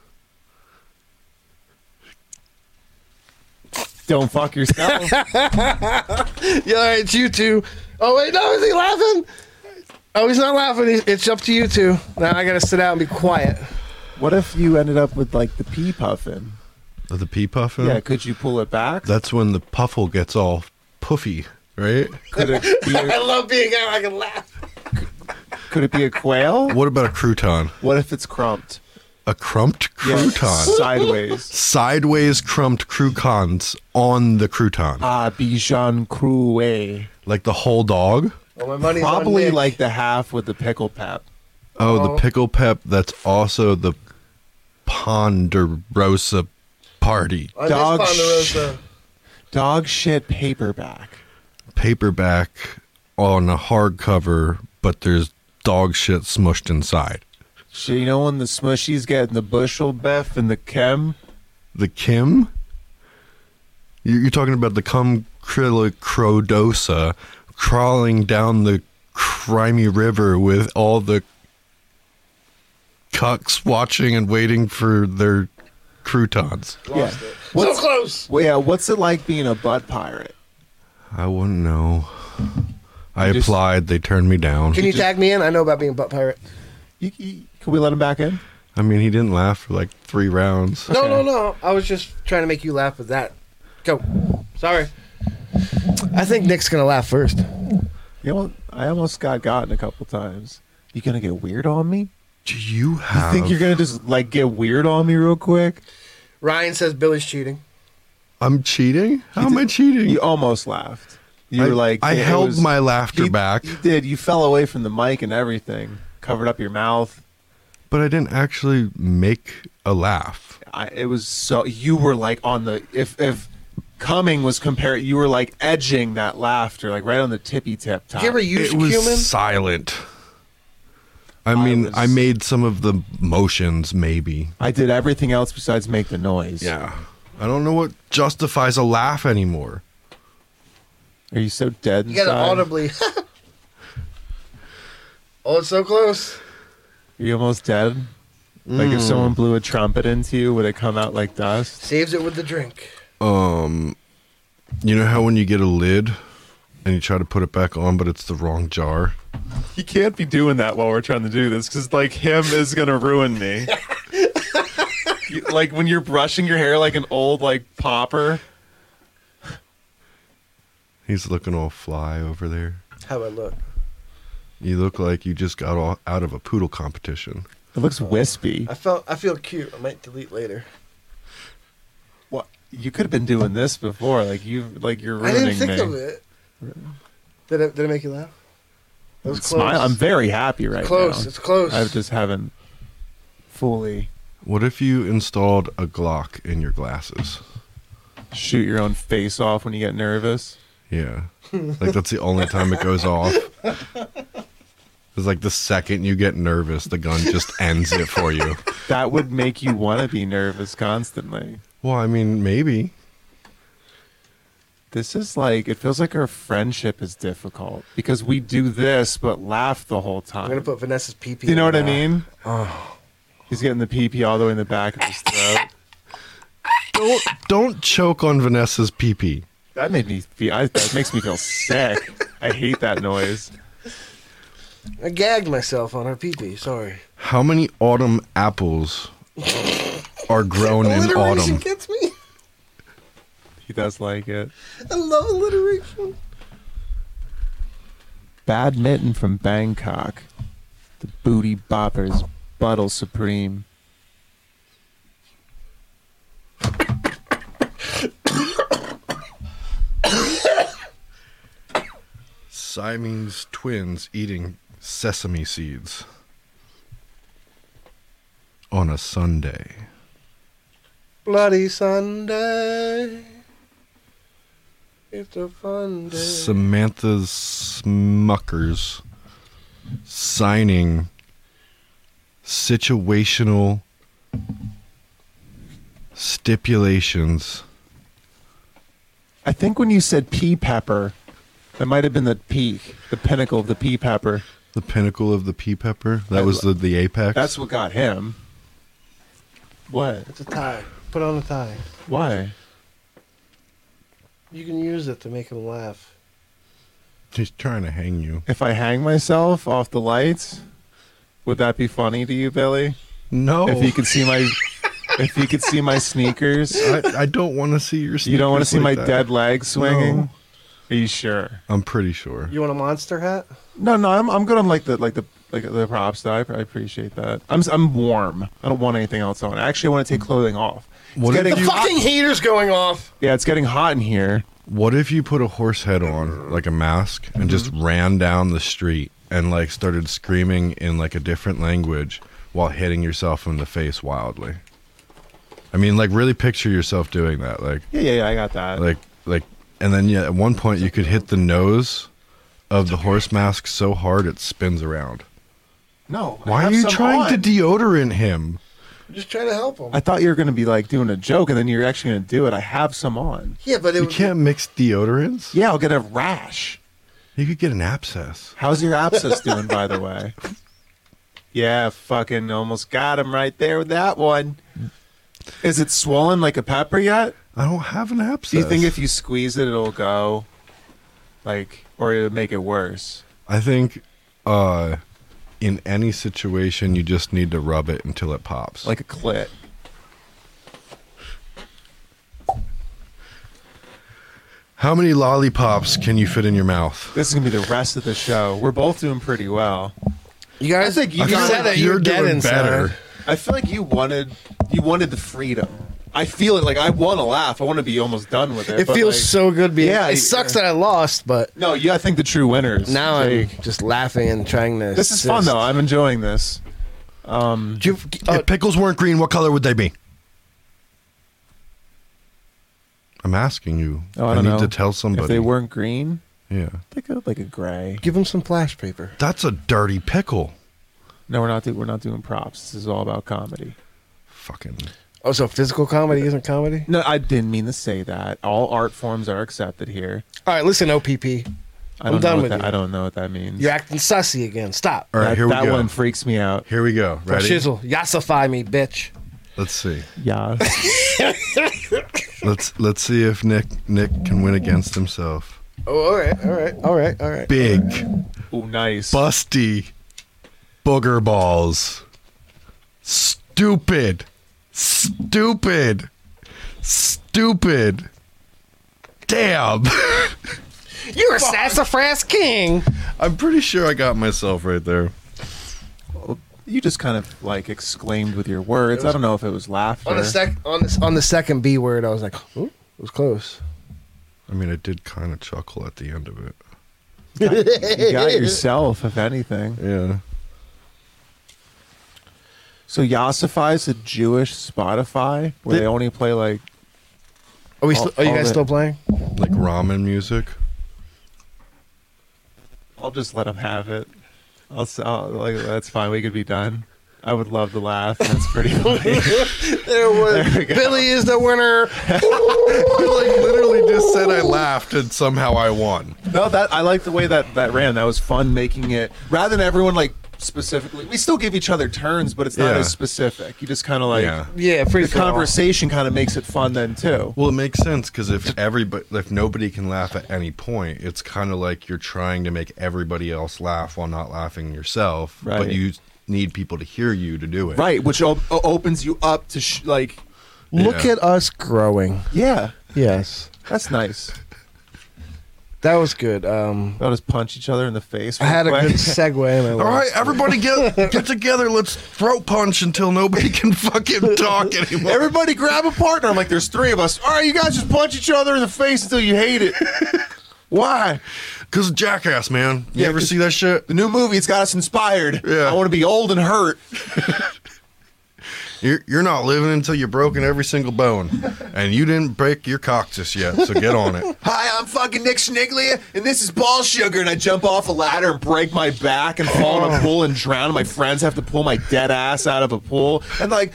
Speaker 4: Don't fuck yourself.
Speaker 1: yeah, all right, it's you two. Oh wait, no, is he laughing? Oh, he's not laughing. He's- It's up to you two. Now I gotta sit out and be quiet.
Speaker 4: What if you ended up with like the pea puffin?
Speaker 3: Of The pea puffin.
Speaker 4: Yeah, could you pull it back?
Speaker 3: That's when the puffle gets all puffy, right?
Speaker 4: Could it be
Speaker 1: I
Speaker 4: a,
Speaker 1: love being out. I can laugh.
Speaker 4: could it be a quail?
Speaker 3: What about a crouton?
Speaker 4: What if it's crumped?
Speaker 3: A crumped
Speaker 4: Yeah,
Speaker 3: crouton.
Speaker 4: sideways.
Speaker 3: Sideways crumped croutons on the crouton.
Speaker 4: Ah, Bichon Crouet.
Speaker 3: Like the whole dog?
Speaker 1: Well, my money's on
Speaker 4: Probably
Speaker 1: Nick.
Speaker 4: like the half with the pickle pep.
Speaker 3: Oh,
Speaker 4: Oh.
Speaker 3: the pickle pep. That's also the ponderosa party.
Speaker 1: I miss
Speaker 4: Dog
Speaker 1: Ponderosa.
Speaker 4: Dog shit paperback.
Speaker 3: Paperback on a hardcover, but there's dog shit smushed inside.
Speaker 4: So you know when the smushies get in the bushel, Beth, and the chem?
Speaker 3: The Kim? You- You're talking about the cum crodosa crawling down the crimey river with all the cucks watching and waiting for their croutons.
Speaker 4: yeah. What's, so close. Well, yeah, what's it like being a butt pirate?
Speaker 3: I wouldn't know. I applied. They turned me down.
Speaker 1: Can you tag me in? I know about being a butt pirate.
Speaker 4: Can we let him back in?
Speaker 3: I mean, he didn't laugh for like three rounds.
Speaker 1: No, no, no. I was just trying to make you laugh with that. Go. Sorry. I think Nick's gonna laugh first.
Speaker 4: You know, I almost got gotten a couple times. You gonna get weird on me?
Speaker 3: Do you
Speaker 4: You think you're gonna just like get weird on me real quick?
Speaker 1: Ryan says Billy's cheating.
Speaker 3: I'm cheating. How am I cheating?
Speaker 4: You almost laughed. You
Speaker 3: I-
Speaker 4: were like,
Speaker 3: I
Speaker 4: it
Speaker 3: held
Speaker 4: was-
Speaker 3: my laughter
Speaker 4: you-
Speaker 3: back.
Speaker 4: You did. You fell away from the mic and everything. Covered up your mouth.
Speaker 3: But I didn't actually make a laugh.
Speaker 4: I, it was so you were like on the if if coming was compared, you were like edging that laughter, like right on the tippy tip top.
Speaker 1: you ever use
Speaker 3: it was
Speaker 1: cumin?
Speaker 3: silent. I mean, I made some of the motions, maybe.
Speaker 4: I did everything else besides make the noise.
Speaker 3: Yeah. I don't know what justifies a laugh anymore.
Speaker 4: Are you so dead?
Speaker 1: You gotta audibly. oh, it's so close.
Speaker 4: Are you almost dead? Like if
Speaker 3: Mm.
Speaker 4: someone blew a trumpet into you, would it come out like dust?
Speaker 1: Saves it with the drink.
Speaker 3: Um, you know how when you get a lid and you try to put it back on, but it's the wrong jar.
Speaker 4: He can't be doing that while we're trying to do this because, like, him is gonna ruin me. You- like when you're brushing your hair like an old like popper.
Speaker 3: He's looking all fly over there.
Speaker 1: How I look.
Speaker 3: You look like you just got all out of a poodle competition.
Speaker 4: It looks wispy.
Speaker 1: I felt. I feel cute. I might delete later.
Speaker 4: What you could have been doing this before. Like you, like you're
Speaker 1: I
Speaker 4: ruining
Speaker 1: didn't think
Speaker 4: me.
Speaker 1: of it. Did it? Did it make you laugh? That was close.
Speaker 4: Smile. I'm very happy right
Speaker 1: close,
Speaker 4: now.
Speaker 1: it's close.
Speaker 4: I just haven't fully
Speaker 3: What if you installed a Glock in your glasses?
Speaker 4: shoot your own face off when you get nervous.
Speaker 3: Yeah. Like that's the only time it goes off. It's like the second you get nervous, the gun just ends it for you.
Speaker 4: That would make you want to be nervous constantly.
Speaker 3: Well, I mean, maybe.
Speaker 4: This is like it feels like our friendship is difficult because we do this but laugh the whole time.
Speaker 1: I'm gonna put Vanessa's pee pee.
Speaker 4: Do you know
Speaker 1: in
Speaker 4: what
Speaker 1: now.
Speaker 4: I mean?
Speaker 1: Oh.
Speaker 4: He's getting the pee pee all the way in the back of his throat.
Speaker 3: Don't don't choke on Vanessa's pee pee.
Speaker 4: That made me feel. I, that makes me feel sick. I hate that noise.
Speaker 1: I gagged myself on her pee pee. Sorry.
Speaker 3: How many autumn apples are grown in
Speaker 1: Alliteration
Speaker 3: autumn?
Speaker 1: gets me.
Speaker 4: He does like it.
Speaker 1: I love alliteration.
Speaker 4: Badminton from Bangkok. The booty boppers, buttle supreme.
Speaker 3: Siamese twins eating sesame seeds. on a Sunday.
Speaker 1: Bloody Sunday. It's a fun day.
Speaker 3: Samantha Smuckers signing situational stipulations.
Speaker 4: I think when you said pea pepper, that might have been the peak, the pinnacle of the pea pepper.
Speaker 3: The pinnacle of the pea pepper? That was the, the apex?
Speaker 4: That's what got him. What?
Speaker 1: It's a tie. Put on a tie.
Speaker 4: Why?
Speaker 1: You can use it to make him laugh.
Speaker 3: He's trying to hang you.
Speaker 4: If I hang myself off the lights, would that be funny to you, Billy?
Speaker 3: No.
Speaker 4: If you could see my, if you could see my sneakers,
Speaker 3: I, I don't want to see your
Speaker 4: You don't want to
Speaker 3: sneakers
Speaker 4: see
Speaker 3: like
Speaker 4: my
Speaker 3: that.
Speaker 4: dead leg swinging.
Speaker 3: No.
Speaker 4: Are you sure?
Speaker 3: I'm pretty sure.
Speaker 1: You want a monster hat?
Speaker 4: No, no, I'm I'm good on like the like the like the props though. I, I appreciate that. I'm s- I'm warm. I don't want anything else on. Actually, I want to take clothing off. It's
Speaker 3: What if
Speaker 4: getting
Speaker 1: the
Speaker 4: hot-
Speaker 1: fucking heater's going off.
Speaker 4: yeah, it's getting hot in here.
Speaker 3: What if you put a horse head on, like a mask,
Speaker 4: Mm-hmm.
Speaker 3: and just ran down the street and like started screaming in like a different language while hitting yourself in the face wildly? I mean, like really picture yourself doing that, like
Speaker 4: Yeah, yeah, yeah. I got that.
Speaker 3: like like, and then yeah, at one point you could hit the nose of the horse mask so hard it spins around.
Speaker 4: no. I
Speaker 3: Why are
Speaker 4: have
Speaker 3: you
Speaker 4: some
Speaker 3: trying
Speaker 4: on.
Speaker 3: to deodorant him?
Speaker 1: Just try to help him.
Speaker 4: I thought you were gonna be like doing a joke, and then you're actually gonna do it. I have some on.
Speaker 1: Yeah, but it
Speaker 3: You
Speaker 1: would
Speaker 3: can't mix deodorants.
Speaker 4: Yeah, I'll get a rash.
Speaker 3: You could get an abscess.
Speaker 4: How's your abscess doing, by the way? Yeah, fucking almost got him right there with that one. Is it swollen like a pepper yet?
Speaker 3: I don't have an abscess.
Speaker 4: Do you think if you squeeze it, it'll go, like, or it'll make it worse?
Speaker 3: I think uh in any situation you just need to rub it until it pops.
Speaker 4: Like a clit.
Speaker 3: how many lollipops can you fit in your mouth?
Speaker 4: This is gonna be the rest of the show. We're both doing pretty well.
Speaker 1: You guys,
Speaker 4: I think you
Speaker 1: you
Speaker 4: guys-
Speaker 1: said it. You're, dead inside.
Speaker 4: I feel like you wanted, you wanted the freedom. I feel it. Like I want to laugh. I want to be almost done with it.
Speaker 1: It
Speaker 4: but,
Speaker 1: feels
Speaker 4: like,
Speaker 1: so good being.
Speaker 4: Yeah,
Speaker 1: it
Speaker 4: you-
Speaker 1: sucks that I lost, but
Speaker 4: No, yeah. I think the true winners.
Speaker 1: now I'm
Speaker 4: Like,
Speaker 1: just laughing and trying to.
Speaker 4: this is fun
Speaker 1: assist.
Speaker 4: though. I'm enjoying this.
Speaker 1: Do you- uh,
Speaker 3: if pickles weren't green, what color would they be? I'm asking you.
Speaker 4: Oh, I,
Speaker 3: I,
Speaker 4: don't
Speaker 3: need
Speaker 4: know.
Speaker 3: to tell somebody.
Speaker 4: If they weren't green,
Speaker 3: yeah.
Speaker 4: they could like a gray.
Speaker 1: give him some flash paper.
Speaker 3: That's a dirty pickle.
Speaker 4: No, we're not. Do- we're not doing props. This is all about comedy.
Speaker 3: Fucking
Speaker 1: Oh, so physical comedy isn't comedy?
Speaker 4: No, I didn't mean to say that. All art forms are accepted here.
Speaker 1: All right, listen, OPP.
Speaker 4: I
Speaker 1: I'm
Speaker 4: don't know
Speaker 1: done
Speaker 4: what
Speaker 1: with
Speaker 4: that,
Speaker 1: you.
Speaker 4: I don't know what that means.
Speaker 1: You're acting sussy again. Stop.
Speaker 3: All right,
Speaker 4: that,
Speaker 3: here we
Speaker 4: that
Speaker 3: go.
Speaker 4: one freaks me out.
Speaker 3: Here we go. Ready?
Speaker 1: Shizzle. Yassify me, bitch.
Speaker 3: Let's see.
Speaker 4: Yeah.
Speaker 3: Let's let's see if Nick Nick can win against himself.
Speaker 1: Oh, all right, all right, all right, all right.
Speaker 3: Big,
Speaker 4: oh, nice.
Speaker 3: busty booger balls. Stupid. Stupid. Stupid. Damn.
Speaker 1: You're a sassafras king.
Speaker 3: I'm pretty sure I got myself right there.
Speaker 4: you just kind of like exclaimed with your words. I don't know if it was laughter.
Speaker 1: On the sec, on the, on the second B word, I was like, Ooh, it was close.
Speaker 3: I mean, I did kind of chuckle at the end of it.
Speaker 4: you got it yourself, if anything.
Speaker 3: Yeah.
Speaker 4: So Yassify is a Jewish Spotify where they only play like
Speaker 1: Are we?
Speaker 4: All-
Speaker 1: Still, are you
Speaker 4: all
Speaker 1: guys
Speaker 4: the-
Speaker 1: still playing?
Speaker 3: Like ramen music.
Speaker 4: I'll just let him have it. I'll, s will like that's fine. We could be done. I would love to laugh. That's pretty funny.
Speaker 1: There was Billy is the winner.
Speaker 3: I like literally just said I laughed and somehow I won.
Speaker 4: no, that I like the way that that ran. That was fun making it rather than everyone like specifically. We still give each other turns, but it's not
Speaker 3: Yeah.
Speaker 4: as specific. You just kind of like
Speaker 3: Yeah.
Speaker 1: Yeah,
Speaker 4: the
Speaker 1: pretty
Speaker 4: conversation kind of makes it fun then too.
Speaker 3: Well, it makes sense because if everybody, if nobody can laugh at any point, it's kind of like you're trying to make everybody else laugh while not laughing yourself.
Speaker 4: Right.
Speaker 3: But you need people to hear you to do it.
Speaker 4: Right, which op- o- opens you up to sh- like
Speaker 1: Look
Speaker 3: Yeah.
Speaker 1: at us growing.
Speaker 4: yeah,
Speaker 1: Yes,
Speaker 4: that's nice.
Speaker 1: that was good. Um,
Speaker 4: I'll just punch each other in the face.
Speaker 1: I had a
Speaker 4: real
Speaker 1: good
Speaker 4: quick.
Speaker 1: segue. And I
Speaker 3: All right,
Speaker 1: lost.
Speaker 3: everybody get get together. Let's throat punch until nobody can fucking talk anymore.
Speaker 4: Everybody grab a partner. I'm like, there's three of us. All right, you guys just punch each other in the face until you hate it. Why?
Speaker 3: Cause of jackass, man. You
Speaker 4: Yeah,
Speaker 3: ever
Speaker 4: 'cause-
Speaker 3: see that shit?
Speaker 4: The new movie, it's got us inspired.
Speaker 3: Yeah.
Speaker 4: I want to be old and hurt.
Speaker 3: You're, you're not living until you've broken every single bone, and you didn't break your coccyx yet, so get on it.
Speaker 4: Hi, I'm fucking Nick Schniglia, and this is Ball Sugar, and I jump off a ladder and break my back and fall
Speaker 3: Oh.
Speaker 4: in a pool and drown, and my friends have to pull my dead ass out of a pool, and like,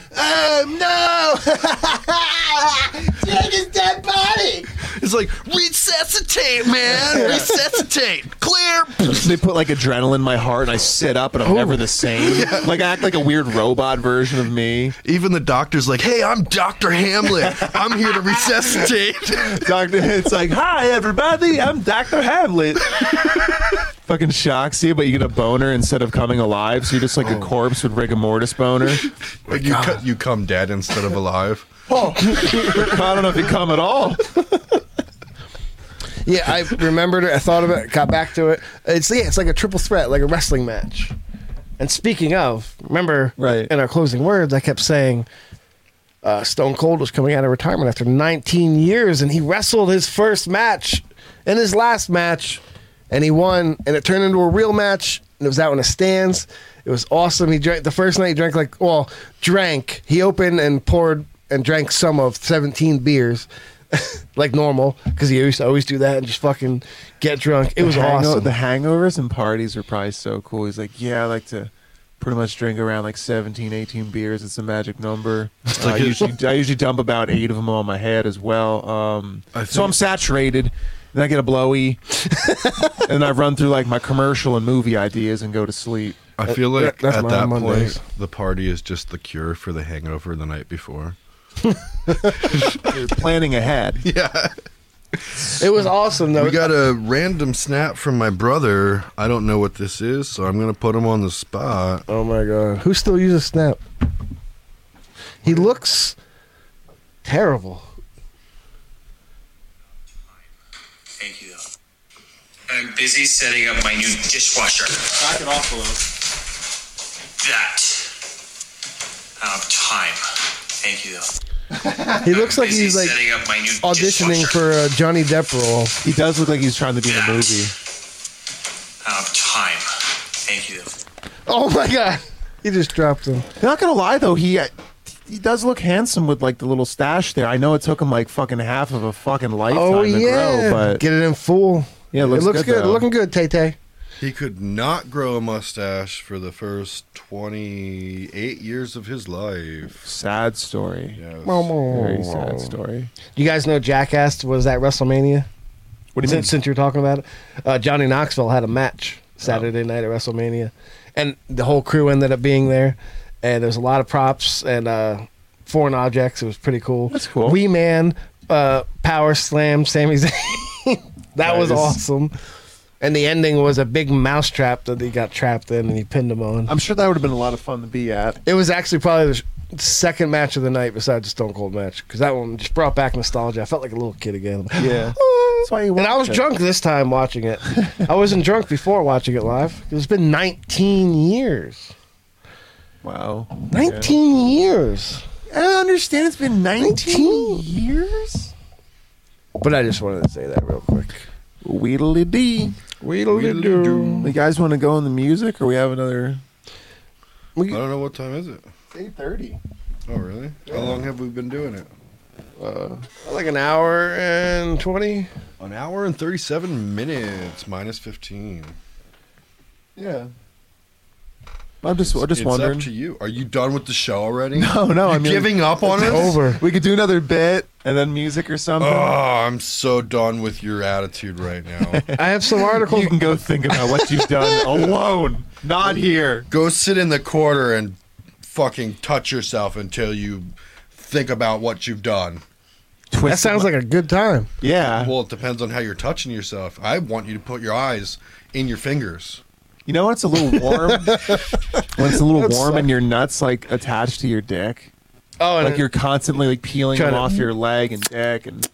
Speaker 4: oh no!
Speaker 6: Take his dead body.
Speaker 3: It's like resuscitate, man. Resuscitate. Clear.
Speaker 4: they put like adrenaline in my heart, and I sit up, and I'm never the same. Like I act like a weird robot version of me.
Speaker 3: Even the doctor's like, "Hey, I'm Doctor Hamlet. I'm here to resuscitate."
Speaker 4: Doctor, it's like, "Hi, everybody. I'm Doctor Hamlet." Fucking shocks you, but you get a boner instead of coming alive, so you're just like a corpse with rigor mortis boner.
Speaker 3: Like you, cu- you come dead instead of alive.
Speaker 4: Oh, I don't know if you come at all.
Speaker 1: Yeah, I remembered it. I thought of it. Got back to it. It's yeah, it's like a triple threat, like a wrestling match. And speaking of, remember right. in our closing words, I kept saying uh, Stone Cold was coming out of retirement after 19 years, and he wrestled his first match in his last match, and he won, and it turned into a real match, and it was out in the stands. It was awesome. He drank the first night. He drank like well, drank. He opened and poured and drank some of 17 beers. like normal, because he used to always do that and just fucking get drunk. It was
Speaker 4: the hango-
Speaker 1: awesome.
Speaker 4: The hangovers and parties are probably so cool. He's like, yeah, I like to pretty much drink around like 17, 18 beers. It's a magic number. Uh, I usually I usually dump about eight of them on my head as well. Um, so I'm saturated. Then I get a blowy, and I run through like my commercial and movie ideas and go to sleep.
Speaker 3: I feel like at that point, the party is just the cure for the hangover the night before.
Speaker 4: You're planning ahead.
Speaker 3: Yeah.
Speaker 1: It was awesome though.
Speaker 3: We got a random snap from my brother. I don't know what this is, so I'm gonna put him on the spot.
Speaker 1: Oh my god. Who still uses Snap? He looks terrible.
Speaker 14: Thank you, though. I'm busy setting up my new dishwasher. Knock it off, Blue. That. I don't have time. Thank you, though.
Speaker 1: He looks like
Speaker 14: Busy
Speaker 1: he's like
Speaker 14: setting up my new
Speaker 1: auditioning for a Johnny Depp role.
Speaker 4: He does look like he's trying to be in a movie.
Speaker 14: I don't have time. Thank you, though.
Speaker 1: Oh my god. He just dropped him.
Speaker 4: Not gonna lie though, he uh, he does look handsome with like the little stash there. I know it took him like fucking half of a fucking lifetime
Speaker 1: Oh
Speaker 4: to
Speaker 1: yeah.
Speaker 4: grow, but
Speaker 1: Get it in full.
Speaker 4: Yeah, it looks good, though.
Speaker 1: Looking good, Tay Tay.
Speaker 3: He could not grow a mustache for the first 28 years of his life.
Speaker 4: Sad story.
Speaker 3: Yes.
Speaker 4: very sad story.
Speaker 1: Do you guys know Jackass was at WrestleMania?
Speaker 4: What do you
Speaker 1: since,
Speaker 4: mean?
Speaker 1: Since you're talking about it, uh, Johnny Knoxville had a match
Speaker 4: Oh.
Speaker 1: Saturday night at WrestleMania, and the whole crew ended up being there. And there's a lot of props and uh, foreign objects. It was pretty cool. That's cool. Wee Man, uh, Power Slam, Sami Zayn. that was
Speaker 4: Nice.
Speaker 1: awesome. And the ending was a big mousetrap that he got trapped in and he pinned him on.
Speaker 4: I'm sure that would have been a lot of fun to be at.
Speaker 1: It was actually probably the sh- second match of the night besides the Stone Cold match because that one just brought back nostalgia. I felt like a little kid again.
Speaker 4: Yeah. That's why you
Speaker 1: And I was drunk this time watching it. I wasn't drunk before watching it live. It's been 19 years.
Speaker 4: Wow.
Speaker 1: 19 years.
Speaker 4: I don't understand. It's been 19, years.
Speaker 1: But I just wanted to say that real quick.
Speaker 4: Wheedly dee. Wheedly doo. You guys want to go in the music, or we have another?
Speaker 3: I don't know what time is it.
Speaker 4: Eight thirty.
Speaker 3: Oh, really? How long have we been doing it?
Speaker 1: Uh, like an hour and 20.
Speaker 3: An hour and 37 minutes minus 15.
Speaker 4: Yeah. I'm just, I'm just
Speaker 3: it's
Speaker 4: wondering.
Speaker 3: up to you. Are you done with the show already?
Speaker 4: No, no.
Speaker 3: You're
Speaker 4: I mean,
Speaker 3: giving up on us?
Speaker 4: We could do another bit and then music or
Speaker 3: Oh,
Speaker 4: something.
Speaker 3: I'm so done with your attitude right now.
Speaker 1: I have some articles.
Speaker 4: You can go think about what you've done alone, not here.
Speaker 3: Go sit in the corner and fucking touch yourself until you think about what you've done.
Speaker 1: That sounds like a good time.
Speaker 4: Yeah.
Speaker 3: Well, it depends on how you're touching yourself. I want you to put your eyes in your fingers.
Speaker 4: You know when it's a little warm? when it's a little
Speaker 3: That
Speaker 4: warm
Speaker 3: sucks.
Speaker 4: and your nuts like attached to your dick.
Speaker 1: Oh, and
Speaker 4: like
Speaker 1: it-
Speaker 4: you're constantly like peeling
Speaker 1: Trying
Speaker 4: them
Speaker 1: to-
Speaker 4: off your leg and dick, and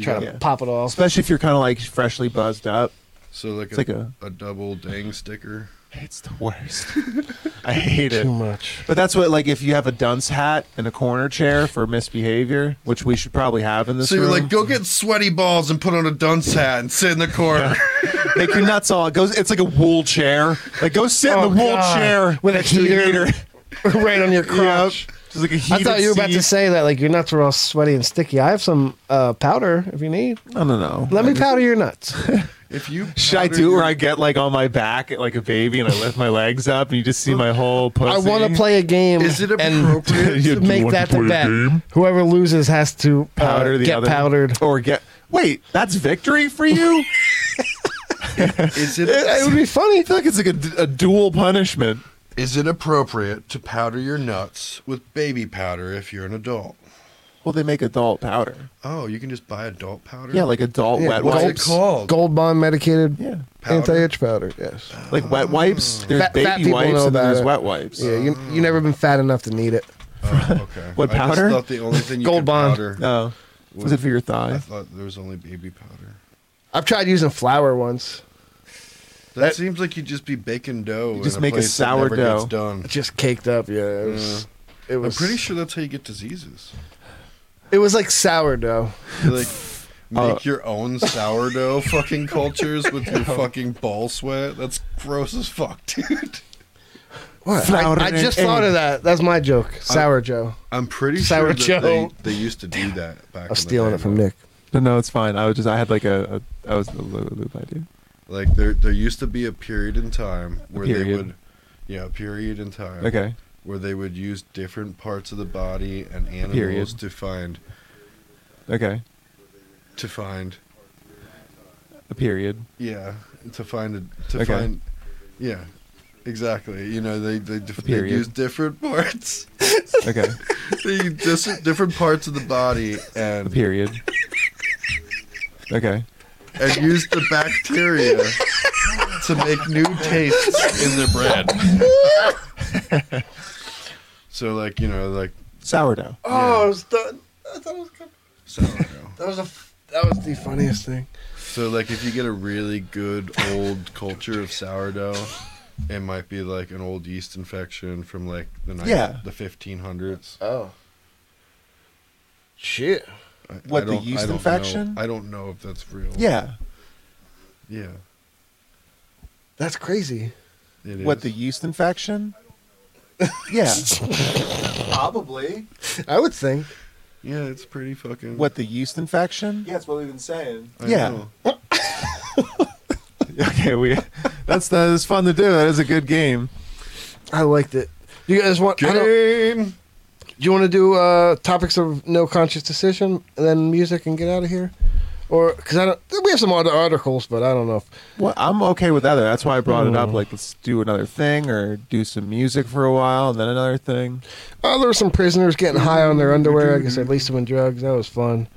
Speaker 1: Try to pop it off.
Speaker 4: especially if you're kind of like freshly buzzed up.
Speaker 3: So like,
Speaker 4: It's
Speaker 3: a,
Speaker 4: like a-
Speaker 3: a double dang sticker.
Speaker 4: It's the worst. I hate it.
Speaker 1: Too much.
Speaker 4: But that's what like if you have a dunce hat and a corner chair for misbehavior, which we should probably have in this
Speaker 3: So you're
Speaker 4: room.
Speaker 3: like, go get sweaty balls and put on a dunce hat and sit in the corner.
Speaker 4: Make your nuts all it goes. It's like a wool chair. Like go sit
Speaker 1: Oh,
Speaker 4: in the wool
Speaker 1: God.
Speaker 4: chair
Speaker 1: With a
Speaker 4: next to the
Speaker 1: heater. right on your crotch.
Speaker 4: Just It's like a
Speaker 1: I
Speaker 4: heated
Speaker 1: thought you were about
Speaker 4: seat.
Speaker 1: to say that like your nuts were all sweaty and sticky. I have some uh, powder if you need.
Speaker 4: I don't know.
Speaker 1: Let me powder your nuts.
Speaker 3: If you
Speaker 4: Should I do it where I get like on my back like a baby and I lift my legs up and you just see my whole pussy?
Speaker 1: I want to play a game. Is it appropriate
Speaker 4: Yeah,
Speaker 1: to
Speaker 4: do you
Speaker 1: make
Speaker 4: want to
Speaker 1: that
Speaker 4: play
Speaker 1: the
Speaker 4: a
Speaker 1: bet?
Speaker 4: game?
Speaker 1: Whoever loses has to uh,
Speaker 4: powder the
Speaker 1: get
Speaker 4: other
Speaker 1: powdered.
Speaker 4: or get wait that's victory for you
Speaker 3: is it
Speaker 4: it would be funny i feel like it's like a, a dual punishment
Speaker 3: Is it appropriate to powder your nuts with baby powder if you're an adult?
Speaker 4: well they make adult powder
Speaker 3: Oh, you can just buy adult powder.
Speaker 4: yeah like adult
Speaker 1: Yeah,
Speaker 4: wet
Speaker 1: gold-
Speaker 4: wipes
Speaker 1: Gold bond medicated
Speaker 4: Powder.
Speaker 1: anti-itch powder. Yes.
Speaker 4: like wet wipes there's
Speaker 1: Fat- fat
Speaker 4: baby
Speaker 1: people
Speaker 4: wipes
Speaker 1: know
Speaker 4: and
Speaker 1: about
Speaker 4: then there's
Speaker 1: it.
Speaker 4: wet wipes
Speaker 1: Yeah, you you never been fat enough to need it.
Speaker 3: Oh, Okay.
Speaker 4: What
Speaker 3: I just
Speaker 4: powder?
Speaker 3: thought the only thing you
Speaker 1: Gold
Speaker 3: could
Speaker 1: Bond.
Speaker 3: powder
Speaker 4: No. Was it for your thigh?
Speaker 3: I thought there was only baby powder.
Speaker 1: I've tried using flour once.
Speaker 3: That, seems like you'd just be baking dough.
Speaker 1: You
Speaker 3: in
Speaker 1: just make a
Speaker 3: place that never
Speaker 1: sourdough.
Speaker 3: gets done.
Speaker 1: Just caked up. Yeah. It was. It was
Speaker 3: I'm pretty sure that's how you get diseases.
Speaker 1: It was like sourdough.
Speaker 3: You like
Speaker 1: Uh,
Speaker 3: make your own sourdough fucking cultures with your fucking ball sweat. That's gross as fuck, dude.
Speaker 1: What? I, I just thought of that. That's my joke. Sour Joe.
Speaker 3: I'm pretty
Speaker 1: Sour
Speaker 3: sure that they,
Speaker 1: Joe.
Speaker 3: they used to do that back.
Speaker 1: I was stealing it from Nick.
Speaker 4: no no it's fine i was just i had like a, a i was a loop, loop idea
Speaker 3: Like there, there used to be a period in time where they
Speaker 4: period.
Speaker 3: would, yeah, a period in time.
Speaker 4: Okay.
Speaker 3: Where they would use different parts of the body and animals
Speaker 4: period.
Speaker 3: to find
Speaker 4: okay
Speaker 3: to find
Speaker 4: a period
Speaker 3: yeah to find a, to
Speaker 4: Okay.
Speaker 3: find yeah exactly. You know they they, def- they
Speaker 4: period.
Speaker 3: use different parts.
Speaker 4: okay
Speaker 3: they use dis- different parts of the body and
Speaker 4: period okay
Speaker 3: and use the bacteria to make new tastes in their bread. so like you know like
Speaker 4: sourdough.
Speaker 1: Oh, I was done. I thought it was good.
Speaker 3: Sourdough.
Speaker 1: That was a. f- That was the funniest thing.
Speaker 3: So like if you get a really good old culture of sourdough, it might be like an old yeast infection from like the night,
Speaker 4: Yeah. Uh,
Speaker 3: the 1500s.
Speaker 1: Oh. Shit.
Speaker 3: I,
Speaker 4: What, the
Speaker 3: don't-
Speaker 4: yeast
Speaker 3: don't know-
Speaker 4: infection?
Speaker 3: I don't know if that's real.
Speaker 4: yeah
Speaker 3: Yeah.
Speaker 1: That's crazy.
Speaker 3: It
Speaker 4: what
Speaker 3: is.
Speaker 4: the yeast infection yeah probably
Speaker 1: I would think.
Speaker 3: Yeah, it's pretty fucking
Speaker 4: what the yeast infection
Speaker 15: Yeah, that's what we've been saying.
Speaker 3: I
Speaker 4: yeah.
Speaker 3: know.
Speaker 4: Okay, we. That's that is fun to do. That is a good game.
Speaker 1: I liked it. You guys want? I don't-
Speaker 3: Game.
Speaker 1: Do you want to do uh, topics of no conscious decision and then music and get out of here, or because I don't? We have some other articles, but I don't know. If,
Speaker 4: Well, I'm okay with that. That's why I brought
Speaker 3: Mm.
Speaker 4: it up. Like, let's do another thing or do some music for a while and then another thing.
Speaker 1: oh, there were some prisoners getting high on their underwear. I guess at least some drugs. That was fun.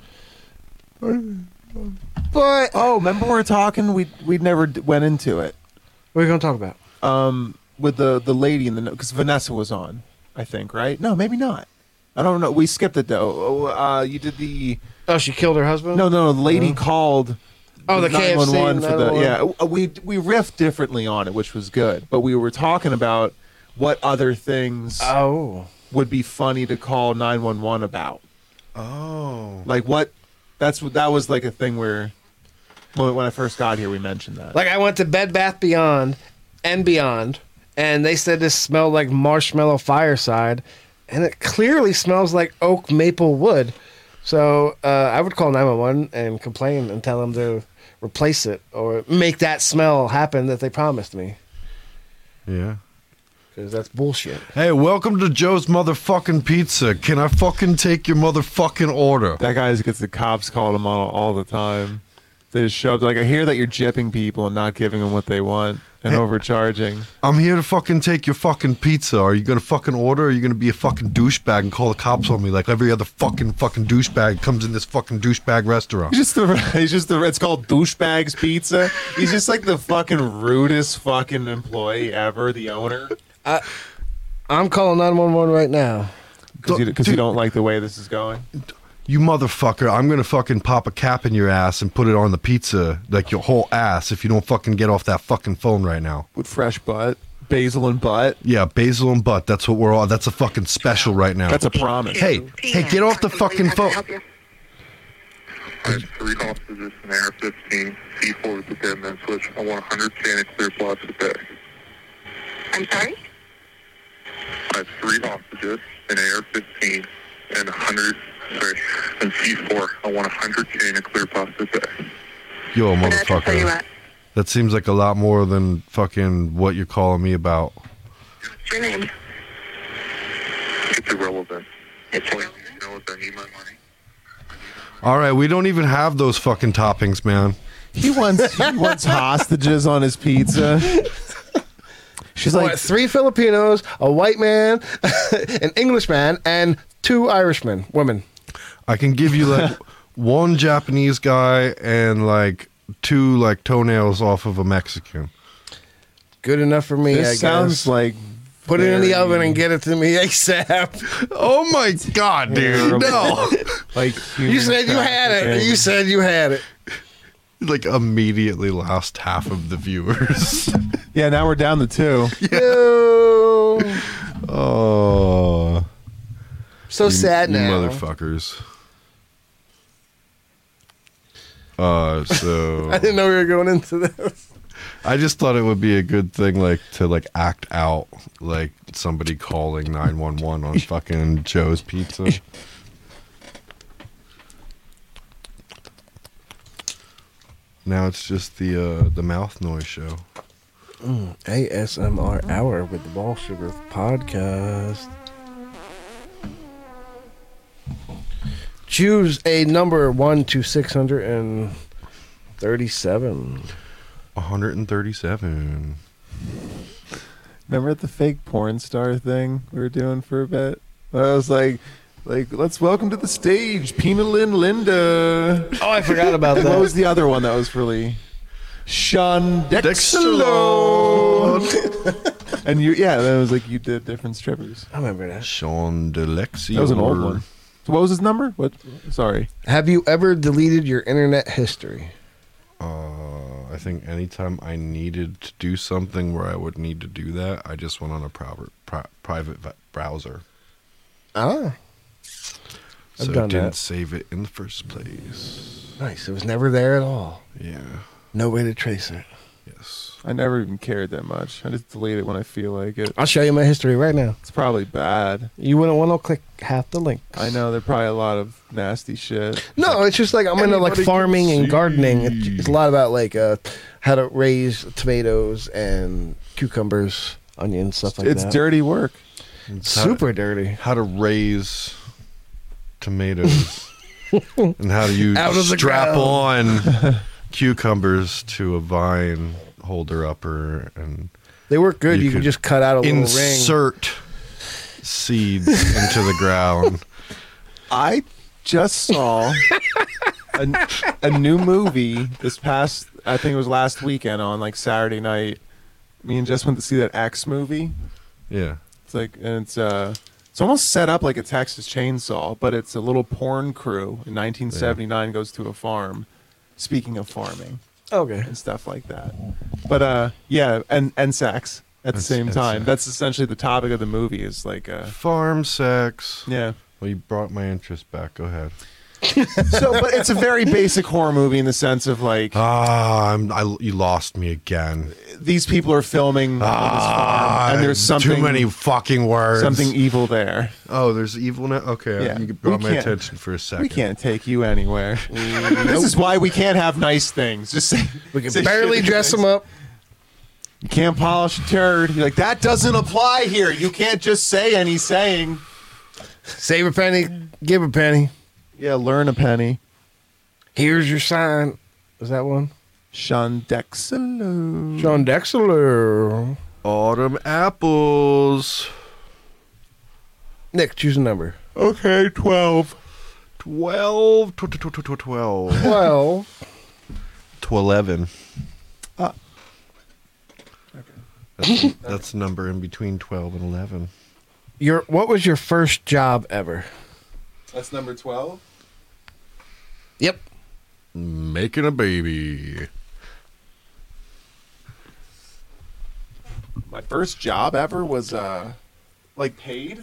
Speaker 1: But
Speaker 4: Oh, remember we were talking? We we never d- went into it.
Speaker 1: what are we gonna talk about?
Speaker 4: Um, with the the lady in the because Vanessa was on, I think. Right? No, maybe not. I don't know. We skipped it though. Oh, uh, you did the
Speaker 1: Oh, she killed her husband.
Speaker 4: no no. the Lady called.
Speaker 1: Oh, the KFC
Speaker 4: 911 for the
Speaker 1: 911.
Speaker 4: yeah. uh, We we riffed differently on it, which was good. But we were talking about what other things.
Speaker 1: Oh.
Speaker 4: would be funny to call 911 about.
Speaker 3: Oh.
Speaker 4: Like what that's what that was like a thing where when, when I first got here we mentioned that.
Speaker 1: Like I went to Bed Bath Beyond and Beyond, and they said this smelled like marshmallow fireside, and it clearly smells like oak maple wood. So uh, I would call nine one one and complain and tell them to replace it or make that smell happen that they promised me
Speaker 3: Yeah.
Speaker 1: because that's bullshit.
Speaker 3: Hey, welcome to Joe's motherfucking pizza. Can I fucking take your motherfucking order?
Speaker 4: that guy just gets the cops called him on all the time. They just show up like I hear that you're gypping people and not giving them what they want and overcharging.
Speaker 3: I'm here to fucking take your fucking pizza. Are you gonna fucking order? Or are you gonna be a fucking douchebag and call the cops on me like every other fucking fucking douchebag comes in this fucking douchebag restaurant?
Speaker 4: He's just the he's just the it's called douchebags pizza. He's just like the fucking rudest fucking employee ever, the owner.
Speaker 1: I'm calling nine one one right now.
Speaker 4: Because you, 'cause you don't like the way this is going.
Speaker 3: You motherfucker! I'm gonna fucking pop a cap in your ass and put it on the pizza, like your whole ass, if you don't fucking get off that fucking phone right now.
Speaker 4: With fresh butt, basil and butt.
Speaker 3: Yeah, basil and butt. That's what we're all. That's a fucking special right now.
Speaker 4: That's a promise.
Speaker 3: hey, hey, get off the fucking phone.
Speaker 16: There's three officers in Air 15, C4 with the dead man switch. I want 100 standing clear blocks a day.
Speaker 10: I'm sorry?
Speaker 16: I have three hostages an AR-15, and 100, sorry, and C4. I want 100K and a clear pasta set.
Speaker 3: Yo,
Speaker 16: tell you
Speaker 3: motherfucker.
Speaker 16: what.
Speaker 3: That seems like a lot more than fucking what you're calling me about.
Speaker 16: What's your name? It's irrelevant. It's irrelevant. You know what? I need my money.
Speaker 3: All right, we don't even have those fucking toppings, man.
Speaker 4: He wants he wants hostages on his pizza. She's
Speaker 1: What,
Speaker 4: like
Speaker 1: three Filipinos, a white man, an Englishman, and two Irishmen, women.
Speaker 3: I can give you like one Japanese guy and like two like toenails off of a Mexican.
Speaker 1: Good enough for me.
Speaker 3: This
Speaker 1: I
Speaker 3: sounds
Speaker 1: guess.
Speaker 4: like
Speaker 1: put it in the
Speaker 3: very-
Speaker 1: oven and get it to me ASAP.
Speaker 3: Oh my god,
Speaker 1: dude! No,
Speaker 4: like
Speaker 1: you said you had it. You said you had it.
Speaker 3: Like immediately lost half of the viewers.
Speaker 4: Yeah, now we're down to two.
Speaker 1: Yo.
Speaker 3: oh.
Speaker 1: So
Speaker 3: You-
Speaker 1: sad
Speaker 3: you
Speaker 1: now.
Speaker 3: Motherfuckers. Uh so
Speaker 1: I didn't know we were going into this.
Speaker 3: I just thought it would be a good thing, like to like act out, like somebody calling nine one one on fucking Joe's Pizza. Now it's just the uh, the mouth noise show.
Speaker 1: Mm, ASMR hour with the Ball Sugar podcast. Choose a number one to six hundred and thirty-seven.
Speaker 3: One hundred and thirty-seven.
Speaker 4: Remember the fake porn star thing we were doing for a bit? I was like, like let's welcome to the stage, Pina Lynn Linda.
Speaker 1: Oh, I forgot about
Speaker 4: And
Speaker 1: that.
Speaker 4: What was the other one that was really? Sean Dexalo. and you, yeah, that was like you did different strippers.
Speaker 1: I remember that.
Speaker 3: Sean Delexi.
Speaker 4: That was an old one. So what was his number? What? Sorry.
Speaker 1: Have you ever deleted your internet history?
Speaker 3: Uh, I think anytime I needed to do something where I would need to do that, I just went on a proper, pri- private v- browser.
Speaker 1: Ah. I've
Speaker 3: so
Speaker 1: done
Speaker 3: didn't
Speaker 1: that.
Speaker 3: save it in the first place.
Speaker 1: Nice. It was never there at all.
Speaker 3: Yeah.
Speaker 1: No way to trace it.
Speaker 3: Yes.
Speaker 4: I never even cared that much. I just delete it when I feel like it.
Speaker 1: I'll show you my history right now.
Speaker 4: It's probably bad.
Speaker 1: You wouldn't want to click half the link.
Speaker 4: I know there are probably a lot of nasty shit.
Speaker 1: No, it's just like I'm into like
Speaker 4: Anybody can
Speaker 1: farming and
Speaker 4: see.
Speaker 1: gardening. It's, it's a lot about like uh, how to raise tomatoes and cucumbers, onions, stuff like
Speaker 4: it's
Speaker 1: that.
Speaker 4: dirty work.
Speaker 1: Super dirty.
Speaker 3: How to raise tomatoes and how to use
Speaker 1: Out of the
Speaker 3: strap
Speaker 1: ground.
Speaker 3: on cucumbers to a vine holder upper and
Speaker 1: They work good. You, can just cut out a little ring.
Speaker 3: insert seeds into the ground.
Speaker 4: I just saw a, a new movie this past, I think it was last weekend on like Saturday night. Me and Jess went to see that X movie.
Speaker 3: Yeah.
Speaker 4: It's like, and it's, uh, it's almost set up like a Texas chainsaw, but it's a little porn crew in 1979 goes to a farm. Speaking of farming.
Speaker 1: Okay.
Speaker 4: And stuff like that. But uh yeah, and and sex at the
Speaker 3: And-
Speaker 4: same
Speaker 3: and
Speaker 4: time.
Speaker 3: sex.
Speaker 4: That's essentially the topic of the movie is like uh
Speaker 3: Farm sex.
Speaker 4: Yeah.
Speaker 3: Well, you brought my interest back. Go ahead.
Speaker 4: so but it's a very basic horror movie in the sense of like
Speaker 3: Ah, I'm, I, you lost me again.
Speaker 4: these people are filming on this farm, and there's something
Speaker 3: ah, too many fucking words.
Speaker 4: something evil there.
Speaker 3: Oh, there's evil now. Okay,
Speaker 4: Yeah.
Speaker 3: you brought
Speaker 4: We
Speaker 3: my
Speaker 4: can't-
Speaker 3: attention for a second.
Speaker 4: We can't take you anywhere. this is why we can't have nice things. Just say,
Speaker 1: We can
Speaker 4: say
Speaker 1: barely
Speaker 4: shitty
Speaker 1: dress
Speaker 4: things.
Speaker 1: them up.
Speaker 4: You can't polish a turd. You're like that doesn't apply here. You can't just say any saying.
Speaker 1: Save a penny, give a penny.
Speaker 4: Yeah, learn a penny.
Speaker 1: Here's your sign. Is that one?
Speaker 4: Sean Dexalo.
Speaker 1: Sean Dexler.
Speaker 3: Autumn apples.
Speaker 1: Nick, choose a number.
Speaker 4: Okay, twelve.
Speaker 3: 12, tw- tw- tw- tw- tw- 12,
Speaker 1: Well,
Speaker 3: 11.
Speaker 4: Ah.
Speaker 3: That's, that's the number in between 12 and 11.
Speaker 1: your what was your first job ever?
Speaker 4: That's number twelve.
Speaker 1: Yep.
Speaker 3: Making a baby.
Speaker 4: My first job ever was uh, like paid.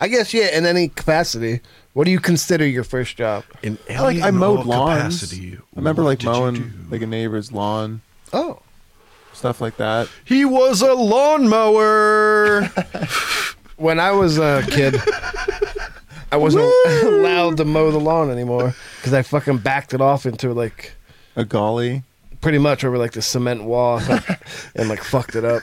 Speaker 1: I guess yeah. In any capacity, what do you consider your first job?
Speaker 3: In any
Speaker 4: I like I
Speaker 3: and all
Speaker 4: mowed lawns.
Speaker 3: capacity,
Speaker 4: I remember
Speaker 3: what
Speaker 4: like
Speaker 3: did you do?
Speaker 4: mowing like a neighbor's lawn,
Speaker 1: Oh,
Speaker 4: stuff like that.
Speaker 3: He was a lawnmower.
Speaker 1: when I was a kid, I wasn't allowed to mow the lawn anymore because I fucking backed it off into like
Speaker 4: a gully,
Speaker 1: pretty much over like the cement wall, and like fucked it up.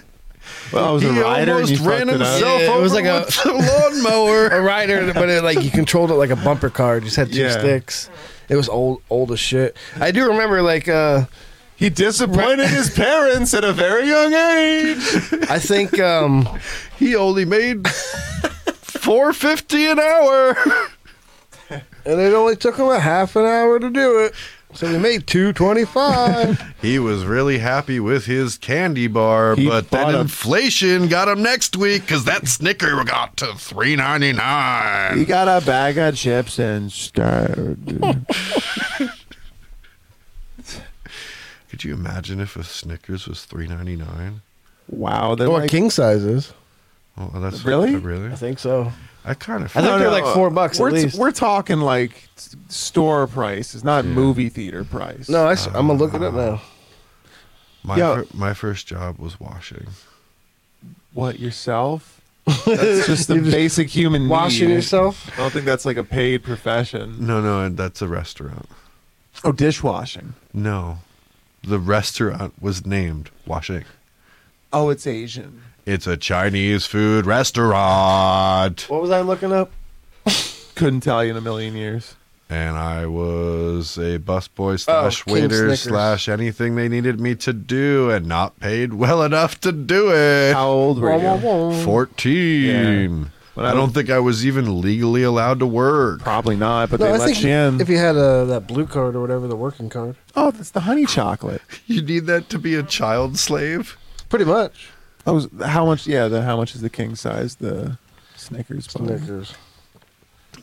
Speaker 4: Well, I was a He rider and almost you fucked ran it up. himself
Speaker 1: Yeah, it was
Speaker 4: over
Speaker 1: like a
Speaker 4: with
Speaker 1: lawnmower, a rider, but it, like you controlled it like a bumper car. It just had two
Speaker 4: Yeah.
Speaker 1: sticks. It was old, old as shit. I do remember like uh, he disappointed his parents at a very young age. I think um, he only made four fifty an hour, and it only took him a half an hour to do it. So he made two twenty five.
Speaker 3: He was really happy with his candy bar, but then
Speaker 1: bought a-
Speaker 3: inflation got him next week because that Snicker got to three ninety nine.
Speaker 4: He got a bag of chips and started.
Speaker 3: Could you imagine if a Snickers was three ninety nine?
Speaker 4: Wow,
Speaker 1: they're Or like- king sizes.
Speaker 3: Oh, that's
Speaker 4: Really?
Speaker 3: really. I
Speaker 1: think so.
Speaker 3: I kind of.
Speaker 1: I think they're like four bucks at
Speaker 4: we're,
Speaker 1: least.
Speaker 4: We're talking like s- store price. It's not movie theater price.
Speaker 1: No, I, am gonna look it up now.
Speaker 3: My
Speaker 4: Yo.
Speaker 3: fir- my first job was washing.
Speaker 4: What yourself? That's just the basic human
Speaker 3: washing
Speaker 4: need.
Speaker 3: yourself?
Speaker 4: I don't think that's like a paid profession.
Speaker 3: No, no, and that's a restaurant.
Speaker 4: Oh, dishwashing.
Speaker 3: No, the restaurant was named Washing.
Speaker 4: Oh, it's Asian.
Speaker 3: It's a Chinese food restaurant.
Speaker 1: What was I looking up?
Speaker 4: Couldn't tell you in a million years.
Speaker 3: and I was a busboy slash
Speaker 4: King
Speaker 3: waiter
Speaker 4: Snickers.
Speaker 3: slash anything they needed me to do, and not paid well enough to do it. How
Speaker 4: old
Speaker 1: were Wah, you? wah, wah.
Speaker 3: Fourteen.
Speaker 4: But
Speaker 3: I
Speaker 4: I
Speaker 3: don't think I was even legally allowed to work.
Speaker 4: Probably not, but
Speaker 1: no, I think if you had uh, that blue card or whatever, the working card.
Speaker 4: Oh, that's the honey chocolate.
Speaker 3: You need that to be a child slave.
Speaker 1: Pretty much.
Speaker 4: Oh, is- how much? Yeah, the, how much is the king size? The Snickers. bar?
Speaker 1: Snickers.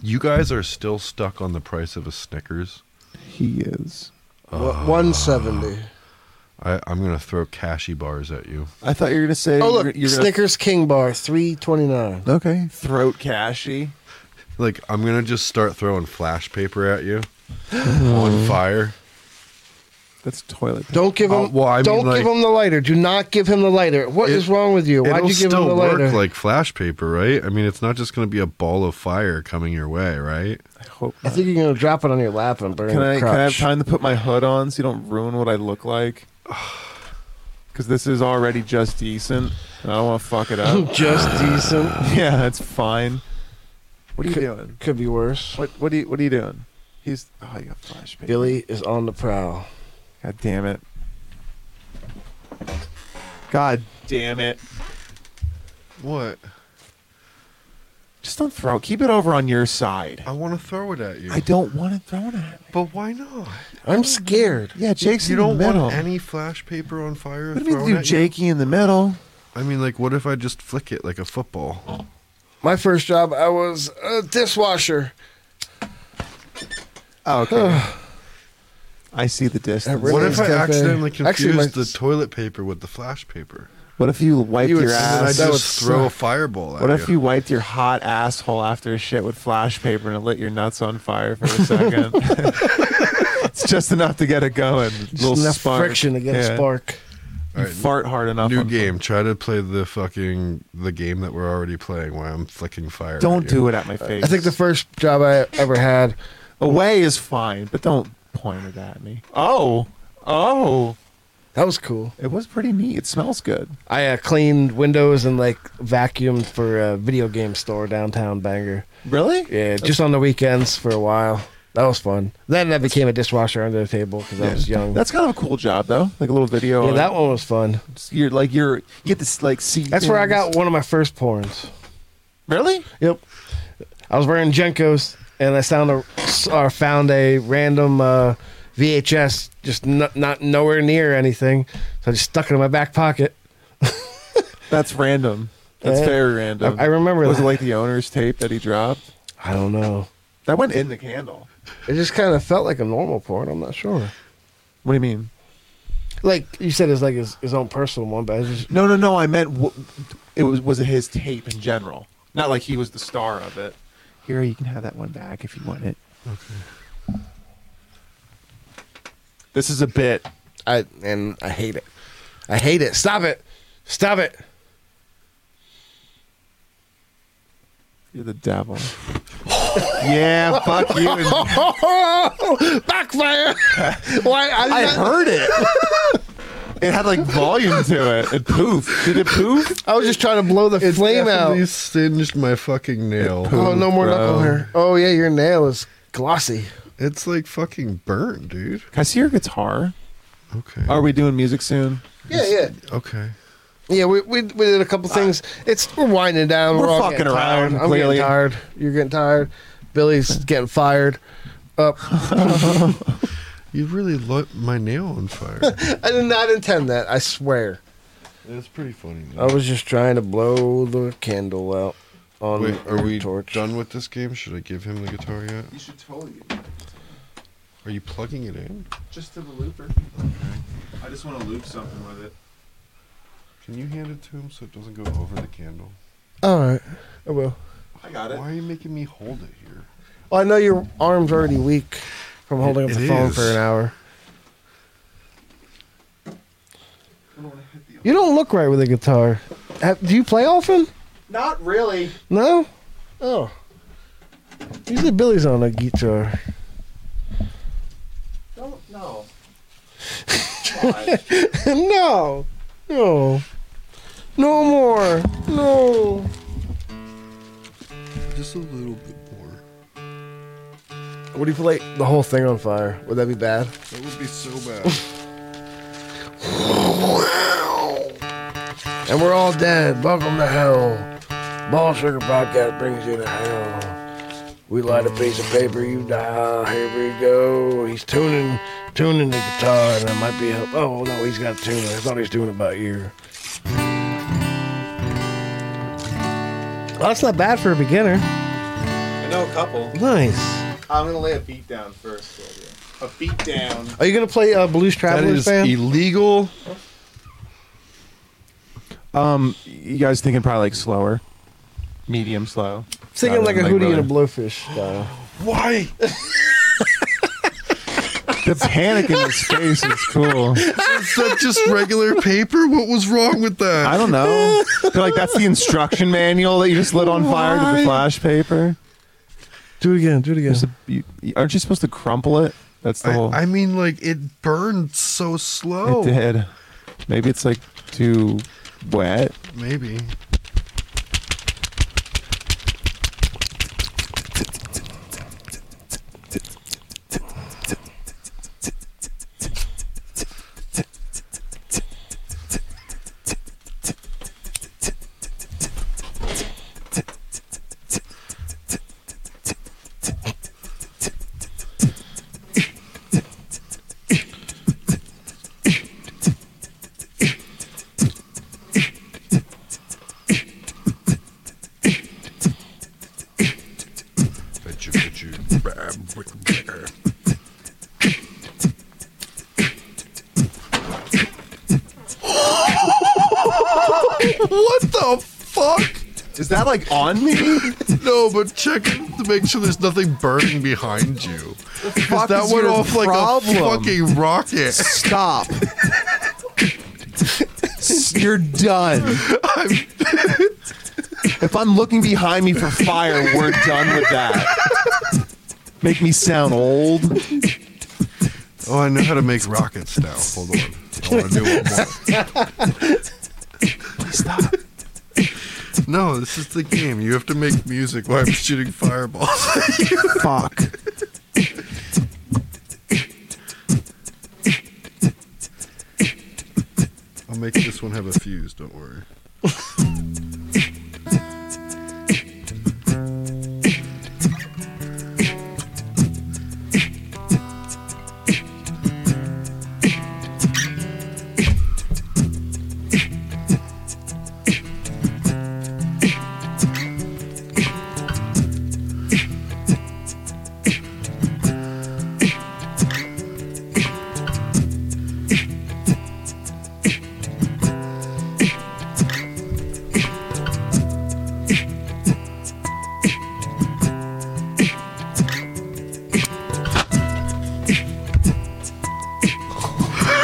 Speaker 3: You guys are still stuck on the price of a Snickers.
Speaker 4: He is.
Speaker 1: One seventy.
Speaker 3: I, I'm gonna throw cashy bars at you.
Speaker 4: I thought you were gonna say.
Speaker 1: Oh
Speaker 4: you
Speaker 1: look,
Speaker 4: were- you were gonna-
Speaker 1: Snickers King Bar, three twenty nine.
Speaker 4: Okay. Throat cashy.
Speaker 3: Like I'm gonna just start throwing flash paper at you on fire.
Speaker 4: That's toilet.
Speaker 1: Don't give him.
Speaker 3: Oh, well, I mean,
Speaker 1: don't
Speaker 3: like-
Speaker 1: give him the lighter. Do not give him the lighter. What is wrong with you? Why'd you
Speaker 3: It'll
Speaker 1: give
Speaker 3: still
Speaker 1: him the
Speaker 3: work
Speaker 1: lighter?
Speaker 3: like flash paper, right? I mean, it's not just going to be a ball of fire coming your way, right? I
Speaker 4: hope.
Speaker 1: I think you're gonna drop it on your lap and burn
Speaker 4: Can I,
Speaker 1: your
Speaker 4: can I have
Speaker 1: crotch.
Speaker 4: time to put my hood on so you don't ruin what I look like? Because this is already just decent. and I don't want to fuck it up.
Speaker 1: Just decent.
Speaker 4: Yeah, that's fine. What are you
Speaker 1: Could-
Speaker 4: doing?
Speaker 1: Could be worse.
Speaker 4: What What are you What are you doing? He's oh, you got flash paper.
Speaker 1: Billy is on the prowl.
Speaker 4: God damn it. God damn it.
Speaker 3: What?
Speaker 4: Just don't throw. it. Keep it over on your side.
Speaker 3: I want to throw it at you.
Speaker 4: Um, I don't want it thrown at.
Speaker 3: But why not?
Speaker 1: I'm scared.
Speaker 4: Yeah, Jake's
Speaker 3: you
Speaker 4: in the
Speaker 3: don't
Speaker 4: middle.
Speaker 3: want any flash paper on fire.
Speaker 4: What do you mean
Speaker 3: thrown
Speaker 4: do
Speaker 3: at
Speaker 4: Jakey in the middle?
Speaker 3: I mean, like, what if I just flick it like a football?
Speaker 1: My first job, I was a dishwasher.
Speaker 4: Oh, okay. I see the distance.
Speaker 3: What if I accidentally confused
Speaker 1: Actually, my-
Speaker 3: the toilet paper with the flash paper?
Speaker 4: What if you wiped
Speaker 3: You would
Speaker 4: your
Speaker 3: s- I
Speaker 4: ass?
Speaker 3: That just would throw a suck. fireball at
Speaker 4: What if
Speaker 3: you.
Speaker 4: you wiped your hot asshole after shit with flash paper and it lit your nuts on fire for a second? it's just enough to get it going. little
Speaker 1: enough
Speaker 4: spark.
Speaker 1: friction to get a spark.
Speaker 4: You
Speaker 3: All right.
Speaker 4: fart hard enough.
Speaker 3: New
Speaker 4: on-
Speaker 3: game. Try to play the fucking the game that we're already playing. Where I'm flicking fire.
Speaker 4: Don't
Speaker 3: you.
Speaker 4: do it at my face.
Speaker 1: I think the first job I ever had.
Speaker 4: Away is fine, but don't point it at me. Oh, oh,
Speaker 1: that was cool.
Speaker 4: It was pretty neat. It smells good.
Speaker 1: I uh, cleaned windows and like vacuumed for a video game store downtown Bangor.
Speaker 4: Really?
Speaker 1: Yeah, just on the weekends for a while. That was fun. Then I became a dishwasher under the table because I was young.
Speaker 4: That's kind of a cool job though. Like a little video.
Speaker 1: Yeah,
Speaker 4: on-
Speaker 1: that one was fun.
Speaker 4: You're like you're you get this like see.
Speaker 1: That's where I got one of my first porns.
Speaker 4: Really?
Speaker 1: Yep. I was wearing Jenkos, and I found a, or found a random uh, VHS, just not, not nowhere near anything. So I just stuck it in my back pocket.
Speaker 4: That's random. That's
Speaker 1: Yeah.
Speaker 4: very random.
Speaker 1: I- I remember
Speaker 4: Was
Speaker 1: that.
Speaker 4: it like the owner's tape that he dropped?
Speaker 1: I don't know.
Speaker 4: That went in the candle.
Speaker 1: It just kind of felt like a normal porn. I'm not sure.
Speaker 4: What do you mean?
Speaker 1: Like you said, it's like his, his own personal one, but I just
Speaker 4: No, no, no. I meant w- it was was it his tape in general? Not like he was the star of it. Here, you can have that one back if you want it.
Speaker 3: Okay.
Speaker 4: This is a bit.
Speaker 1: I and I hate it. I hate it. Stop it. Stop it.
Speaker 4: You're the devil. yeah, fuck you.
Speaker 1: Backfire. Why? I,
Speaker 4: I heard it. It had like volume to it. It poofed. Did it poof?
Speaker 1: I was just trying to blow the flame out.
Speaker 3: Definitely singed my fucking nail.
Speaker 1: Oh, no more knuckle hair. Oh yeah, your nail is glossy.
Speaker 3: It's like fucking burnt, dude.
Speaker 4: Can I see your guitar?
Speaker 3: Okay.
Speaker 4: Are we doing music soon?
Speaker 1: Yeah, yeah,
Speaker 3: Okay.
Speaker 1: yeah. We, we, we did a couple things. It's we're winding down.
Speaker 4: We're
Speaker 1: all
Speaker 4: fucking
Speaker 1: getting
Speaker 4: around,
Speaker 1: tired. I'm
Speaker 4: clearly.
Speaker 1: getting tired. You're getting tired. Billy's getting fired. Up.
Speaker 3: You really lit my nail on fire.
Speaker 1: I did not intend that. I swear.
Speaker 3: That's pretty funny.
Speaker 1: I was just trying to blow the candle out on
Speaker 3: Wait, are
Speaker 1: our
Speaker 3: we
Speaker 1: torch.
Speaker 3: done with this game? Should I give him the guitar yet? You should totally. Are you plugging it in?
Speaker 4: Just to the looper. I just want to loop something with it.
Speaker 3: Can you hand it to him so it doesn't go over the candle?
Speaker 1: All right, I will.
Speaker 4: I got it.
Speaker 3: Why are you making me hold it here?
Speaker 1: Well, I know your arm's already weak from holding up
Speaker 3: it
Speaker 1: the phone
Speaker 3: is.
Speaker 1: for an hour. You don't look right with a guitar. Have, do you play often?
Speaker 4: Not really.
Speaker 1: No. Oh. Usually Billy's on a guitar.
Speaker 4: Don't know.
Speaker 1: no. No. No more. No.
Speaker 3: Just a little bit more.
Speaker 1: Would you play the whole thing on fire? Would that be bad?
Speaker 3: That would be so bad.
Speaker 1: And we're all dead. Welcome to hell. Ball Sugar Podcast brings you to hell. We light a piece of paper, you die. Here we go. He's tuning, tuning the guitar, and I might be help. Oh no, he's got a tuner. I thought he was doing it by ear. that's not bad for a beginner.
Speaker 4: I know a couple.
Speaker 1: Nice.
Speaker 4: I'm gonna lay a beat down first. Sylvia. A beat down.
Speaker 1: Are you gonna play uh, Blues
Speaker 3: that
Speaker 1: Travelers
Speaker 3: is
Speaker 1: band?
Speaker 3: illegal.
Speaker 4: Um, you guys thinking probably like slower, medium slow.
Speaker 1: Singing
Speaker 4: Rather
Speaker 1: like a
Speaker 4: than,
Speaker 1: hootie and a
Speaker 4: really-
Speaker 1: blowfish style.
Speaker 3: Why?
Speaker 4: The panic in his face is cool.
Speaker 3: Is that just regular paper? What was wrong with that?
Speaker 4: I don't know. They're like that's the instruction manual that you just lit on fire to
Speaker 3: Why?
Speaker 4: the flash paper.
Speaker 1: Do it again. Do it again.
Speaker 4: There's a- you- aren't you supposed to crumple it? That's the whole.
Speaker 3: I, I mean, like it burned so slow.
Speaker 4: It did. Maybe it's like too wet.
Speaker 3: Maybe. Bet you, bet you. what the fuck?
Speaker 4: Is that like on me?
Speaker 3: No, but check to make sure there's nothing burning behind you. 'Cause
Speaker 4: fuck
Speaker 3: that
Speaker 4: is
Speaker 3: went
Speaker 4: your
Speaker 3: off
Speaker 4: problem?
Speaker 3: like a fucking rocket.
Speaker 4: Stop. S- You're done. if I'm looking behind me for fire, we're done with that. Make me sound old.
Speaker 3: Oh, I know how to make rockets now. Hold on. I want to do one more.
Speaker 4: Stop.
Speaker 3: No, this is the game. You have to make music while I'm shooting fireballs.
Speaker 4: Fuck.
Speaker 3: I'll make this one have a fuse, don't worry.
Speaker 1: It burned the tablecloth.
Speaker 4: How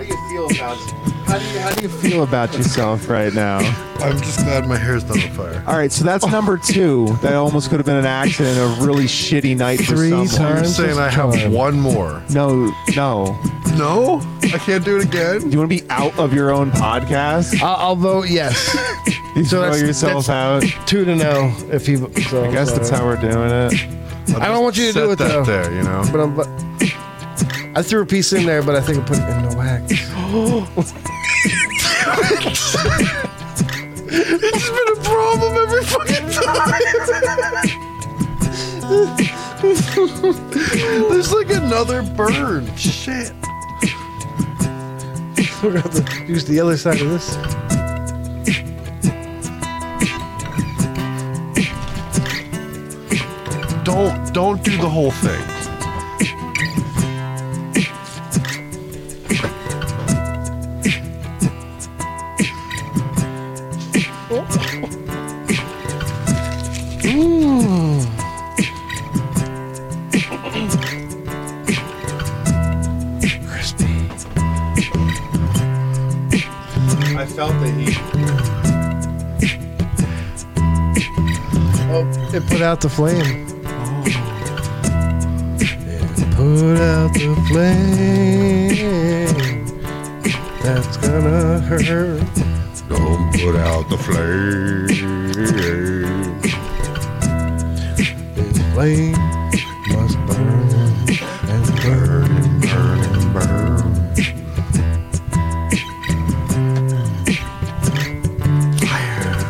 Speaker 4: do you feel about? How how do you, how do you feel about yourself right now?
Speaker 17: I'm just glad my hair's not on fire.
Speaker 4: All right, so that's number two. That almost could have been an accident, a really shitty night for
Speaker 17: Three
Speaker 4: someone.
Speaker 17: times You're saying I have charm. one more.
Speaker 4: No, no,
Speaker 17: no. I can't do it again.
Speaker 4: Do you want to be out of your own podcast?
Speaker 1: Uh, I'll vote yes.
Speaker 4: you throw yourself out.
Speaker 1: Two to no. If you, so,
Speaker 4: I guess that's how we're doing it.
Speaker 1: I don't want you to do it
Speaker 17: Set that
Speaker 1: though.
Speaker 17: there, you know.
Speaker 1: But, I'm, but I threw a piece in there, but I think I put it in the wax.
Speaker 17: it's been a problem every fucking time. There's like another burn. Shit.
Speaker 1: We're gonna have to use the other side of this.
Speaker 17: Don't don't do the whole thing.
Speaker 18: I felt the heat.
Speaker 1: Oh, it put out the flame. It put out the flame. That's gonna hurt.
Speaker 3: Don't put out the flame.
Speaker 1: Flame must burn and burn and burn and burn.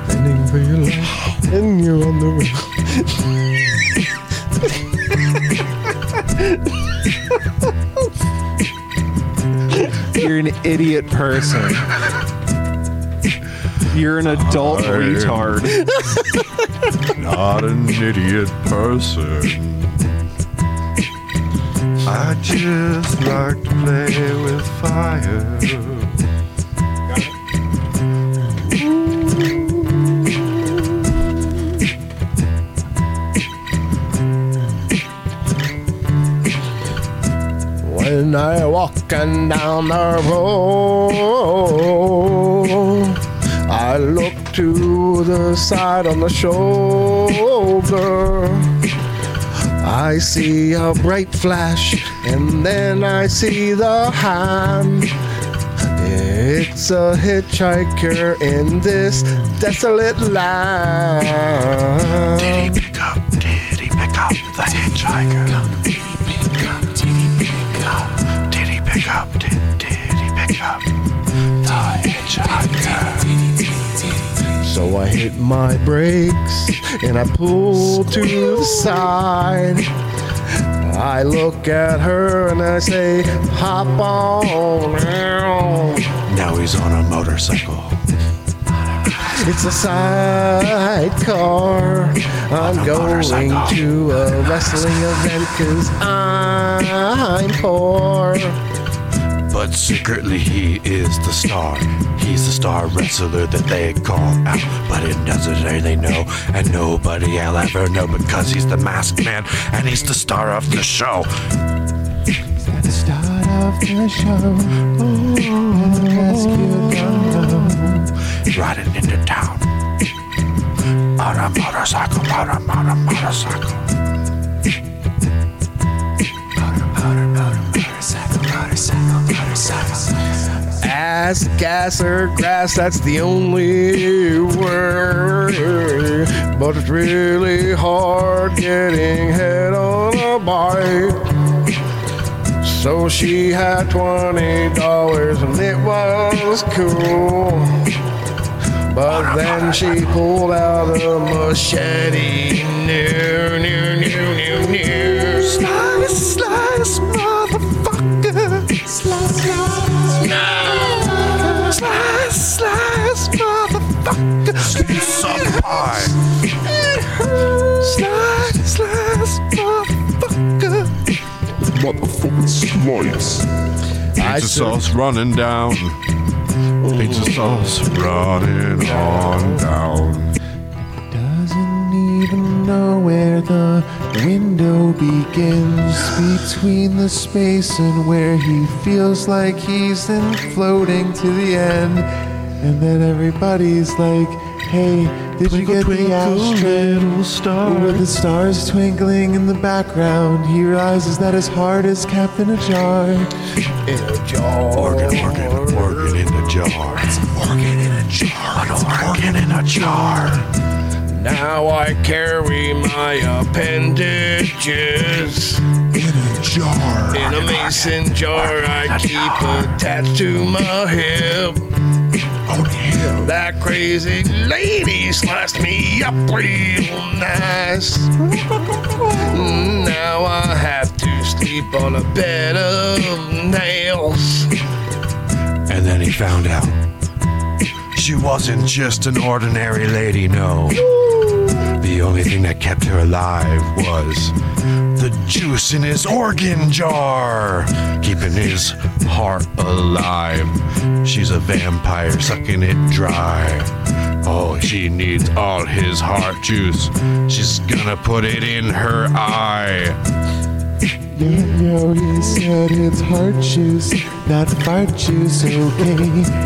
Speaker 1: Fending for your life, and you're on the
Speaker 4: You're an idiot person. You're an adult
Speaker 3: I am.
Speaker 4: retard.
Speaker 3: Not an idiot person.
Speaker 17: I just like to play with fire.
Speaker 1: When I walking down the road, I look to the side on the shoulder. I see a bright flash, and then I see the hand. It's a hitchhiker in this desolate land. Did he pick up? Did he pick up the hitchhiker?
Speaker 3: Did he pick up? Did, did he pick up the hitchhiker?
Speaker 1: So I hit my brakes and I pull to the side. I look at her and I say, Hop on.
Speaker 3: Now he's on a motorcycle.
Speaker 1: It's a sidecar. I'm going to a wrestling event because I'm poor.
Speaker 3: But secretly, he is the star. He's the star wrestler that they call out, but it doesn't really know, and nobody will ever know because he's the masked man and he's the star of the show.
Speaker 4: Start off the show. Oh,
Speaker 3: Riding into town on a motorcycle, on a, on a motorcycle.
Speaker 1: Ass, gas, or grass, that's the only word. But it's really hard getting head on a bike. So she had $20 and it was cool. But then she pulled out a machete. No, no, no, no, no.
Speaker 3: Slice, slice, motherfucker. Slice, slice. No. Slice, slice, motherfucker. Slice on pie. Slice, slice, motherfucker. Motherfucking slice.
Speaker 1: I
Speaker 3: Pizza sauce running down. Pizza sauce running on down.
Speaker 4: Doesn't even
Speaker 1: know where the window begins between the space and where he feels like he's in floating to the end. And then everybody's like, hey, did you get the ashtray? With the stars twinkling in the background, he realizes that his heart is kept in a jar.
Speaker 19: In a jar.
Speaker 20: Organ, organ, organ in a jar. It's organ in a jar. An organ in a jar.
Speaker 6: Now I carry my appendages in a jar. In a mason jar I keep attached to my hip. That crazy lady sliced me up real nice. Now I have to sleep on a bed of nails.
Speaker 20: And then he found out she wasn't just an ordinary lady, no. The only thing that kept her alive was the juice in his organ jar, keeping his heart alive. She's a vampire sucking it dry. Oh, she needs all his heart juice. She's gonna put it in her eye.
Speaker 1: Yo, yo, he said it's heart juice, not fart juice, okay?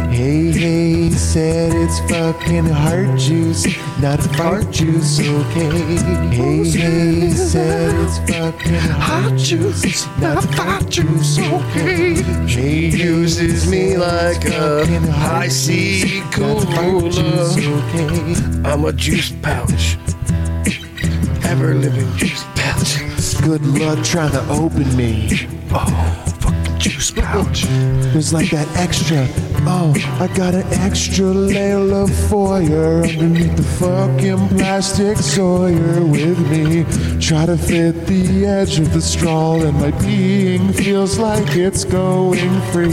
Speaker 1: Hey, hey, he said it's fucking heart juice, not fart juice, okay? Hey, hey, he said it's fucking heart juice, not fart juice, okay? He uses me like a
Speaker 6: I see cooler. I'm a juice pouch. Ever living juice pouch.
Speaker 1: Good luck trying to open me. Oh, fucking
Speaker 20: juice pouch.
Speaker 1: There's like that extra. Oh, I got an extra layer of foyer underneath the fucking plastic Sawyer with me. Try to fit the edge of the straw, and my being feels like it's going free.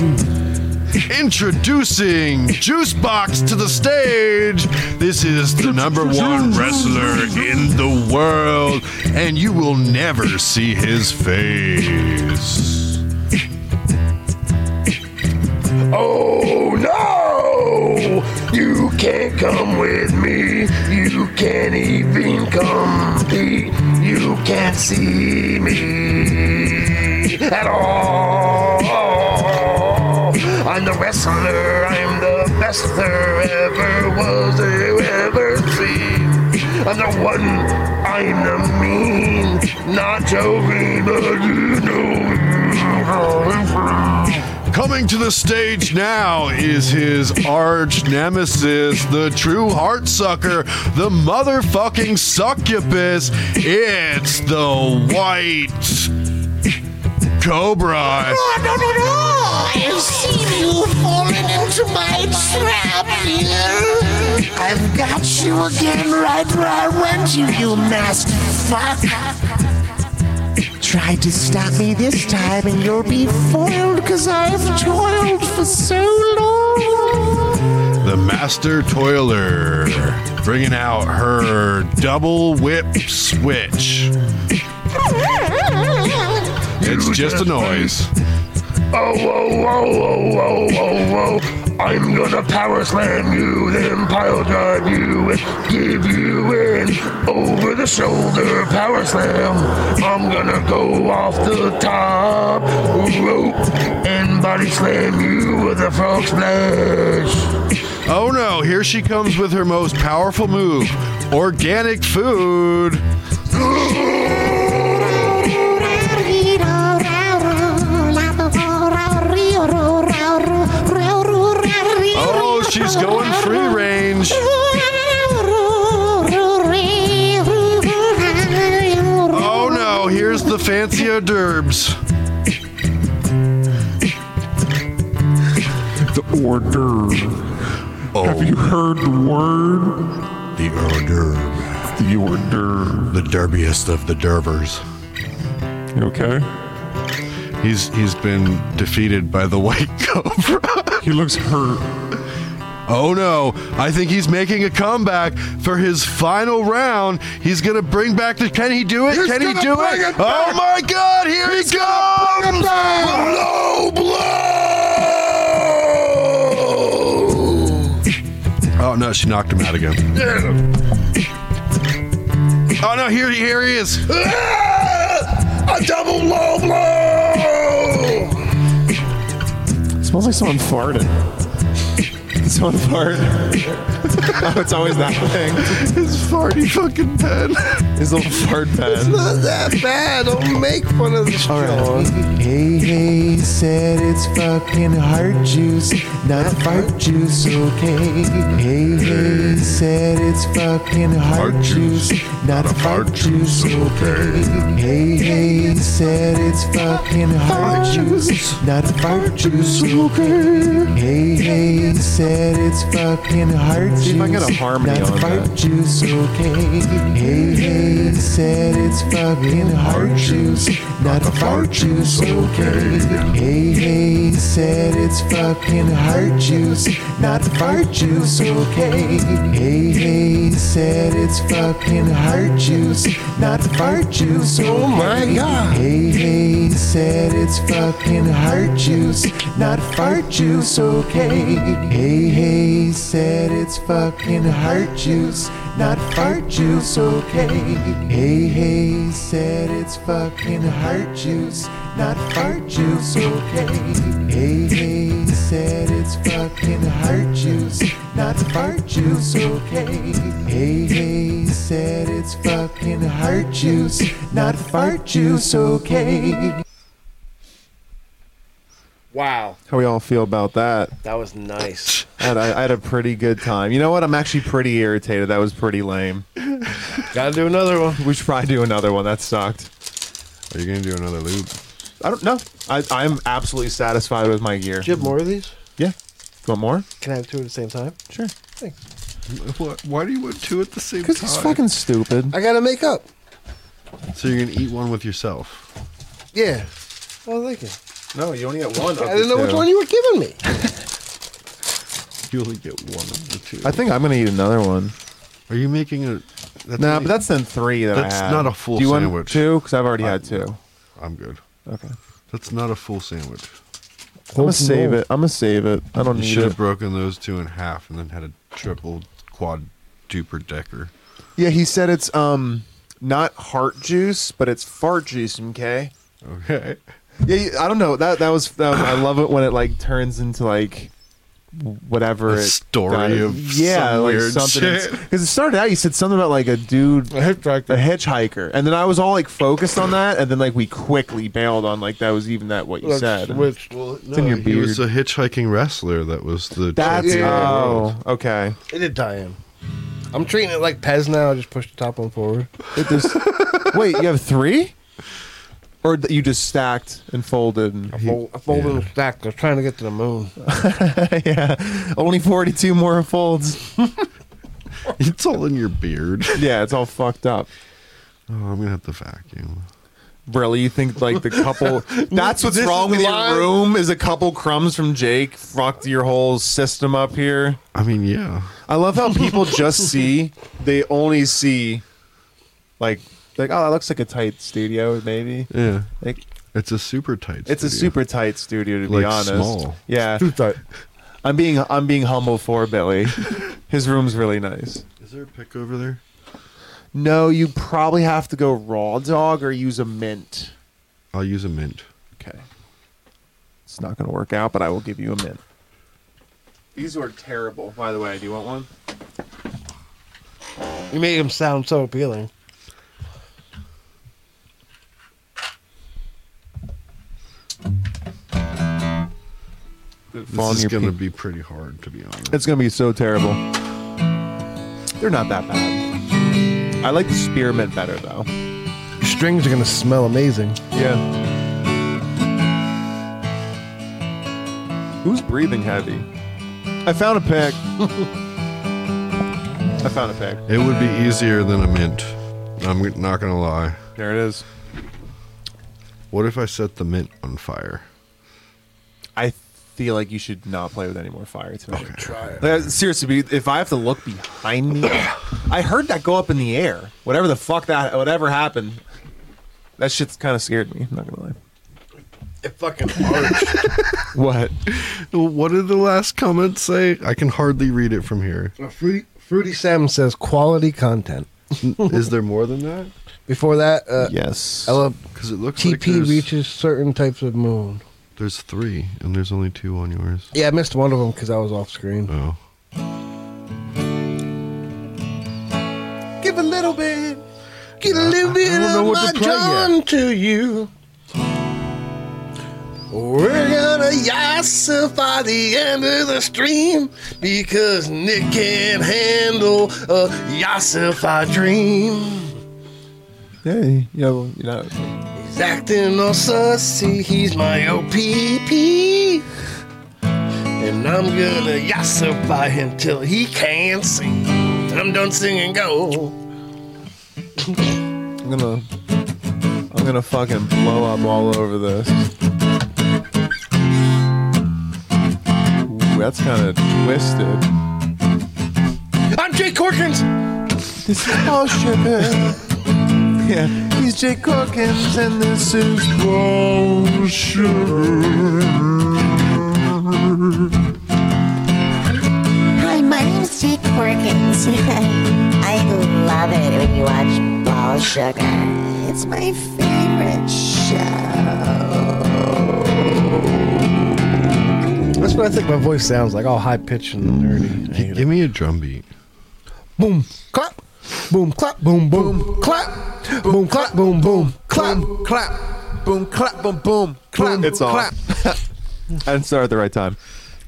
Speaker 3: Introducing Juicebox to the stage. This is the number one wrestler in the world, and you will never see his face.
Speaker 6: Oh no! You can't come with me. You can't even compete. You can't see me at all. I'm the wrestler. I'm the best there ever was or ever seen. I'm the one. I'm the mean. Nacho Green, but you know me.
Speaker 3: Coming to the stage now is his arch nemesis, the true heartsucker, the motherfucking succubus. It's the white cobra.
Speaker 10: I've seen you falling into my trap, Leela. I've got you again right where I want you, you nasty fuck. Try to stop me this time and you'll be foiled because I've toiled for so long.
Speaker 3: the master toiler, bringing out her double whip switch. It's just a noise.
Speaker 6: Oh, whoa, whoa, whoa, whoa, whoa, whoa. I'm gonna power slam you, then pile drive you, and give you an over the shoulder power slam. I'm gonna go off the top rope and body slam you with a frog splash.
Speaker 3: Oh no, here she comes with her most powerful move organic food. Oh, she's going free range. Oh no, here's the fancy hors d'oeuvres.
Speaker 21: The order. Have you heard the word?
Speaker 20: Oh, The hors d'oeuvre.
Speaker 21: The hors d'oeuvre.
Speaker 20: The derbiest of the dervers.
Speaker 21: You okay?
Speaker 3: He's he's been defeated by the white cobra.
Speaker 21: he looks hurt.
Speaker 3: Oh no, I think he's making a comeback for his final round. He's gonna bring back the can he do it?
Speaker 6: He's
Speaker 3: can he
Speaker 6: gonna
Speaker 3: do
Speaker 6: bring
Speaker 3: it?
Speaker 6: it
Speaker 3: oh
Speaker 6: back.
Speaker 3: my god, here
Speaker 6: He's
Speaker 3: he
Speaker 6: gonna bring
Speaker 3: comes!
Speaker 6: it back.
Speaker 3: Low blow! Oh no, she knocked him out again.
Speaker 22: Oh no, here, here he is.
Speaker 23: A double low blow!
Speaker 4: smells like someone farted. Someone farted. oh, it's always that thing.
Speaker 22: His farty fucking pen.
Speaker 4: His little fart pen.
Speaker 24: It's not that bad. Don't make fun of the show.
Speaker 1: Hey, hey, said it's fucking heart juice, not fart juice, okay? Hey, hey, said it's fucking heart juice, not fart juice, okay? Hey, hey, said it's fucking heart juice, not fart juice, okay? Hey, hey, said it's fucking heart juice,
Speaker 4: See if I get a harmony
Speaker 1: not
Speaker 4: on
Speaker 1: fart
Speaker 4: that.
Speaker 1: juice, okay? Hey, hey, said it's fucking heart juice, not fart juice, okay? Hey, hey, said it's fucking heart juice, not fart juice, okay? Hey, hey, said it's fucking heart juice, not fart juice, okay? Oh my god! Hey, hey, said it's fucking heart juice, not fart juice, okay? Hey, hey, said it's fucking heart juice, not fart juice, okay? Hey, hey, said it's fucking heart juice, not fart juice, okay? Hey, hey, said it's fucking heart juice, not fart juice, okay? Hey, hey, said it's fucking heart juice, not fart juice, okay?
Speaker 24: Wow,
Speaker 4: How we all feel about that?
Speaker 24: that was nice.
Speaker 4: I had, I had a pretty good time. You know what? I'm actually pretty irritated. That was pretty lame.
Speaker 24: Gotta do another one.
Speaker 4: We should probably do another one. That sucked.
Speaker 3: Are you gonna do another loop?
Speaker 4: I don't know. I, I'm absolutely satisfied with my gear.
Speaker 24: Do you have more of these?
Speaker 4: Yeah. Want more?
Speaker 24: Can I have two at the same time?
Speaker 4: Sure.
Speaker 24: Thanks.
Speaker 3: What, why do you want two at the same time?
Speaker 4: Because he's fucking stupid.
Speaker 24: I gotta make up.
Speaker 3: So you're gonna eat one with yourself.
Speaker 24: Yeah. I was thinking.
Speaker 4: No, you only get one.
Speaker 24: I didn't know which one you were giving me.
Speaker 3: You only get one of the two.
Speaker 4: I think I'm gonna eat another one.
Speaker 3: Are you making a? That's
Speaker 4: No,
Speaker 3: only-
Speaker 4: but that's then three that
Speaker 3: That's
Speaker 4: I had.
Speaker 3: not a full
Speaker 4: Do you Want
Speaker 3: sandwich.
Speaker 4: two? Because I've already had two.
Speaker 3: I'm good.
Speaker 4: Okay.
Speaker 3: That's not a full sandwich.
Speaker 4: I'm gonna save it. I'm gonna save it. I don't
Speaker 3: You
Speaker 4: need
Speaker 3: should
Speaker 4: it.
Speaker 3: have broken those two in half and then had a triple quad duper decker.
Speaker 4: Yeah, he said it's um not heart juice, but it's fart juice. Okay.
Speaker 3: Okay.
Speaker 4: Yeah, you- I don't know. That that was. That was- I love it when it like turns into like whatever
Speaker 3: A
Speaker 4: it
Speaker 3: story
Speaker 4: got it-
Speaker 3: of
Speaker 4: yeah,
Speaker 3: some
Speaker 4: like
Speaker 3: weird
Speaker 4: something.
Speaker 3: shit.
Speaker 4: Because it started out, you said something about like a dude, a hitchhiker, and then I was all like focused on that, and then like we quickly bailed on like that was even that what you said. it's in your
Speaker 3: uh, He
Speaker 4: beard.
Speaker 3: was a hitchhiking wrestler. That was the.
Speaker 4: That's
Speaker 3: champion of the world.
Speaker 4: oh okay.
Speaker 24: It did tie in. I'm treating it like Pez now. I just push the top one forward.
Speaker 4: It just wait. You have three, or th- you just stacked and folded. And,
Speaker 24: I fold, I fold in the stack. I was trying to get to the moon.
Speaker 4: yeah, only forty-two more folds.
Speaker 3: It's all in your beard.
Speaker 4: Yeah, it's all fucked up.
Speaker 3: Oh, I'm gonna have to vacuum.
Speaker 4: Really, you think like the couple? That's what's
Speaker 24: This is
Speaker 4: wrong
Speaker 24: the
Speaker 4: with
Speaker 24: line?
Speaker 4: your room is a couple crumbs from Jake fucked your whole system up here.
Speaker 3: I mean, yeah.
Speaker 4: I love how people just see they only see like like oh that looks like a tight studio maybe
Speaker 3: Yeah.
Speaker 4: like
Speaker 3: It's a super tight.
Speaker 4: it's a
Speaker 3: studio.
Speaker 4: super tight studio to be
Speaker 3: Like,
Speaker 4: honest
Speaker 3: small.
Speaker 4: yeah I'm being I'm being humble for Billy his room's really nice
Speaker 3: Is there a pick over there?
Speaker 4: no you probably have to go raw dog or use a mint
Speaker 3: I'll use a mint.
Speaker 4: okay it's not gonna work out but I will give you a mint these are terrible by the way do you want one
Speaker 24: You made him sound so appealing.
Speaker 4: Fall on
Speaker 3: This is
Speaker 4: your
Speaker 3: gonna
Speaker 4: pe-
Speaker 3: be pretty hard, to be honest.
Speaker 4: It's gonna be so terrible. They're not that bad. I like the spearmint better though.
Speaker 24: Your strings are gonna smell amazing.
Speaker 4: Yeah. Who's breathing heavy? I found a pick. I found a pick.
Speaker 3: It would be easier than a mint. I'm not gonna lie.
Speaker 4: There it is.
Speaker 3: What if I set the mint on fire?
Speaker 4: I feel like you should not play with any more fire tonight. Try it. seriously, be- if I have to look behind me, I heard that go up in the air. Whatever the fuck that, whatever happened, that shit's kind of scared me. I'm not gonna lie.
Speaker 24: It fucking arched.
Speaker 4: What?
Speaker 3: Well, What did the last comment say? I can hardly read it from here.
Speaker 24: Fruity, Fruity Sam says quality content.
Speaker 3: Is there more than that?
Speaker 1: Before that, uh,
Speaker 3: Yes.
Speaker 1: because
Speaker 3: it looks like
Speaker 1: TP
Speaker 3: there's-
Speaker 1: reaches certain types of moon.
Speaker 3: There's three, and there's only two on yours.
Speaker 1: Yeah, I missed one of them because I was off screen.
Speaker 3: Oh.
Speaker 1: Give a little bit. Give a little bit
Speaker 25: don't know
Speaker 1: of
Speaker 25: what
Speaker 1: my
Speaker 25: to play yet.
Speaker 1: John to you. We're gonna yassify the end of the stream because Nick can't handle a yassify dream.
Speaker 4: Hey, yeah, well, you know.
Speaker 1: He's acting all sussy, he's my OPP. And I'm gonna yassify him till he can't sing. I'm done singing, go.
Speaker 4: I'm gonna, I'm gonna fucking blow up all over this. Ooh, that's kind of twisted.
Speaker 1: I'm Jake Corkins.
Speaker 6: This is Paul Shepherd. yeah, he's Jake Corkins, and this is Paul Shepherd.
Speaker 10: Hi, my name's Jake Perkins. I love it when you watch Ball Sugar. It's my favorite show.
Speaker 1: That's what I think my voice sounds like, all high pitched and nerdy.
Speaker 3: Give me a drum beat.
Speaker 1: Boom, clap, boom, clap, boom, boom, clap, boom, clap, boom, boom, clap,
Speaker 4: clap, boom, clap, boom, boom, clap, it's on. clap. I didn't start at the right time.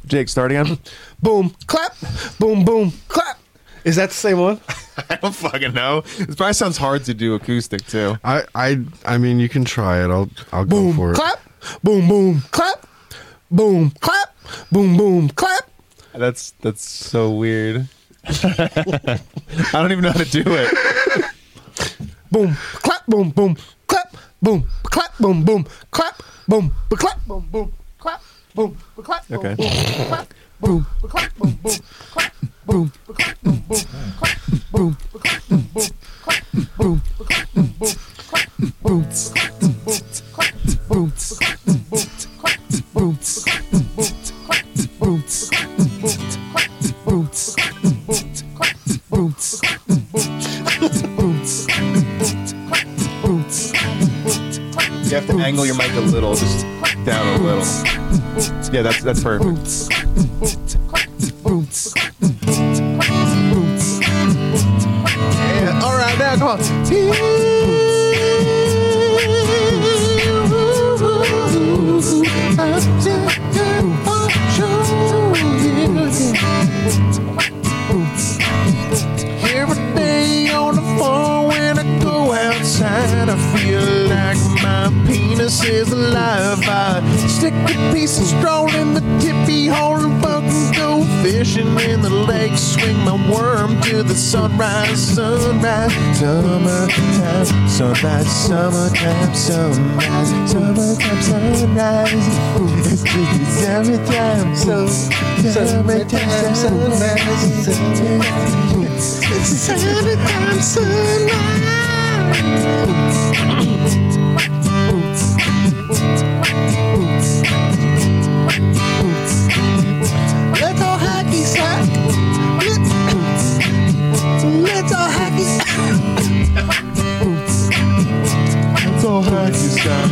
Speaker 4: Jake, start again.
Speaker 1: boom, clap, boom, boom, clap. Is that the same one?
Speaker 4: I don't fucking know. It probably sounds hard to do acoustic too.
Speaker 3: I, I, I mean, you can try it. I'll, I'll go for it.
Speaker 1: clap, boom, boom, clap, boom, clap, boom, boom, clap.
Speaker 4: That's that's so weird. I don't even know how to do it.
Speaker 1: boom, clap, boom, boom, clap, boom, clap, boom, boom, clap, boom, ba- clap, boom, boom, clap, boom, ba- clap, boom,
Speaker 4: Okay.
Speaker 1: boom, clap, boom, ba- clap, boom, boom, clap, boom, ba- clap, boom, boom, clap, boom, ba- clap, boom, boom, clap, boom, ba- clap, boom, boom, clap, boom, ba- clap, boom, boom, clap, boom, ba- clap, boom, boom, clap, boom, ba- clap, boom, boom, clap, boom, ba- clap, boom, boom, clap, boom, ba- clap, boom, boom, clap, boom, ba- clap, boom, boom, clap, boom,
Speaker 4: You have to angle your mic a little, just down a little. Yeah, that's that's perfect.
Speaker 25: Yeah, all right, now come on.
Speaker 6: Every day on the phone when I go outside, I feel like my penis is alive. I stick a piece of straw in the tippy hole and fucking go fishing in the lake. Swing my worm to the sunrise, sunrise, summertime, sunrise, summertime, sunrise, summertime, sunrise. It's just summertime, so summertime, sunrise, sunrise.
Speaker 25: Summertime sunrise. Let's all hacky sack. Let's all hacky sack. Let's all hacky sack.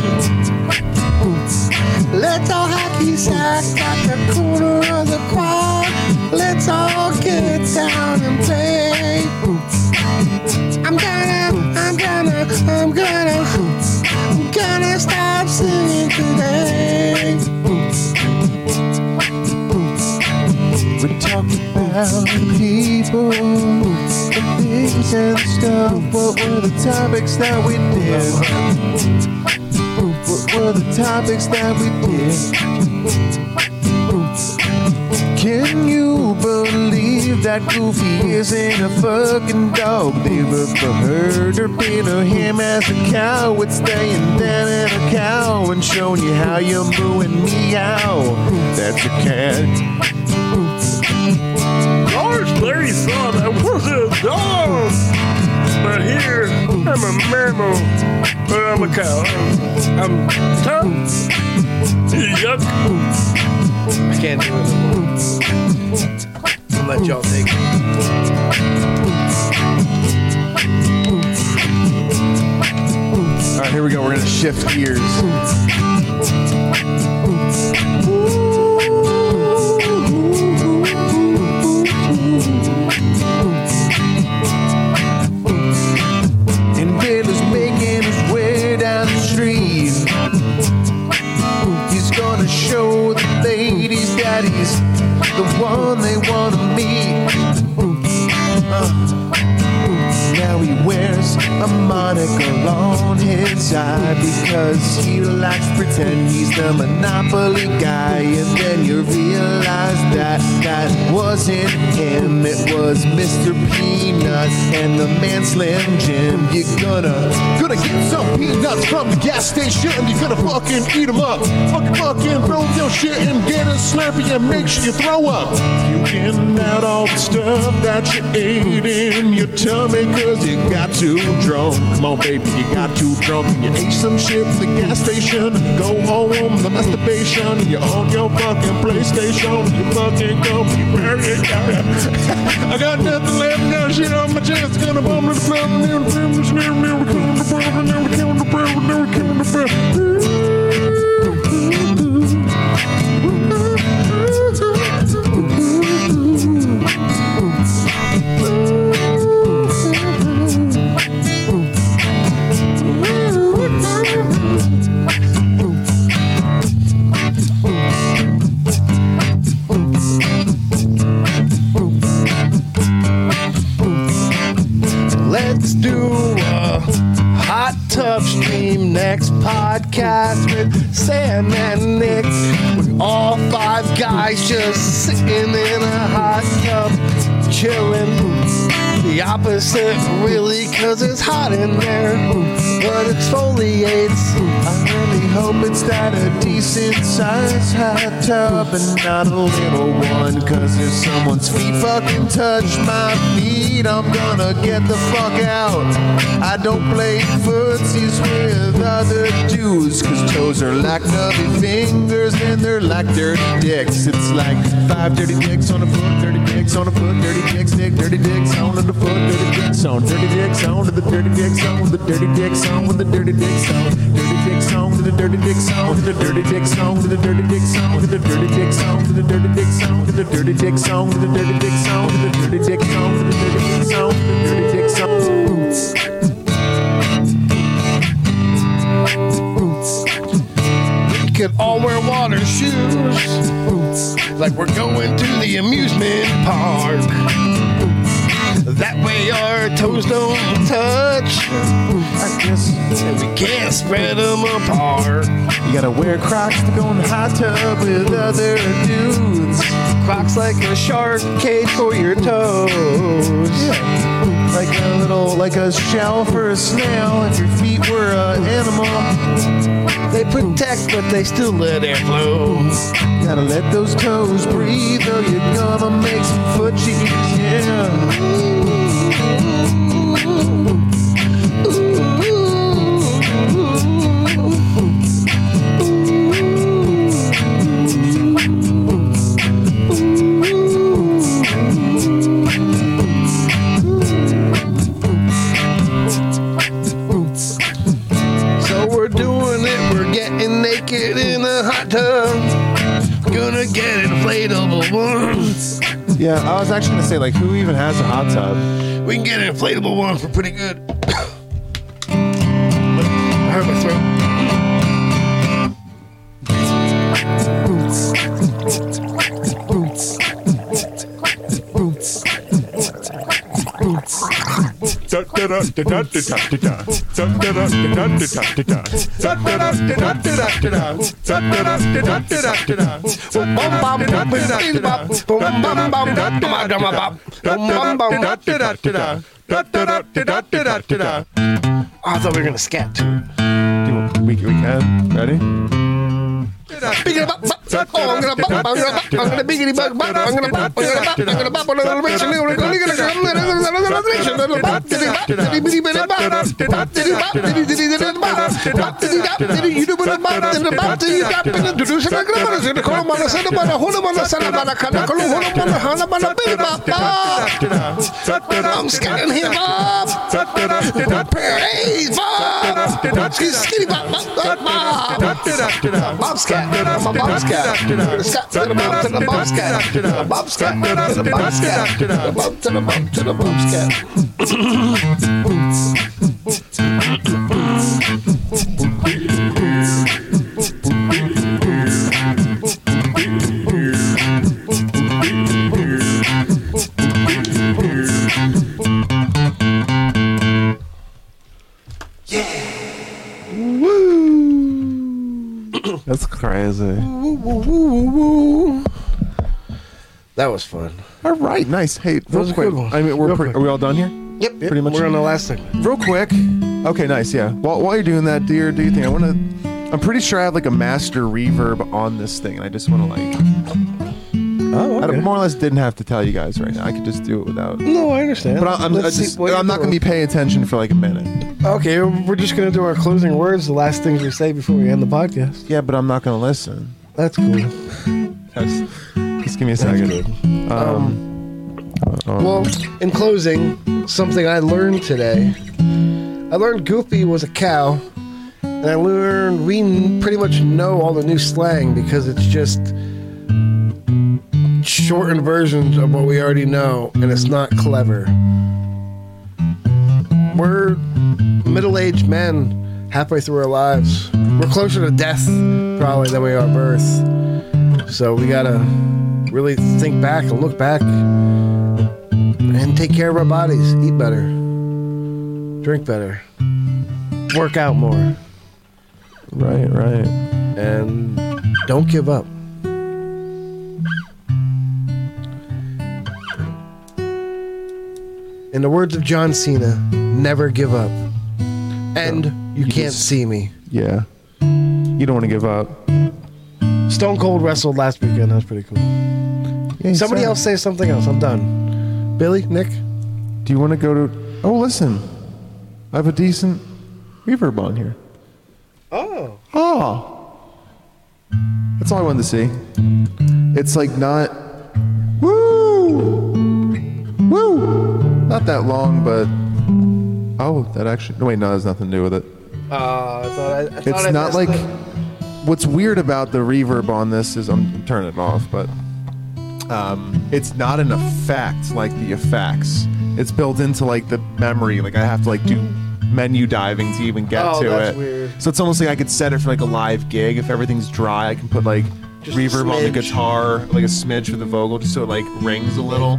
Speaker 25: Let's all hacky sack at the corner of the quad. Let's all get down and play. I'm gonna, I'm gonna, I'm gonna, I'm gonna stop singing today.
Speaker 6: We're talking about people, the things and stuff. What were the topics that we did? What were the topics that we did? Can you believe that Goofy isn't a fucking dog? They were for her to be to him as a cow. It's staying down in a cow and showing you how you moo and meow. That's a cat.
Speaker 25: Large Larry thought I was a dog, but here I'm a mammal, but I'm a cow. I'm, I'm tough. Yuck. I can't do it. I'll let y'all take it.
Speaker 6: we go. We're gonna shift gears.
Speaker 4: And Billy's making his way down the street. He's gonna show the ladies that he's the one they wanna meet. Uh, now he wears a monocle on his eye because he likes to pretend he's the monopoly guy. And then you realize that that wasn't him, it was Mr. Peanut and the man Slim Jim. You're gonna
Speaker 6: Gonna get some peanuts from the gas station and you're gonna fucking eat them up. Fucking fucking roll your shit and get a slappy and make sure you throw up. You in out all the stuff that you ate in your tummy cause you got too drunk. Come on baby, you got too drunk and you ate some shit from the gas station. Go home, the masturbation, you're on your fucking PlayStation. You fucking go, you bury it down. I got nothing left, no shit on my chest, gonna bomb the club and then
Speaker 1: Let's do a hot tub stream next podcast with Sam and Nick. With all five guys just sitting in a hot tub, chilling. The opposite, really, cause it's hot in there, but exfoliates. I
Speaker 4: really hope it's not a decent sized hot tub and not a little one. Cause if someone's feet fucking touch my feet, I'm gonna get the fuck out. I don't play footsies with other dudes, cause toes are like nubby fingers and they're like dirty dicks. It's like five dirty dicks on a foot, dirty dicks on a foot, dirty dicks, dick, dirty dicks on the foot, dirty dicks on, dirty dicks on to the dirty dicks on, the dirty dicks on with the dirty dicks on, dirty dicks on to the dirty dicks on, to the dirty dicks on to the dirty dicks on, to the dirty dicks on to the dirty dicks on, to the dirty dicks on to the dirty dicks on, to the dirty dicks on to the dirty dicks on, to the dirty dicks on.
Speaker 1: We could all wear water shoes, like we're going to the amusement park. That way our toes don't touch. I guess we can't spread them apart.
Speaker 4: You gotta wear Crocs to go in the hot tub with other dudes.
Speaker 1: Crocs like a shark cage for your toes.
Speaker 4: Like a little, like a shell for a snail. If your feet were an animal,
Speaker 1: they protect, but they still let air flow.
Speaker 4: Gotta let those toes breathe, or you're gonna make some foot cheese.
Speaker 1: So we're doing it, we're getting naked in a hot tub. Gonna get inflatable ones.
Speaker 6: Yeah, I was actually gonna say like, who even has a hot tub?
Speaker 1: We can get inflatable ones for pretty good. I hurt my throat. I thought we were gonna scat too.
Speaker 6: We, we can. Ready?
Speaker 1: Pick it up. suck hole. I'm gonna bump. I'm gonna bump. I'm gonna biggity bug. bump. I'm gonna bump. I'm gonna bump. I'm gonna bump. I'm gonna bump. I'm gonna bump.
Speaker 6: I'm skinning him up. Praise Bob. He's skinny Bob. Bob. Bob. Bob's cat. I'm a Bob's cat. Scat to the Bob to the Bob's cat. Bob's cat to the Bob's cat. Bob to the Bob to the Bob's cat.
Speaker 4: That's crazy.
Speaker 1: That was fun.
Speaker 4: All right, nice. Hey,
Speaker 1: That was
Speaker 4: real
Speaker 1: a
Speaker 4: quick.
Speaker 1: good one.
Speaker 4: I mean, we're
Speaker 1: Real
Speaker 4: pre-
Speaker 1: quick.
Speaker 4: are we all done here?
Speaker 1: Yep.
Speaker 4: Pretty much.
Speaker 1: We're on the last segment.
Speaker 4: Real quick. Okay, nice. Yeah. While, while you're doing that, do your do your thing. I want to. I'm pretty sure I have like a master reverb on this thing, and I just want to like. Oh, I more or less didn't have to tell you guys right now. I could just do it without.
Speaker 1: No, I understand.
Speaker 4: But I, I'm, I
Speaker 1: Let's see
Speaker 4: just,
Speaker 1: what
Speaker 4: I'm
Speaker 1: you're
Speaker 4: not going to be paying attention for like a minute.
Speaker 1: Okay, we're just gonna do our closing words, the last things we say before we end the podcast.
Speaker 4: Yeah, but I'm not going to listen.
Speaker 1: That's cool.
Speaker 4: Just give me a second. Um, um,
Speaker 1: Well, in closing, something I learned today. I learned Goofy was a cow, and I learned we n- pretty much know all the new slang because it's just shortened versions of what we already know, and it's not clever. We're middle aged men halfway through our lives. We're closer to death, probably, than we are birth. So we gotta really think back and look back and take care of our bodies. Eat better, drink better, work out more.
Speaker 4: Right, right.
Speaker 1: And don't give up. In the words of John Cena, never give up. And you, can't see me.
Speaker 4: yeah. You don't want to give up.
Speaker 1: Stone Cold wrestled last weekend. That was pretty cool. Somebody else say something else. I'm done. Billy, Nick.
Speaker 4: Do you want to go to? Oh, listen, I have a decent reverb on here.
Speaker 1: Oh.
Speaker 4: Oh, that's all I wanted to see. It's like not. Woo, woo, not that long, but oh, that actually. No, wait, no, there's nothing to do with it.
Speaker 1: Uh, I thought I, I thought
Speaker 4: It's
Speaker 1: I
Speaker 4: not
Speaker 1: missed
Speaker 4: like.
Speaker 1: it.
Speaker 4: What's weird about the reverb on this is I'm turning it off, but um, it's not an effect like the effects. It's built into like the memory. Like I have to like do menu diving to even get
Speaker 1: Oh,
Speaker 4: to
Speaker 1: that's
Speaker 4: it.
Speaker 1: weird.
Speaker 4: So it's almost like I could set it for like a live gig. If everything's dry, I can put like
Speaker 26: a
Speaker 4: reverb on the
Speaker 26: smidge.
Speaker 4: guitar, like a smidge for the vocal, just so it like rings a little.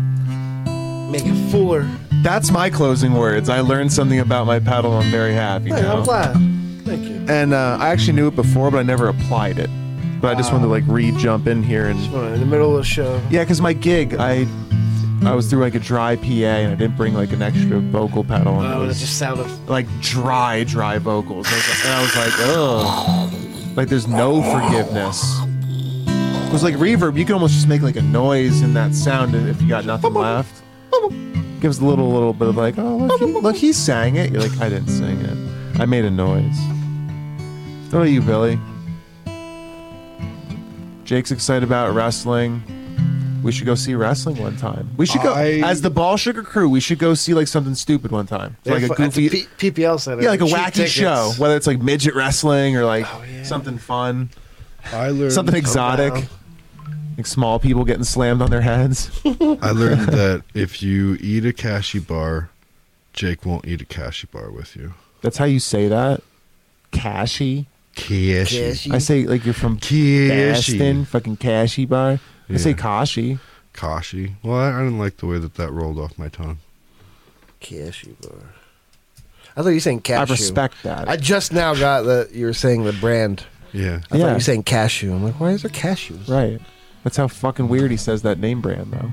Speaker 1: Make it fuller.
Speaker 4: That's my closing words. I learned something about my pedal. I'm very happy.
Speaker 1: Hey,
Speaker 4: now
Speaker 1: I'm glad. Thank you.
Speaker 4: and uh, I actually knew it before, but I never applied it. But I just wanted to like re-jump in here and
Speaker 1: In the middle of the show.
Speaker 4: yeah, because my gig, I I was through like a dry PA and I didn't bring like an extra vocal pedal. And
Speaker 1: Oh,
Speaker 4: it
Speaker 1: it
Speaker 4: was
Speaker 1: just sounded-
Speaker 4: like dry, dry vocals. And I was like, and I was like, oh, like there's no forgiveness. It was like reverb. You can almost just make like a noise in that sound if you got nothing left. Gives a little, little bit of like, oh look, he, look, he sang it. You're like, I didn't sing it. I made a noise. What about you, Billy? Jake's excited about wrestling. We should go see wrestling one time. We should go
Speaker 1: I-
Speaker 4: as the Ball Sugar Crew. We should go see like something stupid one time,
Speaker 1: They
Speaker 4: like a
Speaker 1: have fu- at the
Speaker 4: goofy,
Speaker 1: P- PPL center.
Speaker 4: yeah, like a
Speaker 1: Cheap
Speaker 4: wacky
Speaker 1: tickets.
Speaker 4: show. Whether it's like midget wrestling or like something fun,
Speaker 3: I learned
Speaker 4: something exotic, like small people getting slammed on their heads.
Speaker 3: I learned that if you eat a cashew bar, Jake won't eat a cashew bar with you.
Speaker 4: That's how you say that. Cashy.
Speaker 3: Cashy.
Speaker 4: I say like you're from
Speaker 3: Cashy.
Speaker 4: Baston, fucking cashy bar. I say
Speaker 3: Yeah.
Speaker 4: kashi.
Speaker 3: Kashi. Well, I, I didn't like the way that that rolled off my tongue.
Speaker 1: Cashew bar. I thought you were saying cashew.
Speaker 4: respect that.
Speaker 1: I just now got that you were saying the brand. I
Speaker 3: Yeah.
Speaker 1: thought you
Speaker 4: Yeah.
Speaker 1: were saying cashew. I'm like, why is there cashews?
Speaker 4: Right. That's how fucking weird he says that name brand though.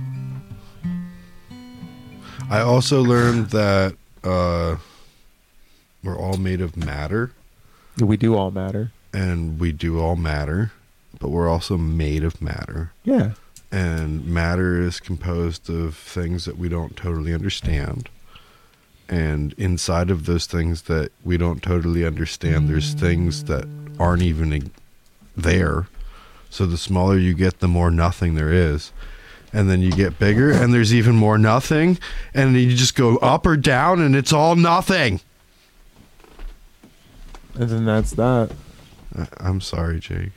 Speaker 3: I also learned that uh, we're all made of matter.
Speaker 4: We do all matter.
Speaker 3: And we do all matter. but we're also made of matter.
Speaker 27: Yeah.
Speaker 3: And matter is composed of things that we don't totally understand. And inside of those things that we don't totally understand, there's things that aren't even e- there. So the smaller you get, the more nothing there is. And then you get bigger, and there's even more nothing. And then you just go up or down, and it's all nothing.
Speaker 27: And then that's that.
Speaker 3: I- I'm sorry, Jake.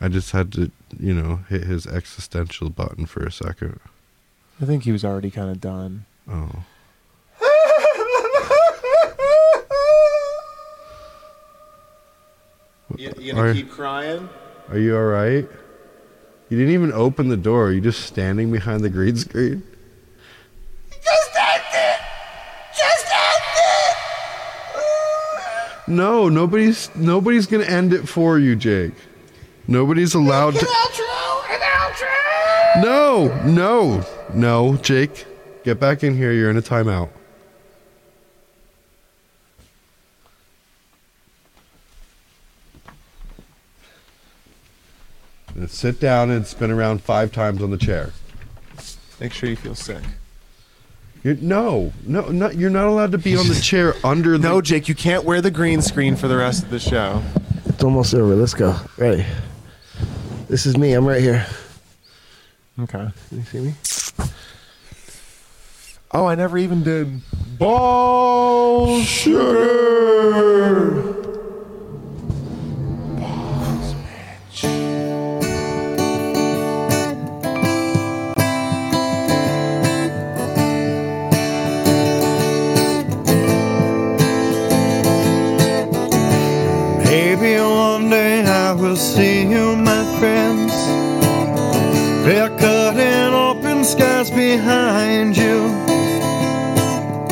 Speaker 3: I just had to, you know, hit his existential button for a second.
Speaker 27: I think he was already kind of done.
Speaker 3: Oh.
Speaker 28: You,
Speaker 3: Are-
Speaker 28: crying?
Speaker 3: Are you all right? You didn't even open the door. You're just standing behind the green screen.
Speaker 29: Just end it! Just end
Speaker 3: No, nobody's nobody's gonna end it for you, Jake. Nobody's allowed
Speaker 29: it! An
Speaker 3: to.
Speaker 29: outro! An outro!
Speaker 3: No, no, no, Jake, get back in here. You're in a timeout. And sit down and spin around five times on the chair.
Speaker 27: Make sure you feel sick.
Speaker 3: You're, no, no, no, you're not allowed to be on the chair under the.
Speaker 27: No, Jake, you can't wear the green screen for the rest of the show.
Speaker 1: It's almost over. Let's go. Ready? This is me. I'm right here.
Speaker 27: Okay.
Speaker 1: Can you see me?
Speaker 27: Oh, I never even did. Ball
Speaker 3: sugar.
Speaker 4: Maybe one day I will see you, my friends. They're cutting open skies behind you.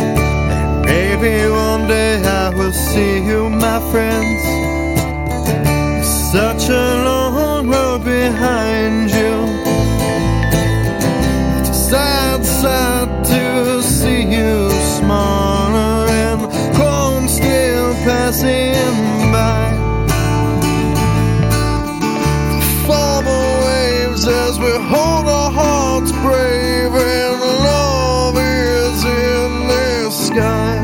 Speaker 4: And maybe one day I will see you, my friends. Such a long road behind you. It's sad, sad to see you smaller and clones still passing by. Former waves as we hold our hearts brave and love is in the sky.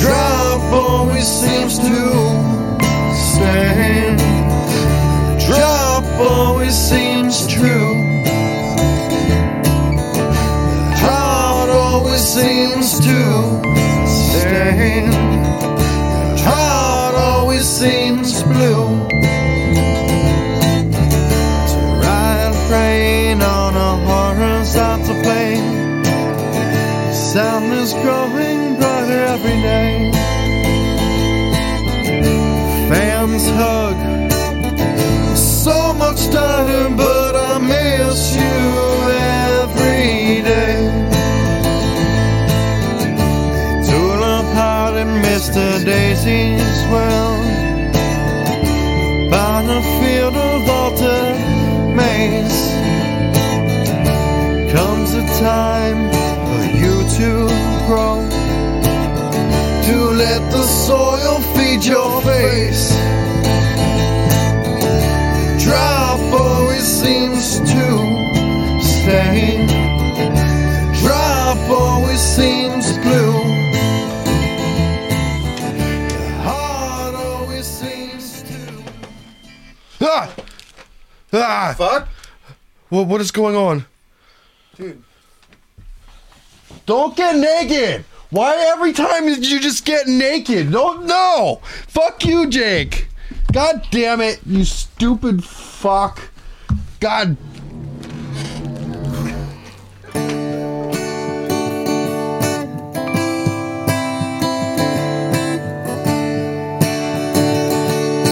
Speaker 4: Drop always seems to stand. Drop always seems true. Heart always seems to stand. Heart always seems blue. To ride a train on a horizontal plane. Sound is growing brighter every day. Fans hug so much time, but I miss you every day. Tuna pot and Mr. Daisy's well. By the field of Walter Mays comes a time for you to grow. To let the soil feed your face. Drop always seems to stay. Drop always seems blue. Heart always seems to.
Speaker 3: Ah! Ah!
Speaker 4: Fuck!
Speaker 3: What, what is going on?
Speaker 4: Dude.
Speaker 3: Don't get naked! Why every time did you just get naked? Don't no! Fuck you, Jake! God damn it, you stupid fuck! God